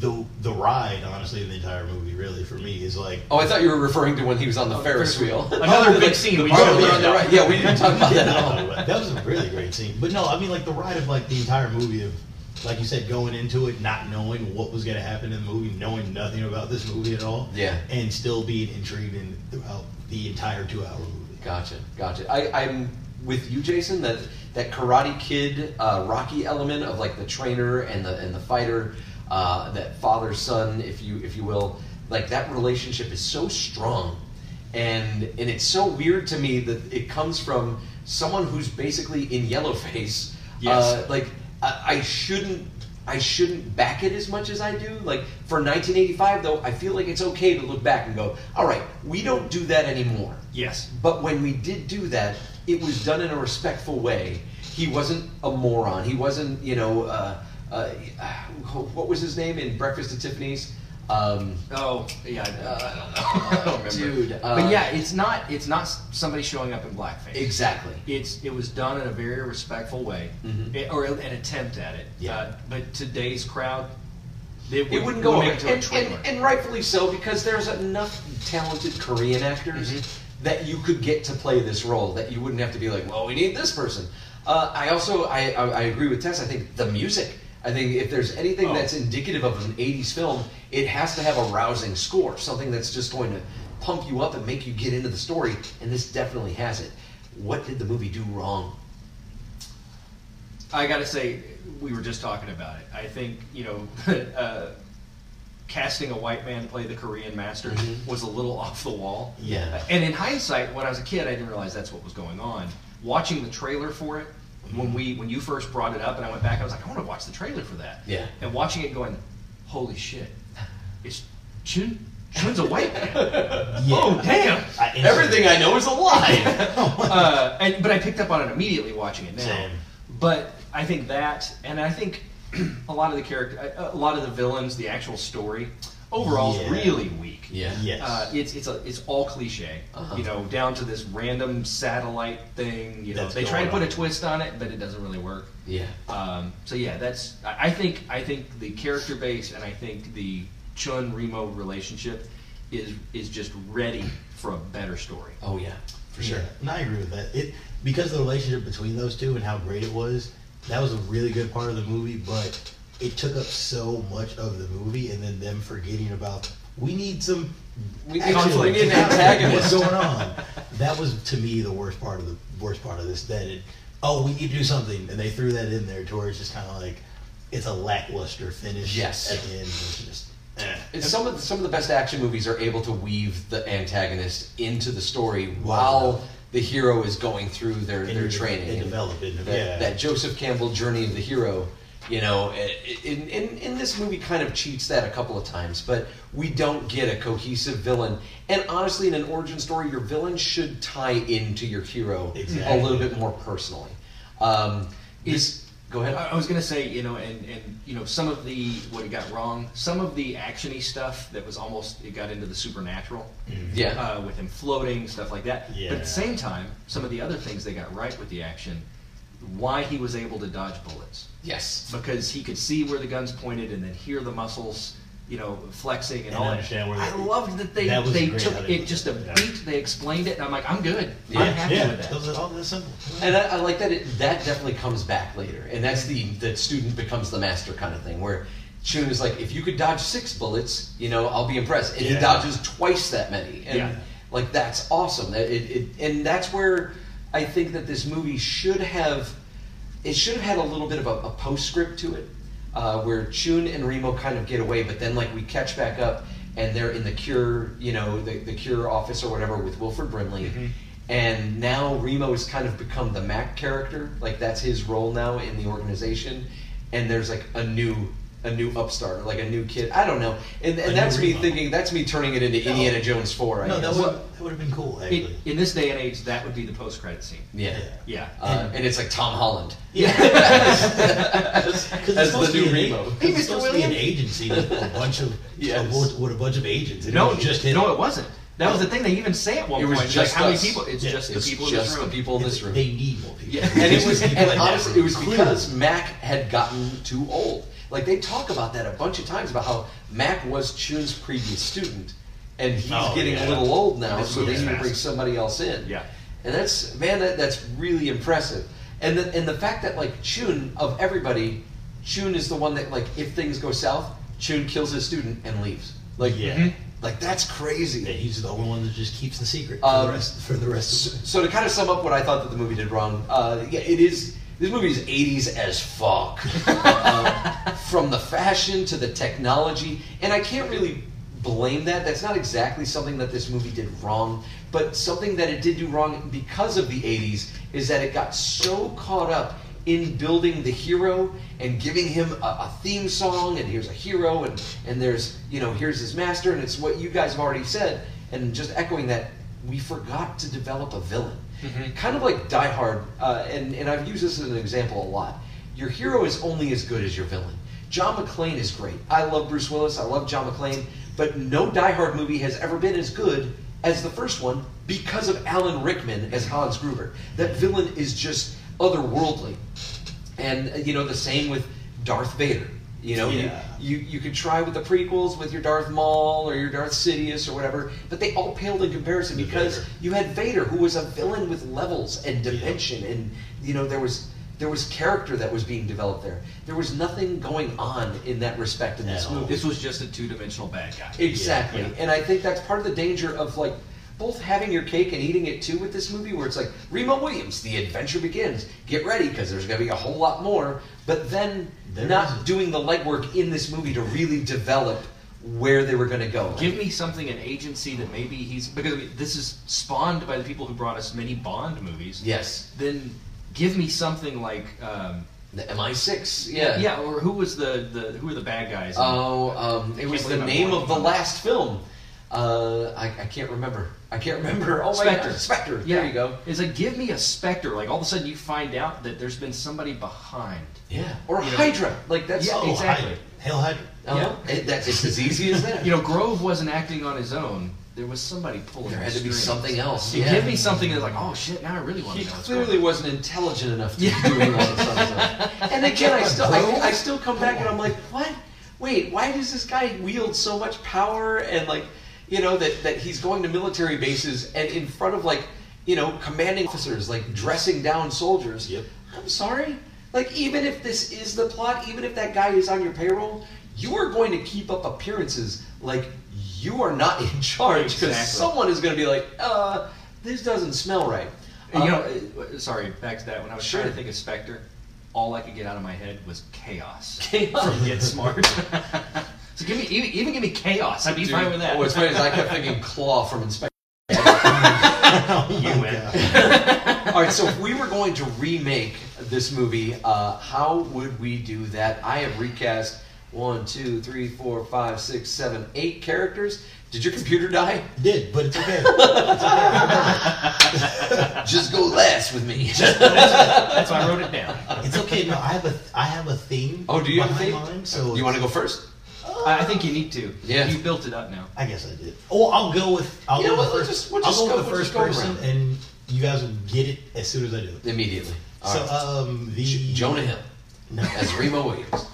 Speaker 7: the the ride, honestly, in the entire movie, really for me is like
Speaker 6: Oh, I thought you were referring to when he was on the Ferris wheel.
Speaker 5: Oh,
Speaker 6: (laughs)
Speaker 5: Another big scene. we
Speaker 7: bar-
Speaker 5: showed
Speaker 7: yeah.
Speaker 5: up.
Speaker 6: on the right. Yeah, we didn't talk about that at
Speaker 5: (laughs)
Speaker 6: all.
Speaker 7: No, that was a really great scene. But no, I mean like the ride of like the entire movie of like you said, going into it, not knowing what was gonna happen in the movie, knowing nothing about this movie at all.
Speaker 6: Yeah.
Speaker 7: And still being intrigued in throughout the entire two hour movie.
Speaker 6: Gotcha, gotcha. I, I'm with you, Jason. That that Karate Kid uh, Rocky element of like the trainer and the and the fighter, uh, that father son, if you if you will, like that relationship is so strong, and and it's so weird to me that it comes from someone who's basically in yellow face.
Speaker 5: Yes.
Speaker 6: Uh, like I, I shouldn't I shouldn't back it as much as I do. Like for 1985, though, I feel like it's okay to look back and go, all right, we don't do that anymore.
Speaker 5: Yes.
Speaker 6: But when we did do that, it was done in a respectful way. He wasn't a moron. He wasn't, you know, uh, uh, what was his name in Breakfast at Tiffany's? Um,
Speaker 5: Oh, yeah. I, I don't know. I don't remember.
Speaker 6: Dude, uh,
Speaker 5: but yeah, it's not it's not s- somebody showing up in blackface.
Speaker 6: exactly.
Speaker 5: It's it was done in a very respectful way,
Speaker 6: Mm-hmm.
Speaker 5: It- or an attempt at it.
Speaker 7: Yeah.
Speaker 5: Uh, but today's crowd, they would,
Speaker 6: It wouldn't
Speaker 5: would
Speaker 6: go over,
Speaker 5: make it to a
Speaker 6: and, and,
Speaker 5: trademark.
Speaker 6: and rightfully so, because there's enough talented Korean actors
Speaker 5: Mm-hmm.
Speaker 6: that you could get to play this role that you wouldn't have to be like, well, we need this person. Uh, I also I, I, I agree with Tess. I think the music. I think if there's anything
Speaker 5: Oh.
Speaker 6: that's indicative of an '80s film, it has to have a rousing score, something that's just going to pump you up and make you get into the story. And this definitely has it. What did the movie do wrong?
Speaker 5: I gotta say, we were just talking about it. I think you know, (laughs) uh, casting a white man play the Korean master was a little (laughs) off the wall.
Speaker 7: Yeah.
Speaker 5: And in hindsight, when I was a kid, I didn't realize that's what was going on. Watching the trailer for it, when we when you first brought it up, and I went back, I was like, I want to watch the trailer for that.
Speaker 6: Yeah.
Speaker 5: And watching it, going, holy shit, it's Chun. Chun's a white man. Oh damn!
Speaker 7: I instantly-
Speaker 6: Everything I know is a
Speaker 7: (laughs)
Speaker 6: lie.
Speaker 5: uh, and, but I picked up on it immediately watching it now.
Speaker 7: Same.
Speaker 5: But I think that, and I think (clears throat) a lot of the character, a a lot of the villains, the actual story, overall
Speaker 7: Yeah.
Speaker 5: is really weak.
Speaker 6: yeah.
Speaker 7: Yes. Uh-huh.
Speaker 5: Uh, it's it's a, it's all cliche, you know, down to this random satellite thing. You know,
Speaker 7: That's
Speaker 5: they try to put
Speaker 7: going
Speaker 5: a
Speaker 7: on.
Speaker 5: twist on it, but it doesn't really work.
Speaker 6: Yeah.
Speaker 5: Um, so yeah, that's I I think I think the character base and I think the Chun Remo relationship is is just ready for a better story.
Speaker 6: Oh yeah. For sure.
Speaker 7: Yeah, and I agree with that. It because of the relationship between those two and how great it was. That was a really good part of the movie, but it took up so much of the movie, and then them forgetting about we need some.
Speaker 6: We need-
Speaker 7: actual-
Speaker 6: we need an antagonist.
Speaker 7: What's going on? (laughs) That was to me the worst part of the worst part of this. That it, oh, we need to do something, and they threw that in there to where it's just kind of like it's a lackluster finish.
Speaker 6: Yes.
Speaker 7: at the end, it's just. eh.
Speaker 6: It's some of the, some of the best action movies are able to weave the antagonist into the story
Speaker 7: Wow.
Speaker 6: while the hero is going through their,
Speaker 7: And
Speaker 6: their
Speaker 7: you-
Speaker 6: training.
Speaker 7: and develop it,
Speaker 6: That,
Speaker 7: yeah.
Speaker 6: that Joseph Campbell journey of the hero, you know, i- i- in, in, in this movie kind of cheats that a couple of times, but we don't get a cohesive villain. And honestly, in an origin story, your villain should tie into your hero a
Speaker 7: Exactly.
Speaker 6: little bit more personally. Um, is go ahead.
Speaker 5: I I was gonna say, you know, and and you know, some of the what it got wrong, some of the actiony stuff that was almost it got into the supernatural,
Speaker 6: Yeah.
Speaker 5: uh, with him floating stuff like that. But at
Speaker 7: Mm-hmm. Yeah.
Speaker 5: the same time, some of the other things they got right with the action, why he was able to dodge bullets
Speaker 6: yes.
Speaker 5: because he could see where the guns pointed and then hear the muscles, you know, flexing and,
Speaker 7: And
Speaker 5: all that.
Speaker 7: understand where
Speaker 5: I
Speaker 7: they-
Speaker 5: loved that they
Speaker 7: That was
Speaker 5: they
Speaker 7: great
Speaker 5: took
Speaker 7: how they
Speaker 5: it
Speaker 7: did
Speaker 5: just a
Speaker 7: that, yeah.
Speaker 5: beat. They explained it, and I'm like, I'm good.
Speaker 6: Yeah.
Speaker 5: I'm happy
Speaker 7: yeah,
Speaker 5: with that.
Speaker 7: Those are all that simple.
Speaker 6: And I, I like that it, that definitely comes back later, and that's the the student becomes the master kind of thing, where Chun is like, if you could dodge six bullets, you know, I'll be impressed, and he
Speaker 7: Yeah.
Speaker 6: dodges twice that many, and
Speaker 5: Yeah.
Speaker 6: like that's awesome. That it, it and that's where I think that this movie should have it should have had a little bit of a, a postscript to it, uh, where Chun and Remo kind of get away, but then like we catch back up and they're in the cure, you know, the, the cure office or whatever with Wilfred Brimley.
Speaker 7: Mm-hmm.
Speaker 6: And now Remo has kind of become the Mac character, like that's his role now in the organization. And there's like a new, a new upstart, or like a new kid. I don't know. And, and
Speaker 7: new
Speaker 6: that's me
Speaker 7: Remo.
Speaker 6: thinking. That's me turning it into Indiana Jones Four. I
Speaker 7: No, that
Speaker 6: guess.
Speaker 7: would that would have been cool
Speaker 5: It,
Speaker 7: actually.
Speaker 5: in this day and age, that would be the post credit scene.
Speaker 6: yeah.
Speaker 5: Yeah.
Speaker 6: Uh, (laughs) and it's like Tom Holland.
Speaker 7: Yeah. Because
Speaker 6: As
Speaker 7: it's supposed
Speaker 6: the
Speaker 7: to be
Speaker 6: new
Speaker 7: an
Speaker 6: Remo.
Speaker 7: a-
Speaker 6: Hey,
Speaker 7: it's
Speaker 6: Mr.
Speaker 7: supposed to be an agency with a bunch of
Speaker 6: (laughs) Yes.
Speaker 7: a wo- with a bunch of agents. and it
Speaker 5: no,
Speaker 7: was just
Speaker 5: just
Speaker 7: him.
Speaker 5: no, it wasn't. That was the thing they even say at one
Speaker 6: It was
Speaker 5: point. It's
Speaker 6: just
Speaker 5: like, how many
Speaker 6: us.
Speaker 5: people? It's
Speaker 7: Yeah,
Speaker 5: just the
Speaker 6: it's
Speaker 5: people
Speaker 6: just
Speaker 5: in this room.
Speaker 6: the people in this room.
Speaker 7: They need more people.
Speaker 5: Yeah.
Speaker 6: (laughs) and it was
Speaker 7: Just people
Speaker 6: and
Speaker 7: like that
Speaker 6: honestly, it
Speaker 7: were
Speaker 6: was
Speaker 7: clear.
Speaker 6: because Mac had gotten too old. Like they talk about that a bunch of times about how Mac was Chun's previous student, and he's
Speaker 7: Oh,
Speaker 6: getting a
Speaker 7: yeah.
Speaker 6: little old now, so they
Speaker 7: moves
Speaker 6: need to
Speaker 7: fast.
Speaker 6: bring somebody else in.
Speaker 5: Yeah.
Speaker 6: and that's man, that, that's really impressive. And the, and the fact that like Chun of everybody, Chun is the one that like if things go south, Chun kills his student and leaves. Like
Speaker 7: Yeah. Mhm.
Speaker 6: like that's crazy.
Speaker 7: And he's the only one that just keeps the secret for
Speaker 6: Um,
Speaker 7: the rest for the rest of the
Speaker 6: So to kind of sum up what I thought that the movie did wrong, uh, yeah, it is. This movie is 80s as fuck. (laughs) Um, from the fashion to the technology, and I can't really blame that. That's not exactly something that this movie did wrong, but something that it did do wrong because of the 80s is that it got so caught up in building the hero and giving him a, a theme song and here's a hero and and there's you know here's his master and it's what you guys have already said and just echoing that we forgot to develop a villain kind of like die hard uh, and, and i've used this as an example a lot your hero is only as good as your villain john mcclane is great i love bruce willis i love john mcclane but no die hard movie has ever been as good as the first one because of alan rickman as hans gruber that villain is just otherworldly and uh, you know the same with darth vader you know you-
Speaker 7: Yeah.
Speaker 6: you, you could try with the prequels with your Darth Maul or your Darth Sidious or whatever, but they all paled in comparison because
Speaker 7: Vader.
Speaker 6: you had Vader, who was a villain with levels and dimension, and you know there was there was character that was being developed there. There was nothing going on in that respect in this
Speaker 7: At all.
Speaker 6: movie.
Speaker 5: This was just a two-dimensional bad guy.
Speaker 6: Exactly.
Speaker 7: Yeah.
Speaker 6: And I think that's part of the danger of like both having your cake and eating it too with this movie, where it's like Remo Williams, the adventure begins. Get ready because there's going to be a whole lot more. But then
Speaker 7: There
Speaker 6: not
Speaker 7: is-
Speaker 6: doing the legwork in this movie to really develop where they were going to go.
Speaker 5: Give me something an agency that maybe he's because I mean, this is spawned by the people who brought us many Bond movies.
Speaker 6: yes,
Speaker 5: Then give me something like um,
Speaker 6: the MI6. Yeah.
Speaker 5: yeah, or who was the, the who were the bad guys?
Speaker 6: Oh, um, it
Speaker 5: I
Speaker 6: was
Speaker 5: can't
Speaker 6: the
Speaker 5: believe I'm
Speaker 6: name
Speaker 5: blanking
Speaker 6: of the
Speaker 5: on that.
Speaker 6: last film. Uh, I, I can't remember. I can't remember. Oh my
Speaker 5: Spectre.
Speaker 6: God. Spectre.
Speaker 5: Yeah.
Speaker 6: There you go.
Speaker 5: It's like give me a Spectre. Like all of a sudden you find out that there's been somebody behind.
Speaker 6: Yeah. Or
Speaker 5: You know-
Speaker 6: Hydra. Like that's
Speaker 5: Yeah,
Speaker 6: oh,
Speaker 7: Oh,
Speaker 5: exactly.
Speaker 7: Hydra. Hail Hydra.
Speaker 6: Uh-huh. It- that's it's as easy as
Speaker 5: (laughs)
Speaker 6: that.
Speaker 5: You know, Grove wasn't acting on his own. There was somebody pulling.
Speaker 6: there
Speaker 5: the
Speaker 6: had to be
Speaker 5: strings.
Speaker 6: something else.
Speaker 5: You
Speaker 6: Yeah.
Speaker 5: Give me something that's like, oh shit, now I really want
Speaker 6: he
Speaker 5: to know. what's going
Speaker 6: clearly
Speaker 5: on.
Speaker 6: wasn't intelligent enough to be doing all this other stuff. (laughs) And again, I still, I, I still come back and I'm like, what? Wait, why does this guy wield so much power and like, you know, that that he's going to military bases and in front of like, you know, commanding officers, like dressing down soldiers.
Speaker 7: Yep.
Speaker 6: I'm sorry. Like, even if this is the plot, even if that guy is on your payroll, you are going to keep up appearances like you are not in charge because
Speaker 5: Exactly.
Speaker 6: someone is going to be like, uh, this doesn't smell right.
Speaker 5: And, you
Speaker 6: Uh,
Speaker 5: know, uh, sorry, back to that. When I was trying
Speaker 6: Sure.
Speaker 5: to think of Spectre, all I could get out of my head was chaos.
Speaker 6: (laughs) chaos.
Speaker 5: Get
Speaker 6: (laughs)
Speaker 5: smart. so give me even, even give me chaos. I'd be fine with that.
Speaker 6: What's Oh, funny is I kept thinking claw from Inspector.
Speaker 5: you win.
Speaker 6: All right, so if we were going to remake this movie, uh, how would we do that? I have recast one, two, three, four, five, six, seven, eight characters. Did your computer die?
Speaker 7: Did, but
Speaker 6: (laughs)
Speaker 7: it's okay.
Speaker 6: Just go last with
Speaker 7: (laughs)
Speaker 6: me.
Speaker 5: That's why I wrote it down.
Speaker 7: it's okay. No, I have a I have a theme.
Speaker 6: (laughs) oh, do you have a
Speaker 7: behind
Speaker 6: thing?
Speaker 7: Mine, so
Speaker 6: you want to go first?
Speaker 5: I, I think you need to.
Speaker 6: Yeah.
Speaker 5: You built it up now.
Speaker 7: I guess I did. Oh, I'll go with. I'll
Speaker 6: You
Speaker 7: go
Speaker 6: know
Speaker 7: with
Speaker 6: what,
Speaker 7: the
Speaker 6: let's
Speaker 7: first.
Speaker 6: just- we'll just
Speaker 7: I'll go,
Speaker 6: go-
Speaker 7: with the
Speaker 6: we'll
Speaker 7: first
Speaker 6: just go
Speaker 7: person,
Speaker 6: around.
Speaker 7: and you guys will get it as soon as I do it.
Speaker 6: Immediately. All
Speaker 7: so,
Speaker 6: right.
Speaker 7: um, the
Speaker 6: J- Jonah Hill
Speaker 7: No,
Speaker 6: (laughs)
Speaker 7: (laughs)
Speaker 6: as Remo Williams.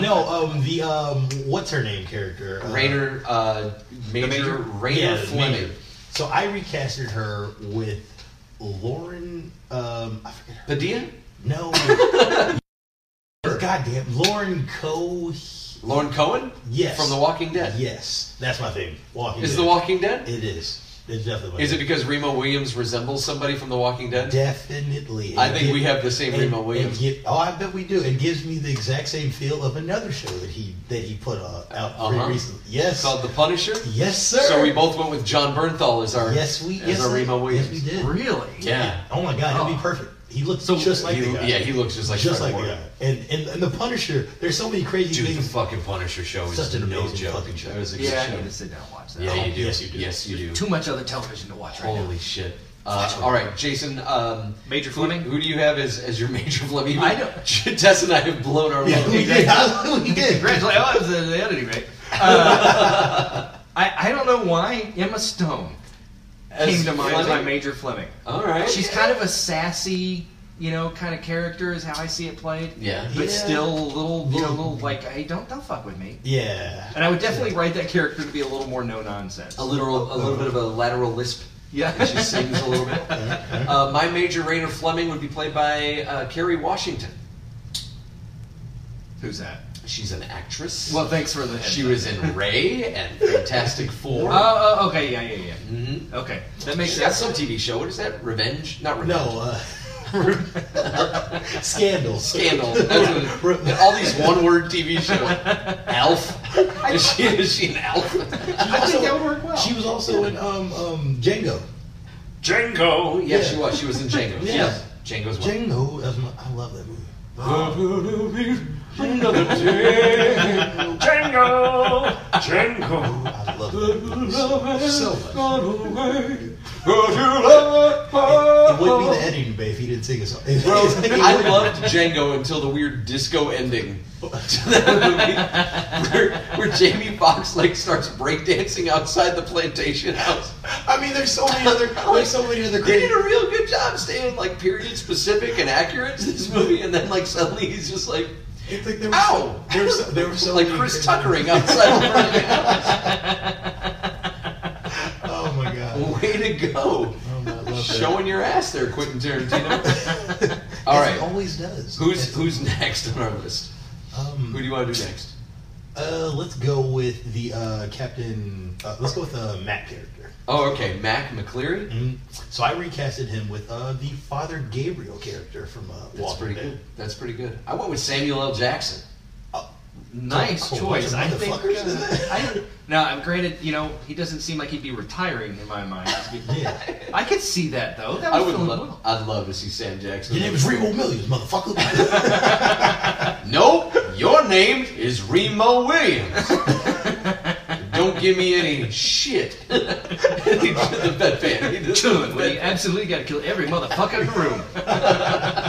Speaker 7: no, um, the um, what's her name character? Uh,
Speaker 6: Rainer, uh, Major,
Speaker 5: Major?
Speaker 6: Rainer
Speaker 7: Yeah, the
Speaker 6: Fleming.
Speaker 7: major. So I recasted her with Lauren. Um, I forget her.
Speaker 6: Padilla?
Speaker 7: No.
Speaker 6: (laughs)
Speaker 7: (laughs) Goddamn, Lauren Coe.
Speaker 6: Lauren Cohen?
Speaker 7: Yes.
Speaker 6: From The Walking Dead.
Speaker 7: Yes, that's my thing. Walking
Speaker 6: Is
Speaker 7: Dead.
Speaker 6: The Walking Dead?
Speaker 7: It is. It's definitely. my
Speaker 6: Is it
Speaker 7: thing.
Speaker 6: because Remo Williams resembles somebody from The Walking Dead?
Speaker 7: Definitely.
Speaker 6: I
Speaker 7: It
Speaker 6: think
Speaker 7: gi-
Speaker 6: we have the same
Speaker 7: it-
Speaker 6: Remo
Speaker 7: it
Speaker 6: Williams.
Speaker 7: gi- oh, I bet we do. It gives me the exact same feel of another show that he that he put uh, out
Speaker 6: Uh-huh.
Speaker 7: pretty recently. Yes.
Speaker 6: Called The Punisher?
Speaker 7: yes, sir.
Speaker 6: So we both went with John Bernthal as our
Speaker 7: Yes, we.
Speaker 6: as
Speaker 7: yes,
Speaker 6: our
Speaker 7: we-
Speaker 6: Remo
Speaker 7: yes,
Speaker 6: Williams.
Speaker 7: we did.
Speaker 5: Really?
Speaker 6: Yeah.
Speaker 7: Oh my God, he'll be perfect. He looks just like
Speaker 6: he,
Speaker 7: the guy.
Speaker 6: Yeah, he looks just like
Speaker 7: just
Speaker 6: Fred
Speaker 7: like the
Speaker 6: Ward.
Speaker 7: guy. And, and and the Punisher. There's so many crazy
Speaker 6: Dude, the
Speaker 7: things.
Speaker 6: fucking Punisher show is
Speaker 7: Such an
Speaker 6: no
Speaker 7: amazing
Speaker 6: joke.
Speaker 7: fucking show. Oh,
Speaker 6: It was a good
Speaker 5: Yeah, I
Speaker 6: show.
Speaker 5: need to sit down and watch that.
Speaker 6: Yeah, you do.
Speaker 7: Yes, you do.
Speaker 6: Yes, you do.
Speaker 5: Too much other television to watch right now.
Speaker 6: Holy shit. Uh, all right, Jason. Um,
Speaker 5: Major
Speaker 6: who,
Speaker 5: Fleming?
Speaker 6: Who do you have as, as your Major (laughs) Fleming?
Speaker 5: I don't-
Speaker 6: Tess and I have blown our
Speaker 7: (laughs) Yeah,
Speaker 6: load.
Speaker 7: we did. (laughs) we did.
Speaker 5: Congratulations. Oh, it was the, the editing, right?
Speaker 6: (laughs)
Speaker 5: Uh, I, I don't know why Emma Stone
Speaker 6: As
Speaker 5: came to mind as my
Speaker 6: Fleming?
Speaker 5: Major Fleming.
Speaker 6: All right.
Speaker 5: She's kind of a sassy, you know, kind of character is how I see it played.
Speaker 6: Yeah.
Speaker 5: But
Speaker 7: Yeah.
Speaker 5: still a little, you know, a
Speaker 7: Little-
Speaker 5: little like, hey, don't don't fuck with me.
Speaker 7: Yeah.
Speaker 5: And I would definitely write that character to be a little more no nonsense.
Speaker 6: a literal, a little bit of a lateral lisp.
Speaker 5: Yeah.
Speaker 6: and she sings a
Speaker 5: (laughs)
Speaker 6: little bit. Uh, my major Rainer Fleming would be played by uh, Carrie Washington.
Speaker 5: Who's that?
Speaker 6: She's an actress.
Speaker 5: Well, thanks for the.
Speaker 6: she was in Ray and Fantastic
Speaker 5: (laughs)
Speaker 6: Four.
Speaker 5: Oh, oh, okay, yeah, yeah, yeah.
Speaker 6: Mhm.
Speaker 5: Okay, that makes
Speaker 6: She's got
Speaker 5: sense.
Speaker 6: some TV show. What is that? Revenge? Not Revenge.
Speaker 7: No. Uh, (laughs) scandal.
Speaker 6: Scandal. That's what
Speaker 5: (laughs)
Speaker 6: it- all these one-word TV shows. Elf. Is she, is she
Speaker 5: (laughs)
Speaker 6: an elf?
Speaker 7: I
Speaker 5: think that would work well.
Speaker 7: She was also in um, um, Django.
Speaker 9: Django.
Speaker 6: Yeah, she was. She was in Django.
Speaker 7: Yeah.
Speaker 6: Yes.
Speaker 5: Django's what?
Speaker 7: Django. That's my, I love that movie.
Speaker 9: Django! Django!
Speaker 7: I love that movie so much. It would be the editing bay if he didn't sing a song. (laughs)
Speaker 6: I loved Django until the weird disco ending (laughs) to that movie, where, where Jamie Foxx like starts breakdancing outside the plantation house.
Speaker 7: I mean, there's so many other, there's so many other
Speaker 6: They
Speaker 7: great.
Speaker 6: did a real good job staying like period specific and accurate to this movie, and then like suddenly he's just like,
Speaker 7: It's like there were
Speaker 6: "Ow!"
Speaker 7: so, there were so, there were
Speaker 6: (laughs)
Speaker 7: so
Speaker 6: like
Speaker 7: many
Speaker 6: Chris
Speaker 7: great-
Speaker 6: Tuckering outside the plantation
Speaker 7: (laughs) Oh my god.
Speaker 6: Way to go.
Speaker 7: Oh, I love that.
Speaker 6: Showing your ass there, Quentin Tarantino.
Speaker 7: (laughs) As
Speaker 6: All
Speaker 7: He
Speaker 6: right.
Speaker 7: always does.
Speaker 6: Who's
Speaker 7: That's-
Speaker 6: who's next on our list?
Speaker 7: Um,
Speaker 6: Who do you want to do next?
Speaker 7: Uh, let's go with the uh, Captain. Uh, let's go with the uh, Matt character.
Speaker 6: Oh, okay. Mac McCleary.
Speaker 7: Mm. So I recasted him with uh, the Father Gabriel character from uh,
Speaker 6: That's
Speaker 7: Walking
Speaker 6: pretty
Speaker 7: Dead.
Speaker 6: good. That's pretty good. I went with Samuel L. Jackson.
Speaker 5: Nice
Speaker 7: Oh,
Speaker 5: choice.
Speaker 7: bunch
Speaker 5: I
Speaker 7: of
Speaker 5: think.
Speaker 7: motherfuckers.
Speaker 5: Uh, I, now, I'm granted, you know, he doesn't seem like he'd be retiring in my mind.
Speaker 7: Yeah.
Speaker 5: I could see that though. That
Speaker 6: I
Speaker 5: was
Speaker 6: would
Speaker 5: feeling
Speaker 6: love.
Speaker 5: well.
Speaker 6: I'd love to see Sam Jackson.
Speaker 7: Your name is Remo Williams, (laughs) motherfucker.
Speaker 6: No, your name is Remo Williams. (laughs) Don't give me any shit. (laughs) He did the bedpan. He did
Speaker 5: Dude,
Speaker 6: the
Speaker 5: when you absolutely got to kill every motherfucker in the room. (laughs)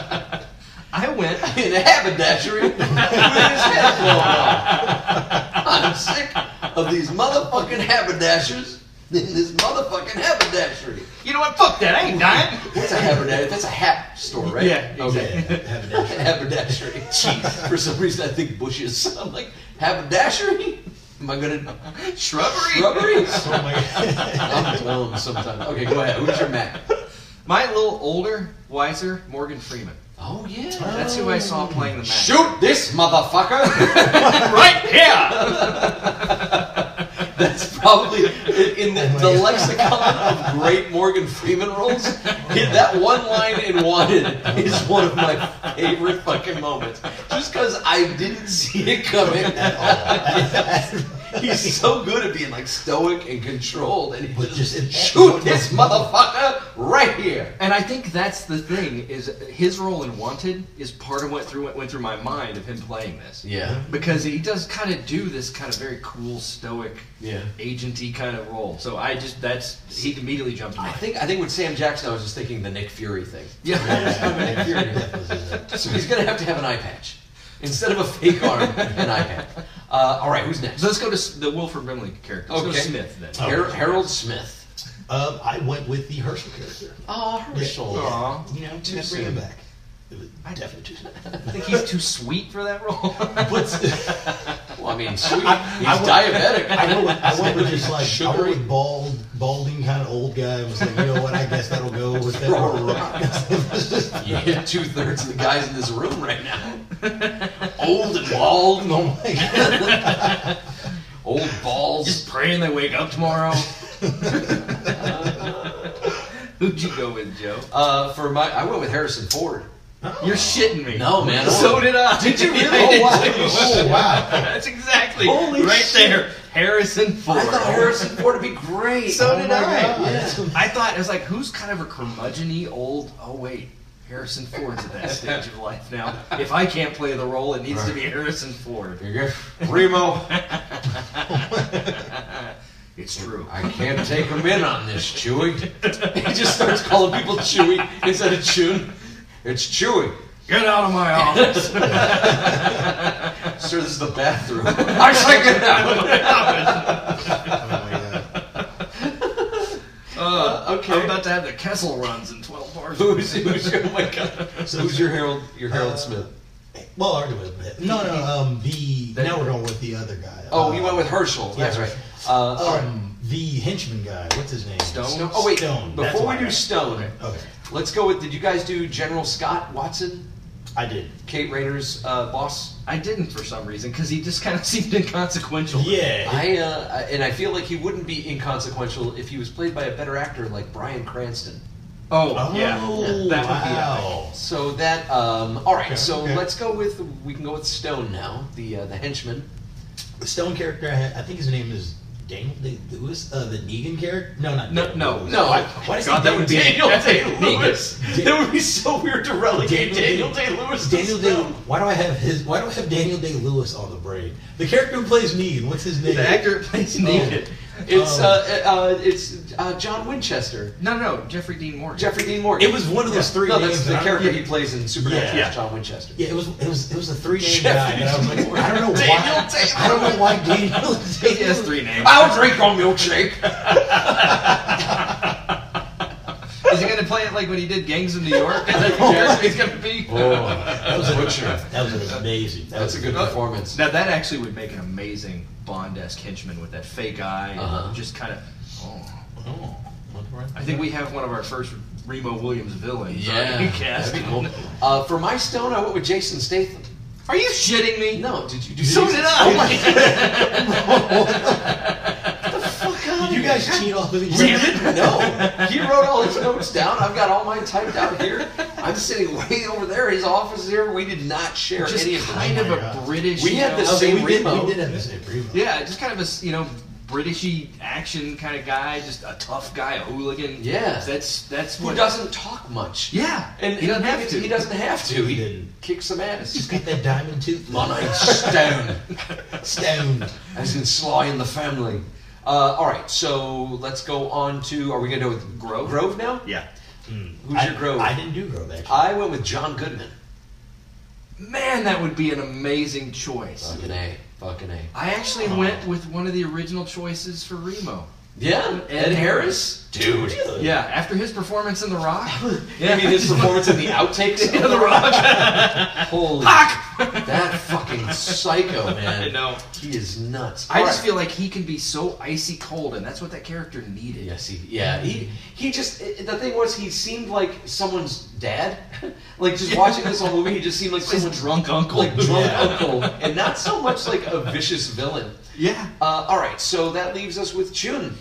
Speaker 5: I went.
Speaker 6: bedpan. In a haberdashery with his head blown off. I'm sick of these motherfucking haberdashers in this motherfucking haberdashery.
Speaker 5: You know what? Fuck that. I ain't dying.
Speaker 6: What's a haberdasher? That's a hat store, right?
Speaker 5: Yeah,
Speaker 6: Okay.
Speaker 7: yeah, have a dash.
Speaker 6: Haberdashery. Jeez. For some reason, I think bushes. (laughs) I'm like, haberdashery? Am I gonna
Speaker 5: Shrubbery.
Speaker 6: shrubbery?
Speaker 7: (laughs) Oh my god.
Speaker 6: I'm dumb sometimes. Okay, go ahead. Who's your Mac?
Speaker 5: My little older, wiser Morgan Freeman.
Speaker 6: Oh yeah.
Speaker 5: That's who I saw playing the match.
Speaker 6: Shoot this motherfucker!
Speaker 5: right here.
Speaker 6: That's probably in
Speaker 7: Oh
Speaker 6: the, the lexicon of great Morgan Freeman roles. That one line in Wanted is one of my favorite fucking moments. Just because I didn't see it coming at
Speaker 7: (laughs)
Speaker 6: all. He's so good at being like stoic and controlled, and he
Speaker 7: But
Speaker 6: just,
Speaker 7: just-
Speaker 6: shoot this motherfucker right here.
Speaker 5: And I think that's the thing is his role in Wanted is part of what through what went through my mind of him playing this.
Speaker 6: Yeah.
Speaker 5: Because he does kind of do this kind of very cool stoic,
Speaker 6: Yeah.
Speaker 5: agenty kind of role. So I just that's he immediately jumped. to
Speaker 6: I
Speaker 5: mind.
Speaker 6: think I think with Sam Jackson, I was just thinking the Nick Fury thing.
Speaker 5: Yeah.
Speaker 7: Yeah, that was it.
Speaker 6: So he's gonna have to have an eye patch instead of a fake arm, an eye patch. Uh, all right, who's next?
Speaker 5: So let's go to s- the Wilford Brimley character. Let's go
Speaker 6: Okay. Oh.
Speaker 5: to Smith then.
Speaker 6: Har- Harold Smith.
Speaker 7: (laughs) Um, I went with the Herschel character.
Speaker 6: Oh, Herschel.
Speaker 5: Aw.
Speaker 7: You know, too bring him back. It was definitely too soon.
Speaker 5: I think he's too sweet for that role. (laughs)
Speaker 7: What's
Speaker 6: Well, I mean, sweet. He's
Speaker 7: would-
Speaker 6: diabetic.
Speaker 7: I went
Speaker 6: (laughs)
Speaker 7: with, I went with just like I
Speaker 6: Sugary.
Speaker 7: went with bald, balding kind of old guy. and was like, you know what? I guess that'll go with that.
Speaker 6: Throw a rock. You hit two thirds of the guys in this room right now. (laughs) Old and bald,
Speaker 7: Oh my god!
Speaker 6: old balls.
Speaker 5: Just praying they wake up (laughs) tomorrow. Who'd you go with, Joe?
Speaker 6: Uh, for my, I went with Harrison Ford.
Speaker 5: You're shitting me.
Speaker 6: No, man.
Speaker 5: So did I. Did you really? (laughs)
Speaker 6: Oh, wow.
Speaker 7: Oh wow!
Speaker 5: That's exactly
Speaker 6: Holy
Speaker 5: right
Speaker 6: shit.
Speaker 5: there. Harrison Ford.
Speaker 6: I thought Harrison Ford would be great.
Speaker 5: so
Speaker 7: Oh
Speaker 5: did
Speaker 7: my
Speaker 5: I.
Speaker 7: God. That's some-
Speaker 5: I thought it was like, who's kind of a curmudgeon old? Oh wait, Harrison Ford's at that stage of life now. If I can't play the role, it needs to be Harrison Ford.
Speaker 6: Here you go. Remo,
Speaker 5: It's true.
Speaker 6: I can't take him in on this, Chewy. (laughs) He just starts calling people Chewy instead of Chun. It's Chewy.
Speaker 5: Get out of my office.
Speaker 6: Sir, this is the bathroom. (laughs) I second that.
Speaker 7: Oh my god!
Speaker 6: Okay.
Speaker 5: I'm about to have the Kessel runs in 12 bars.
Speaker 6: Who's, who's your, oh my God. So who's your Harold, your
Speaker 7: Uh,
Speaker 6: Harold Smith?
Speaker 7: Well, I already went with it. No, no. Um, the now we're going with the other guy.
Speaker 6: Oh,
Speaker 7: Uh,
Speaker 6: you went with Herschel.
Speaker 7: yeah,
Speaker 6: That's right.
Speaker 7: Herschel.
Speaker 6: Uh, all right.
Speaker 7: Um, the henchman guy. What's his name?
Speaker 5: Stone?
Speaker 6: Oh, wait.
Speaker 7: Stone. That's
Speaker 6: Before
Speaker 7: why
Speaker 6: we
Speaker 7: I
Speaker 6: do
Speaker 7: got it.
Speaker 6: Stone,
Speaker 7: Okay,
Speaker 6: let's go with, did you guys do General Scott Watson,
Speaker 7: I did.
Speaker 6: Kate Rayner's uh, boss?
Speaker 5: I didn't for some reason because he just kind of (laughs) seemed inconsequential.
Speaker 7: Yeah.
Speaker 6: I uh, I- and I feel like he wouldn't be inconsequential if he was played by a better actor like Brian Cranston.
Speaker 5: Oh,
Speaker 7: Oh,
Speaker 5: yeah. That
Speaker 7: wow.
Speaker 6: So that um, all right.
Speaker 7: Okay,
Speaker 6: so
Speaker 7: okay.
Speaker 6: let's go with we can go with Stone now, the uh, the henchman.
Speaker 7: The Stone character. I, had, I think his name is Daniel Day Lewis, uh, the Negan character? No, not
Speaker 5: No,
Speaker 7: Daniel
Speaker 5: no,
Speaker 7: Day-Lewis.
Speaker 5: no.
Speaker 6: I-
Speaker 7: Why does
Speaker 5: God,
Speaker 7: the
Speaker 5: that would be
Speaker 7: (laughs)
Speaker 6: Daniel
Speaker 5: that's
Speaker 6: Day
Speaker 5: a-
Speaker 6: Lewis. That would be so weird to relegate Daniel
Speaker 7: Daniel-
Speaker 6: Day Lewis. to
Speaker 7: Daniel Day.
Speaker 6: film.
Speaker 7: Why do I have his? Why do I have Daniel Day Lewis on the brain? The character who plays Negan. What's his name?
Speaker 5: The actor that plays Negan.
Speaker 6: It's
Speaker 7: Oh.
Speaker 6: uh, uh, it's uh, John Winchester.
Speaker 5: (laughs) No, no, no, Jeffrey Dean Morgan.
Speaker 6: Jeffrey Dean Morgan.
Speaker 7: It was one of those
Speaker 6: Yeah.
Speaker 7: three
Speaker 6: No,
Speaker 7: names
Speaker 6: that's the
Speaker 7: that I
Speaker 6: character
Speaker 7: don't-
Speaker 6: he plays in Supernatural.
Speaker 7: Yeah.
Speaker 6: is John Winchester.
Speaker 7: Yeah, it was it was it was a three name
Speaker 6: Jeff
Speaker 7: guy, and I was like, I don't know why.
Speaker 6: Daniel Day
Speaker 7: I don't know why Daniel. Day
Speaker 5: He has
Speaker 7: Lewis-
Speaker 5: three names.
Speaker 6: I'll drink your (laughs) milkshake.
Speaker 5: Is he going to play it (laughs) like when he did Gangs of New York? Is that the character he's going to be?
Speaker 7: That was, a, that was an amazing. That
Speaker 6: That's
Speaker 7: was
Speaker 6: a good performance.
Speaker 5: Now that actually would make an amazing Bond-esque henchman with that fake eye
Speaker 6: Uh-huh.
Speaker 5: and just kind of. Oh.
Speaker 7: Oh,
Speaker 5: I think we have one of our first Remo Williams villains. (laughs) already
Speaker 6: Yeah,
Speaker 5: cast.
Speaker 6: that'd be cool. Uh, for my stone, I went with Jason Statham.
Speaker 5: Are you shitting me?
Speaker 6: No, did (laughs) you do?
Speaker 5: So
Speaker 6: Jason-
Speaker 5: did I.
Speaker 6: Oh my
Speaker 7: you guys cheat off of each
Speaker 5: (laughs)
Speaker 6: God, no! He wrote all his notes down. I've got all mine typed out here. I'm sitting way over there. His office is here. We did not share
Speaker 5: Just
Speaker 6: any of them.
Speaker 5: kind
Speaker 7: Oh
Speaker 5: of
Speaker 7: my
Speaker 5: a
Speaker 7: God.
Speaker 5: British.
Speaker 6: We
Speaker 5: you
Speaker 6: had
Speaker 5: know-
Speaker 6: the
Speaker 7: Oh,
Speaker 6: same
Speaker 7: we, did,
Speaker 6: Remo.
Speaker 7: we did have the same Remo.
Speaker 5: Yeah, just kind of a you know Britishy action kind of guy, just a tough guy, a hooligan.
Speaker 6: Yeah.
Speaker 5: that's that's
Speaker 6: Who
Speaker 5: what.
Speaker 6: doesn't talk much?
Speaker 5: Yeah,
Speaker 6: and
Speaker 5: he doesn't have to.
Speaker 6: He doesn't have to.
Speaker 7: He
Speaker 6: He
Speaker 7: didn't.
Speaker 6: kicks some ass.
Speaker 7: He's got that diamond tooth. (laughs)
Speaker 6: Monite stone, (laughs)
Speaker 7: stone.
Speaker 6: as in Sly and the Family. Uh, all right, so let's go on to. Are we gonna go with Grove? Grove now? Hmm.
Speaker 5: Yeah.
Speaker 6: Who's
Speaker 7: I,
Speaker 6: your Grove?
Speaker 7: I didn't do Grove actually.
Speaker 6: I went with John Goodman.
Speaker 5: Man, that would be an amazing choice.
Speaker 6: Fucking a. Fucking a.
Speaker 5: I actually went with one of the original choices for Remo.
Speaker 6: Yeah, Ed Harris, dude.
Speaker 7: Really?
Speaker 5: Yeah, after his performance in The
Speaker 6: (laughs)
Speaker 5: Rock. Yeah,
Speaker 6: I mean, his performance in the outtakes of The
Speaker 5: (laughs)
Speaker 6: Rock. Holy, (laughs) that fucking psycho
Speaker 5: (laughs)
Speaker 6: man.
Speaker 5: I know.
Speaker 6: He is (laughs) nuts.
Speaker 5: I
Speaker 6: All
Speaker 5: just
Speaker 6: right.
Speaker 5: feel like he can be so icy cold, and that's what that character needed.
Speaker 6: Yes, he. Yeah, he. He just. i- The thing was, he seemed like someone's dad. (laughs) like just watching this whole movie, he just seemed like
Speaker 5: His
Speaker 6: someone's
Speaker 5: drunk uncle.
Speaker 6: like drunk uncle, and not so much like a vicious villain.
Speaker 5: yeah.
Speaker 6: Uh, all right, so that leaves us with Chun.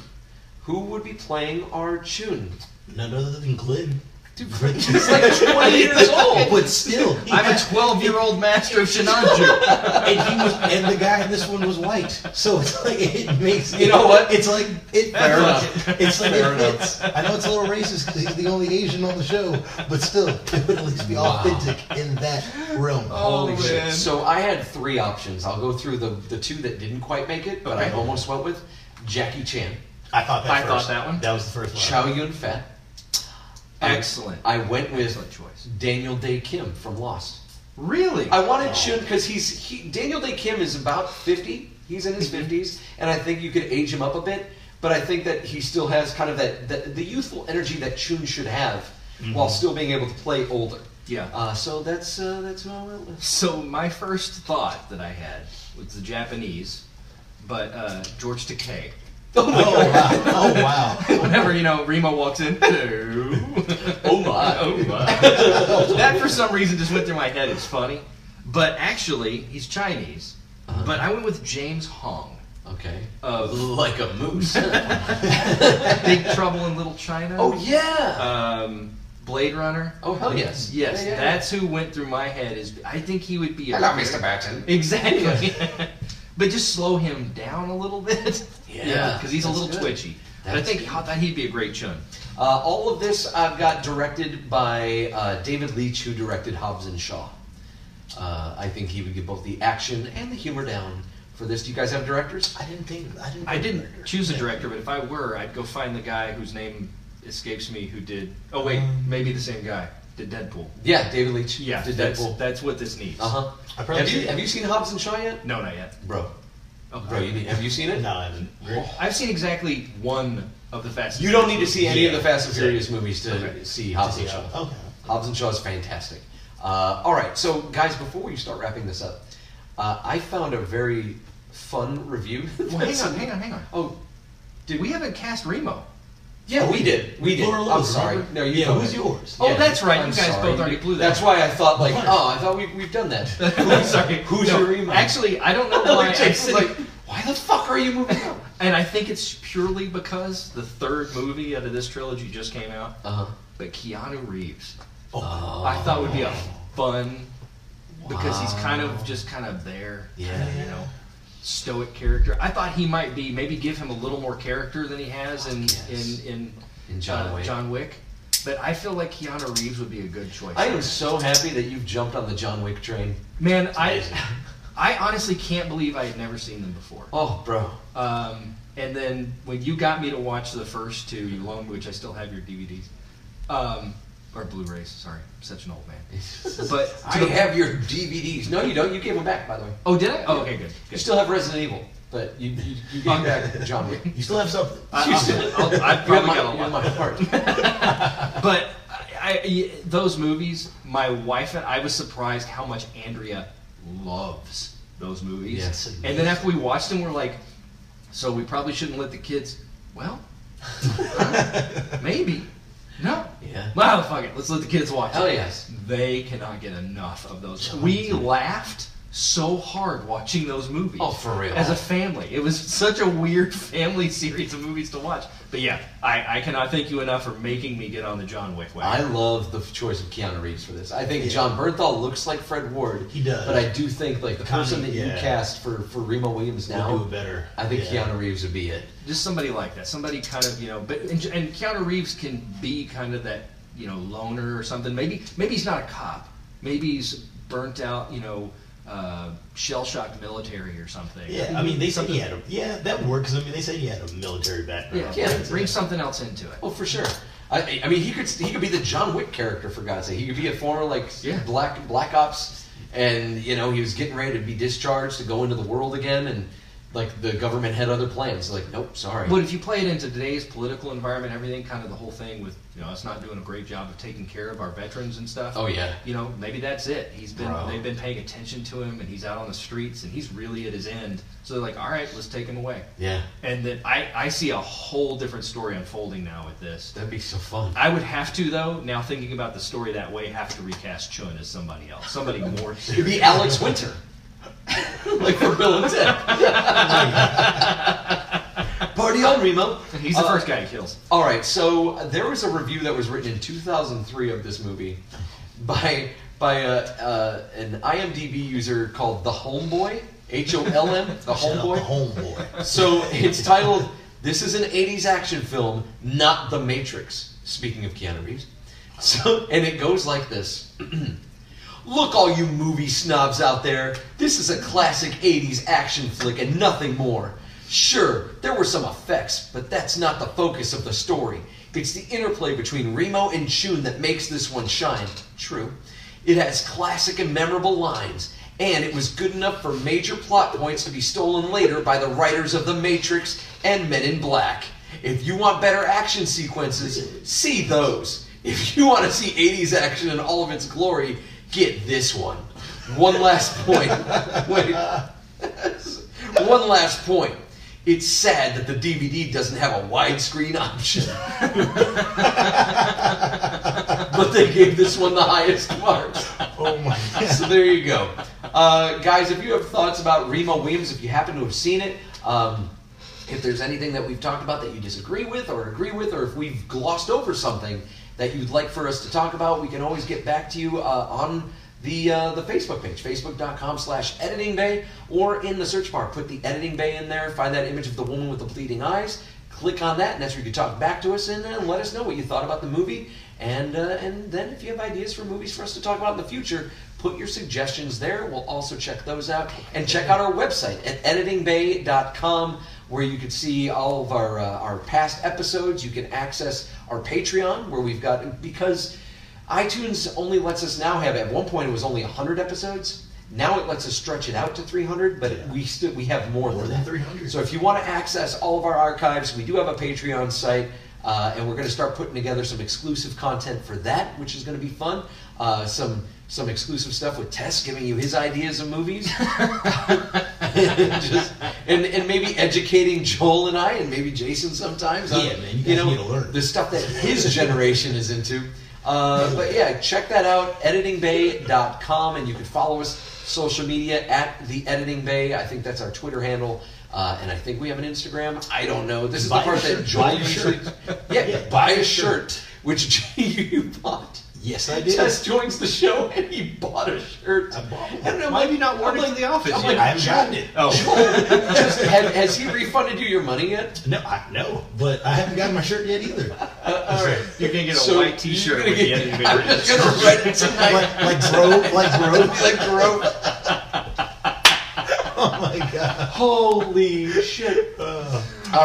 Speaker 6: Who would be playing our Chun?
Speaker 7: None other than Glenn.
Speaker 5: (laughs)
Speaker 6: He's (laughs) like 20 years old.
Speaker 7: but still, he
Speaker 5: I'm a
Speaker 7: had-
Speaker 5: 12 year old master of Shinanju.
Speaker 7: and he was, and the guy in this one was white. So it's like it makes
Speaker 6: You know what?
Speaker 7: It's like it.
Speaker 6: Fair enough.
Speaker 7: It's like
Speaker 6: Fair
Speaker 7: it
Speaker 6: enough.
Speaker 7: fits. I know it's a little racist because he's the only Asian on the show, but still, it would at least be authentic in that realm.
Speaker 6: Holy shit.
Speaker 5: man.
Speaker 6: So I had three options. I'll go through the, the two that didn't quite make it, but I
Speaker 5: Okay.
Speaker 6: almost went with Jackie Chan,
Speaker 7: I thought that.
Speaker 5: I
Speaker 7: first.
Speaker 5: thought that one.
Speaker 7: That was the first one.
Speaker 6: Chow Yun Fat. I-
Speaker 5: Excellent.
Speaker 6: I went with
Speaker 5: Excellent choice.
Speaker 6: Daniel Day Kim from Lost.
Speaker 5: Really?
Speaker 6: I wanted Chun because he's he, Daniel Day Kim is about fifty. He's in his
Speaker 5: Mm-hmm.
Speaker 6: fifties, and I think you could age him up a bit. But I think that he still has kind of that, that the youthful energy that Chun should have, while still being able to play older.
Speaker 5: Mm-hmm. Yeah.
Speaker 6: Uh, so that's uh, that's what I went with.
Speaker 5: So my first thought that I had was the Japanese, but uh, George Takei.
Speaker 7: Oh
Speaker 6: (laughs)
Speaker 7: wow! Oh wow!
Speaker 5: Whenever you know Remo walks in, hello.
Speaker 6: Oh my.
Speaker 5: (laughs) Oh my. that for some reason just went through my head. It's funny, but actually he's Chinese.
Speaker 6: Uh-huh.
Speaker 5: But I went with James Hong
Speaker 6: Okay.
Speaker 5: of
Speaker 6: Uh, Like a moose.
Speaker 5: Big Trouble in Little China.
Speaker 6: (laughs) oh yeah.
Speaker 5: Um, Blade Runner.
Speaker 6: oh hell yes.
Speaker 5: Yes,
Speaker 6: Yeah, yeah, yeah.
Speaker 5: that's who went through my head. Is I think he would be. a
Speaker 6: Hello,
Speaker 5: great-
Speaker 6: Mr. Burton.
Speaker 5: Exactly. (laughs) but just slow him down a little bit.
Speaker 6: (laughs) Yeah,
Speaker 5: because he's a
Speaker 6: that's
Speaker 5: little
Speaker 6: good.
Speaker 5: twitchy. But I
Speaker 6: That's
Speaker 5: think I thought he'd be a great chun.
Speaker 6: Uh, all of this I've got directed by uh, David Leitch, who directed Hobbs and Shaw. Uh, I think he would get both the action and the humor down for this. Do you guys have directors?
Speaker 7: I didn't think. I didn't.
Speaker 5: I
Speaker 7: think
Speaker 5: didn't
Speaker 7: murder.
Speaker 5: choose a
Speaker 7: Yeah.
Speaker 5: director, but if I were, I'd go find the guy whose name escapes me. Who did? Oh wait, maybe the same guy did Deadpool.
Speaker 6: Yeah, David Leitch.
Speaker 5: Yeah,
Speaker 6: Um, did
Speaker 5: that's,
Speaker 6: Deadpool.
Speaker 5: That's what this needs.
Speaker 6: Uh huh.
Speaker 7: I probably
Speaker 6: Have you
Speaker 7: did.
Speaker 6: have you seen Hobbs and Shaw yet,
Speaker 5: No, not yet.
Speaker 6: bro?
Speaker 5: Okay.
Speaker 6: Bro, you need, have you seen it?
Speaker 7: No, I haven't.
Speaker 5: I've seen exactly one of the Fast. and
Speaker 6: You don't need to
Speaker 5: Furious
Speaker 6: see any of the
Speaker 7: Yeah.
Speaker 6: Fast and Furious movies to
Speaker 5: Okay.
Speaker 6: see Hobbs and Shaw.
Speaker 7: Yeah. Okay.
Speaker 6: Hobbs and Shaw is fantastic. Uh, all right, so guys, before we start wrapping this up, uh, I found a very fun review. (laughs)
Speaker 5: movies. Well, hang on, hang on, hang on.
Speaker 6: Oh,
Speaker 5: Dude, we haven't cast Remo.
Speaker 6: yeah, we did. We did.
Speaker 7: Laura
Speaker 6: I'm
Speaker 7: Loomis,
Speaker 6: sorry.
Speaker 7: remember?
Speaker 6: No, you.
Speaker 7: Yeah,
Speaker 6: go
Speaker 7: who's
Speaker 6: ahead.
Speaker 7: yours?
Speaker 5: Oh,
Speaker 6: Yeah,
Speaker 5: that's right.
Speaker 6: I'm
Speaker 5: You guys
Speaker 6: sorry.
Speaker 5: both already blew that.
Speaker 6: That's why I thought like, oh, I thought we, we've
Speaker 5: (laughs)
Speaker 6: done that.
Speaker 5: I'm sorry.
Speaker 6: Who's
Speaker 5: No,
Speaker 6: your
Speaker 5: (laughs)
Speaker 6: Remo?
Speaker 5: Actually, I don't know why. I
Speaker 6: Jason's
Speaker 5: said-
Speaker 6: (laughs) like, why the fuck are you moving up?
Speaker 5: and I think it's purely because the third movie out of this trilogy just came out.
Speaker 6: Uh-huh.
Speaker 5: But Keanu Reeves,
Speaker 6: Oh.
Speaker 5: I thought would be a fun because he's kind of just kind of there. Yeah. you know. stoic character. I thought he might be maybe give him a little more character than he has in
Speaker 6: Yes.
Speaker 5: in in,
Speaker 6: In John Wick.
Speaker 5: Uh, John Wick. But I feel like Keanu Reeves would be a good choice.
Speaker 6: I am so happy that you've jumped on the John Wick train.
Speaker 5: Man, I (laughs)
Speaker 7: amazing.
Speaker 5: I honestly can't believe I had never seen them before.
Speaker 6: Oh, bro.
Speaker 5: Um, and then when you got me to watch the first two, you loaned, which I still have your DVDs um, or Blu-rays. Sorry, I'm such an old man. But
Speaker 6: I have your DVDs. No, you don't. You gave them back, by the way.
Speaker 5: oh, did I? Oh, okay, good.
Speaker 6: You
Speaker 5: good.
Speaker 6: still have Resident Evil, but you you, you gave back John Wick.
Speaker 7: You still have something.
Speaker 5: I, Uh, I'll-
Speaker 6: (laughs)
Speaker 5: I'll- (laughs) I've
Speaker 6: You're
Speaker 5: probably
Speaker 6: my,
Speaker 5: got a
Speaker 6: you're
Speaker 5: lot.
Speaker 6: my heart.
Speaker 5: (laughs) But I, I, those movies, my wife and I was surprised how much Andrea loves those movies.
Speaker 6: Yes,
Speaker 5: and then after we watched them, we're like, so we probably shouldn't let the kids. Well, huh? maybe. No.
Speaker 6: Yeah.
Speaker 5: Well, fuck it. Let's let the kids watch
Speaker 6: Hell
Speaker 5: it.
Speaker 6: yes.
Speaker 5: They cannot get enough of those. We laughed so hard watching those movies.
Speaker 6: Oh, for real.
Speaker 5: As a family. It was such a weird (laughs) family series of movies to watch. But yeah, I, I cannot thank you enough for making me get on the John Wick
Speaker 6: I
Speaker 5: wagon.
Speaker 6: love the f- choice of Keanu Reeves for this. I think John Bernthal looks like Fred Ward.
Speaker 7: He does.
Speaker 6: But I do think like the
Speaker 7: Connie,
Speaker 6: person that you
Speaker 7: yeah.
Speaker 6: cast for for Remo Williams now
Speaker 7: do it better.
Speaker 6: I think
Speaker 7: Yeah.
Speaker 6: Keanu Reeves would be it.
Speaker 5: Just somebody like that. Somebody kind of, you know, but and, and Keanu Reeves can be kind of that, you know, loner or something. Maybe maybe he's not a cop. Maybe he's burnt out, you know, uh, shell shocked military or something.
Speaker 7: Yeah, I mean, they said he had a yeah that works. I mean, they said he had a military
Speaker 5: Yeah,
Speaker 7: background.
Speaker 5: yeah. Bring something else into it.
Speaker 6: Oh, for sure. I, I mean, he could he could be the John Wick character for God's sake. He could be a former like
Speaker 5: Yeah.
Speaker 6: black black ops, and you know he was getting ready to be discharged to go into the world again, and like the government had other plans. Like, nope, sorry.
Speaker 5: But if you play it into today's political environment, everything, kind of the whole thing with you know us not doing a great job of taking care of our veterans and stuff.
Speaker 6: Oh, yeah.
Speaker 5: You know, maybe that's it. He's been
Speaker 7: Bro.
Speaker 5: they've been paying attention to him, and he's out on the streets, and he's really at his end. So they're like, all right, let's take him away.
Speaker 6: yeah,
Speaker 5: And then I I see a whole different story unfolding now with this.
Speaker 6: that'd be so fun.
Speaker 5: I would have to though. Now thinking about the story that way, have to recast Chun as somebody else, somebody more.
Speaker 6: It'd be Alex Winter, (laughs) like for Bill and Ted. Party on, Remo. Uh,
Speaker 5: He's the first guy he kills.
Speaker 6: All right, so uh, there was a review that was written in 2003 of this movie by by a, uh, an IMDb user called the Homeboy, H O L M, the
Speaker 7: The
Speaker 5: (laughs)
Speaker 6: Homeboy.
Speaker 7: homeboy.
Speaker 6: So it's titled "This is an 80s action film, not The Matrix." Speaking of Keanu Reeves, so and it goes like this. Look, all you movie snobs out there, this is a classic 80s action flick and nothing more. Sure, there were some effects, but that's not the focus of the story. It's the interplay between Remo and Chun that makes this one shine. True. It has classic and memorable lines, and it was good enough for major plot points to be stolen later by the writers of The Matrix and Men in Black. If you want better action sequences, see those. If you want to see 80s action in all of its glory, get this one. One last point. Wait. one last point. It's sad that the DVD doesn't have a widescreen option. (laughs) but they gave this one the highest marks.
Speaker 7: Oh
Speaker 6: (laughs)
Speaker 7: my god.
Speaker 6: So there you go. Uh, guys, if you have thoughts about Remo Williams, if you happen to have seen it, um, if there's anything that we've talked about that you disagree with or agree with, or if we've glossed over something that you'd like for us to talk about, we can always get back to you uh, on the uh, the Facebook page, facebook.com slash editing bay, or in the search bar, put the editing bay in there, find that image of the woman with the bleeding eyes, click on that, and that's where you can talk back to us and, uh, and let us know what you thought about the movie. And uh, and then if you have ideas for movies for us to talk about in the future, put your suggestions there. We'll also check those out and check out our website at editingbay.com where you can see all of our uh, our past episodes. You can access our Patreon where we've got because iTunes only lets us now have at one point it was only 100 episodes. Now it lets us stretch it out to 300, but we still we have more,
Speaker 7: More
Speaker 6: than,
Speaker 7: than
Speaker 6: that.
Speaker 7: 300.
Speaker 6: So if you want to access all of our archives, we do have a Patreon site, uh, and we're going to start putting together some exclusive content for that, which is going to be fun. Uh, some some exclusive stuff with Tess giving you his ideas of movies, (laughs) Just- and and maybe educating Joel and I, and maybe Jason sometimes. on,
Speaker 7: Yeah, man, you guys need to learn.
Speaker 6: the stuff that his generation is into. Uh, but yeah, check that out, editingbay.com, and you can follow us social media at the editing bay. I think that's our Twitter handle, uh, and I think we have an Instagram. I don't know. This is
Speaker 7: Buy
Speaker 6: the part
Speaker 7: a
Speaker 6: that
Speaker 7: shirt.
Speaker 6: Joel
Speaker 7: Buy a
Speaker 6: usually.
Speaker 7: shirt.
Speaker 6: Yeah,
Speaker 7: Yeah,
Speaker 6: buy a shirt, which (laughs) you bought.
Speaker 7: Yes, I did.
Speaker 6: Just joins the show and he bought a shirt.
Speaker 7: I bought one.
Speaker 6: And I'm
Speaker 8: Why
Speaker 6: like-
Speaker 8: have you not worn
Speaker 6: I'm
Speaker 8: it to
Speaker 6: like, (laughs)
Speaker 8: the office
Speaker 6: I'm
Speaker 8: yet?
Speaker 7: I
Speaker 6: like,
Speaker 7: haven't gotten it.
Speaker 8: Oh,
Speaker 6: just, has, has he refunded you your money yet?
Speaker 7: No, I, no, but I haven't gotten my shirt yet
Speaker 6: (laughs)
Speaker 7: either.
Speaker 6: Uh, All right.
Speaker 8: you're gonna get a
Speaker 6: So
Speaker 8: white T-shirt
Speaker 6: you're gonna
Speaker 8: with the
Speaker 6: get-
Speaker 8: end of
Speaker 6: I'm just gonna write it tonight.
Speaker 7: Like, like bro, like bro.
Speaker 6: (laughs) like Gro-
Speaker 7: (laughs) Oh my god.
Speaker 6: Oh. Holy shit. All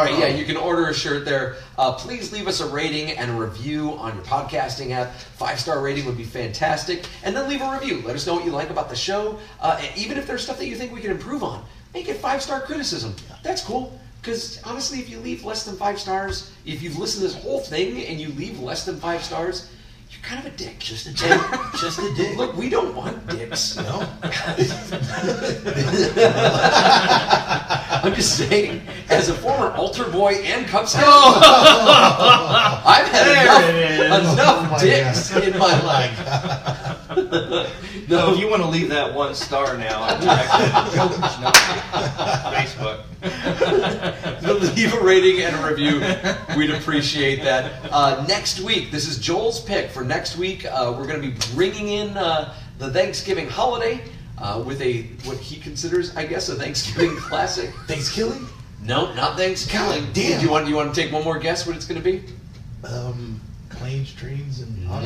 Speaker 6: right, yeah, you can order a shirt there. Uh, please leave us a rating and a review on your podcasting app. Five star rating would be fantastic. And then leave a review. Let us know what you like about the show. Uh, and even if there's stuff that you think we can improve on, make it five star criticism. That's cool. Because honestly, if you leave less than five stars, if you've listened to this whole thing and you leave less than five stars, you're kind of a dick. Just a dick.
Speaker 7: Just a dick.
Speaker 6: Look, we don't want dicks. (laughs)
Speaker 7: No. (laughs) Oh
Speaker 6: I'm just saying, as a former altar boy and Cub Scout, (laughs) I've had enough, enough dicks in my life.
Speaker 8: So if you want to leave that one star now, (laughs) I'm directed at Facebook.
Speaker 6: leave a rating and a review. We'd appreciate that. Uh, next week, this is Joel's pick for next week. Uh, we're going to be bringing in uh, the Thanksgiving holiday uh, with a what he considers, I guess, a Thanksgiving (laughs) classic.
Speaker 7: Thanksgiving?
Speaker 6: No, not Thanksgiving.
Speaker 7: God damn.
Speaker 6: Do you want you want to take one more guess what it's going to be?
Speaker 7: Um, planes, trains, and
Speaker 6: No,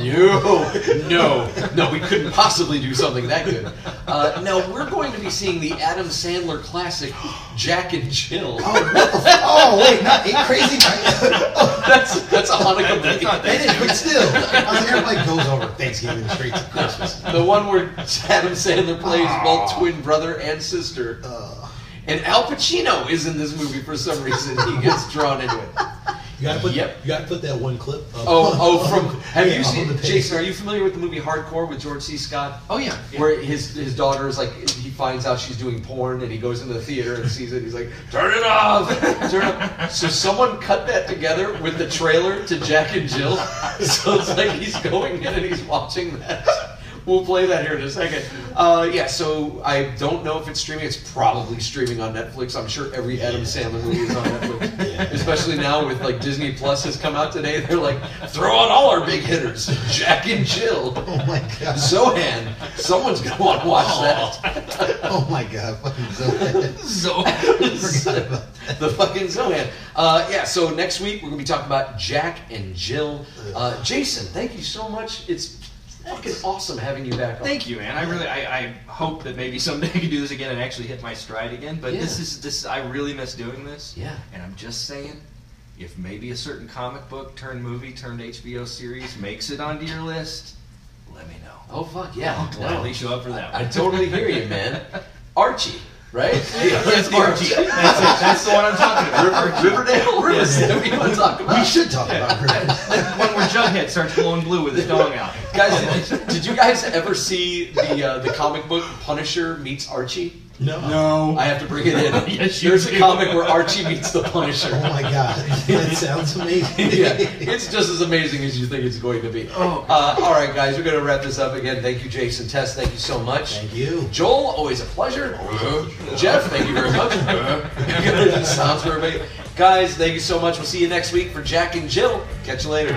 Speaker 6: no, no, we couldn't possibly do something that good. Uh, no, we're going to be seeing the Adam Sandler classic Jack and Jill.
Speaker 7: (laughs) Oh wait, not eight crazy nights.
Speaker 6: That's (laughs) that's a Hanukkah movie.
Speaker 7: It is,
Speaker 6: (laughs)
Speaker 7: but still, I was like, everybody goes over Thanksgiving straight to Christmas.
Speaker 6: (laughs) The one where Adam Sandler plays both twin brother and sister. And Al Pacino is in this movie for some reason. He gets drawn into it.
Speaker 7: You gotta put,
Speaker 6: Yep.
Speaker 7: you gotta put that one clip. Up. (laughs)
Speaker 6: Oh, oh, from have
Speaker 7: Yeah,
Speaker 6: you
Speaker 7: up on
Speaker 6: seen
Speaker 7: the page.
Speaker 6: Jason? Are you familiar with the movie Hardcore with George C. Scott?
Speaker 5: Oh yeah. yeah.
Speaker 6: where his his daughter is like he finds out she's doing porn and he goes into the theater and sees it. He's like, turn it off, (laughs) turn it off. So someone cut that together with the trailer to Jack and Jill. (laughs) So it's like he's going in and he's watching that. We'll play that here in a second. Uh, yeah, so I don't know if it's streaming. It's probably streaming on Netflix. I'm sure every Adam Sandler movie is on (laughs) Netflix, especially now with like Disney Plus has come out today. They're like, throw on all our big hitters, Jack and Jill.
Speaker 7: Oh my
Speaker 6: (laughs)
Speaker 7: god.
Speaker 6: Zohan. Someone's gonna want to watch (laughs) that.
Speaker 7: Oh my god.
Speaker 6: (laughs)
Speaker 7: Fucking Zohan.
Speaker 5: So
Speaker 7: Forgot about that.
Speaker 6: The fucking Zohan. Uh, yeah. So next week we're gonna be talking about Jack and Jill. Uh, Jason, thank you so much. It's fucking awesome having you back. on.
Speaker 8: Thank you, man. I really, I, I hope that maybe someday (laughs) I can do this again and actually hit my stride again. But this
Speaker 6: Yeah.
Speaker 8: is this. I really miss doing this.
Speaker 6: Yeah.
Speaker 8: And I'm just saying, if maybe a certain comic book turned movie turned HBO series makes it onto your list, let me know.
Speaker 6: Oh fuck yeah.
Speaker 8: I'll
Speaker 6: No.
Speaker 8: gladly show up for that.
Speaker 6: I (laughs)
Speaker 8: One.
Speaker 6: totally hear you, man. Archie,
Speaker 8: (laughs)
Speaker 6: right? Yes,
Speaker 8: Archie. That's it. That's the one I'm talking about.
Speaker 6: River, Riverdale Rivers that we want to talk about.
Speaker 7: We should talk about
Speaker 6: (laughs)
Speaker 7: her.
Speaker 8: One where Jughead starts glowing blue with his dong out.
Speaker 6: Guys, did, did you guys ever see the uh, the comic book Punisher meets Archie?
Speaker 7: No.
Speaker 8: No.
Speaker 6: I have to bring it in.
Speaker 8: (laughs) Yes, you
Speaker 6: There's a
Speaker 8: do.
Speaker 6: comic where Archie meets the Punisher.
Speaker 7: Oh my god. That sounds amazing.
Speaker 6: (laughs) yeah, it's just as amazing as you think it's going to be.
Speaker 8: Oh.
Speaker 6: Uh, all right, guys, we're going to wrap this up again. Thank you, Jason Tess. Thank you so much.
Speaker 7: Thank you.
Speaker 6: Joel, always a pleasure. Jeff, thank you very (laughs) much. It Sounds perfect. Guys, thank you so much. We'll see you next week for Jack and Jill. Catch you later.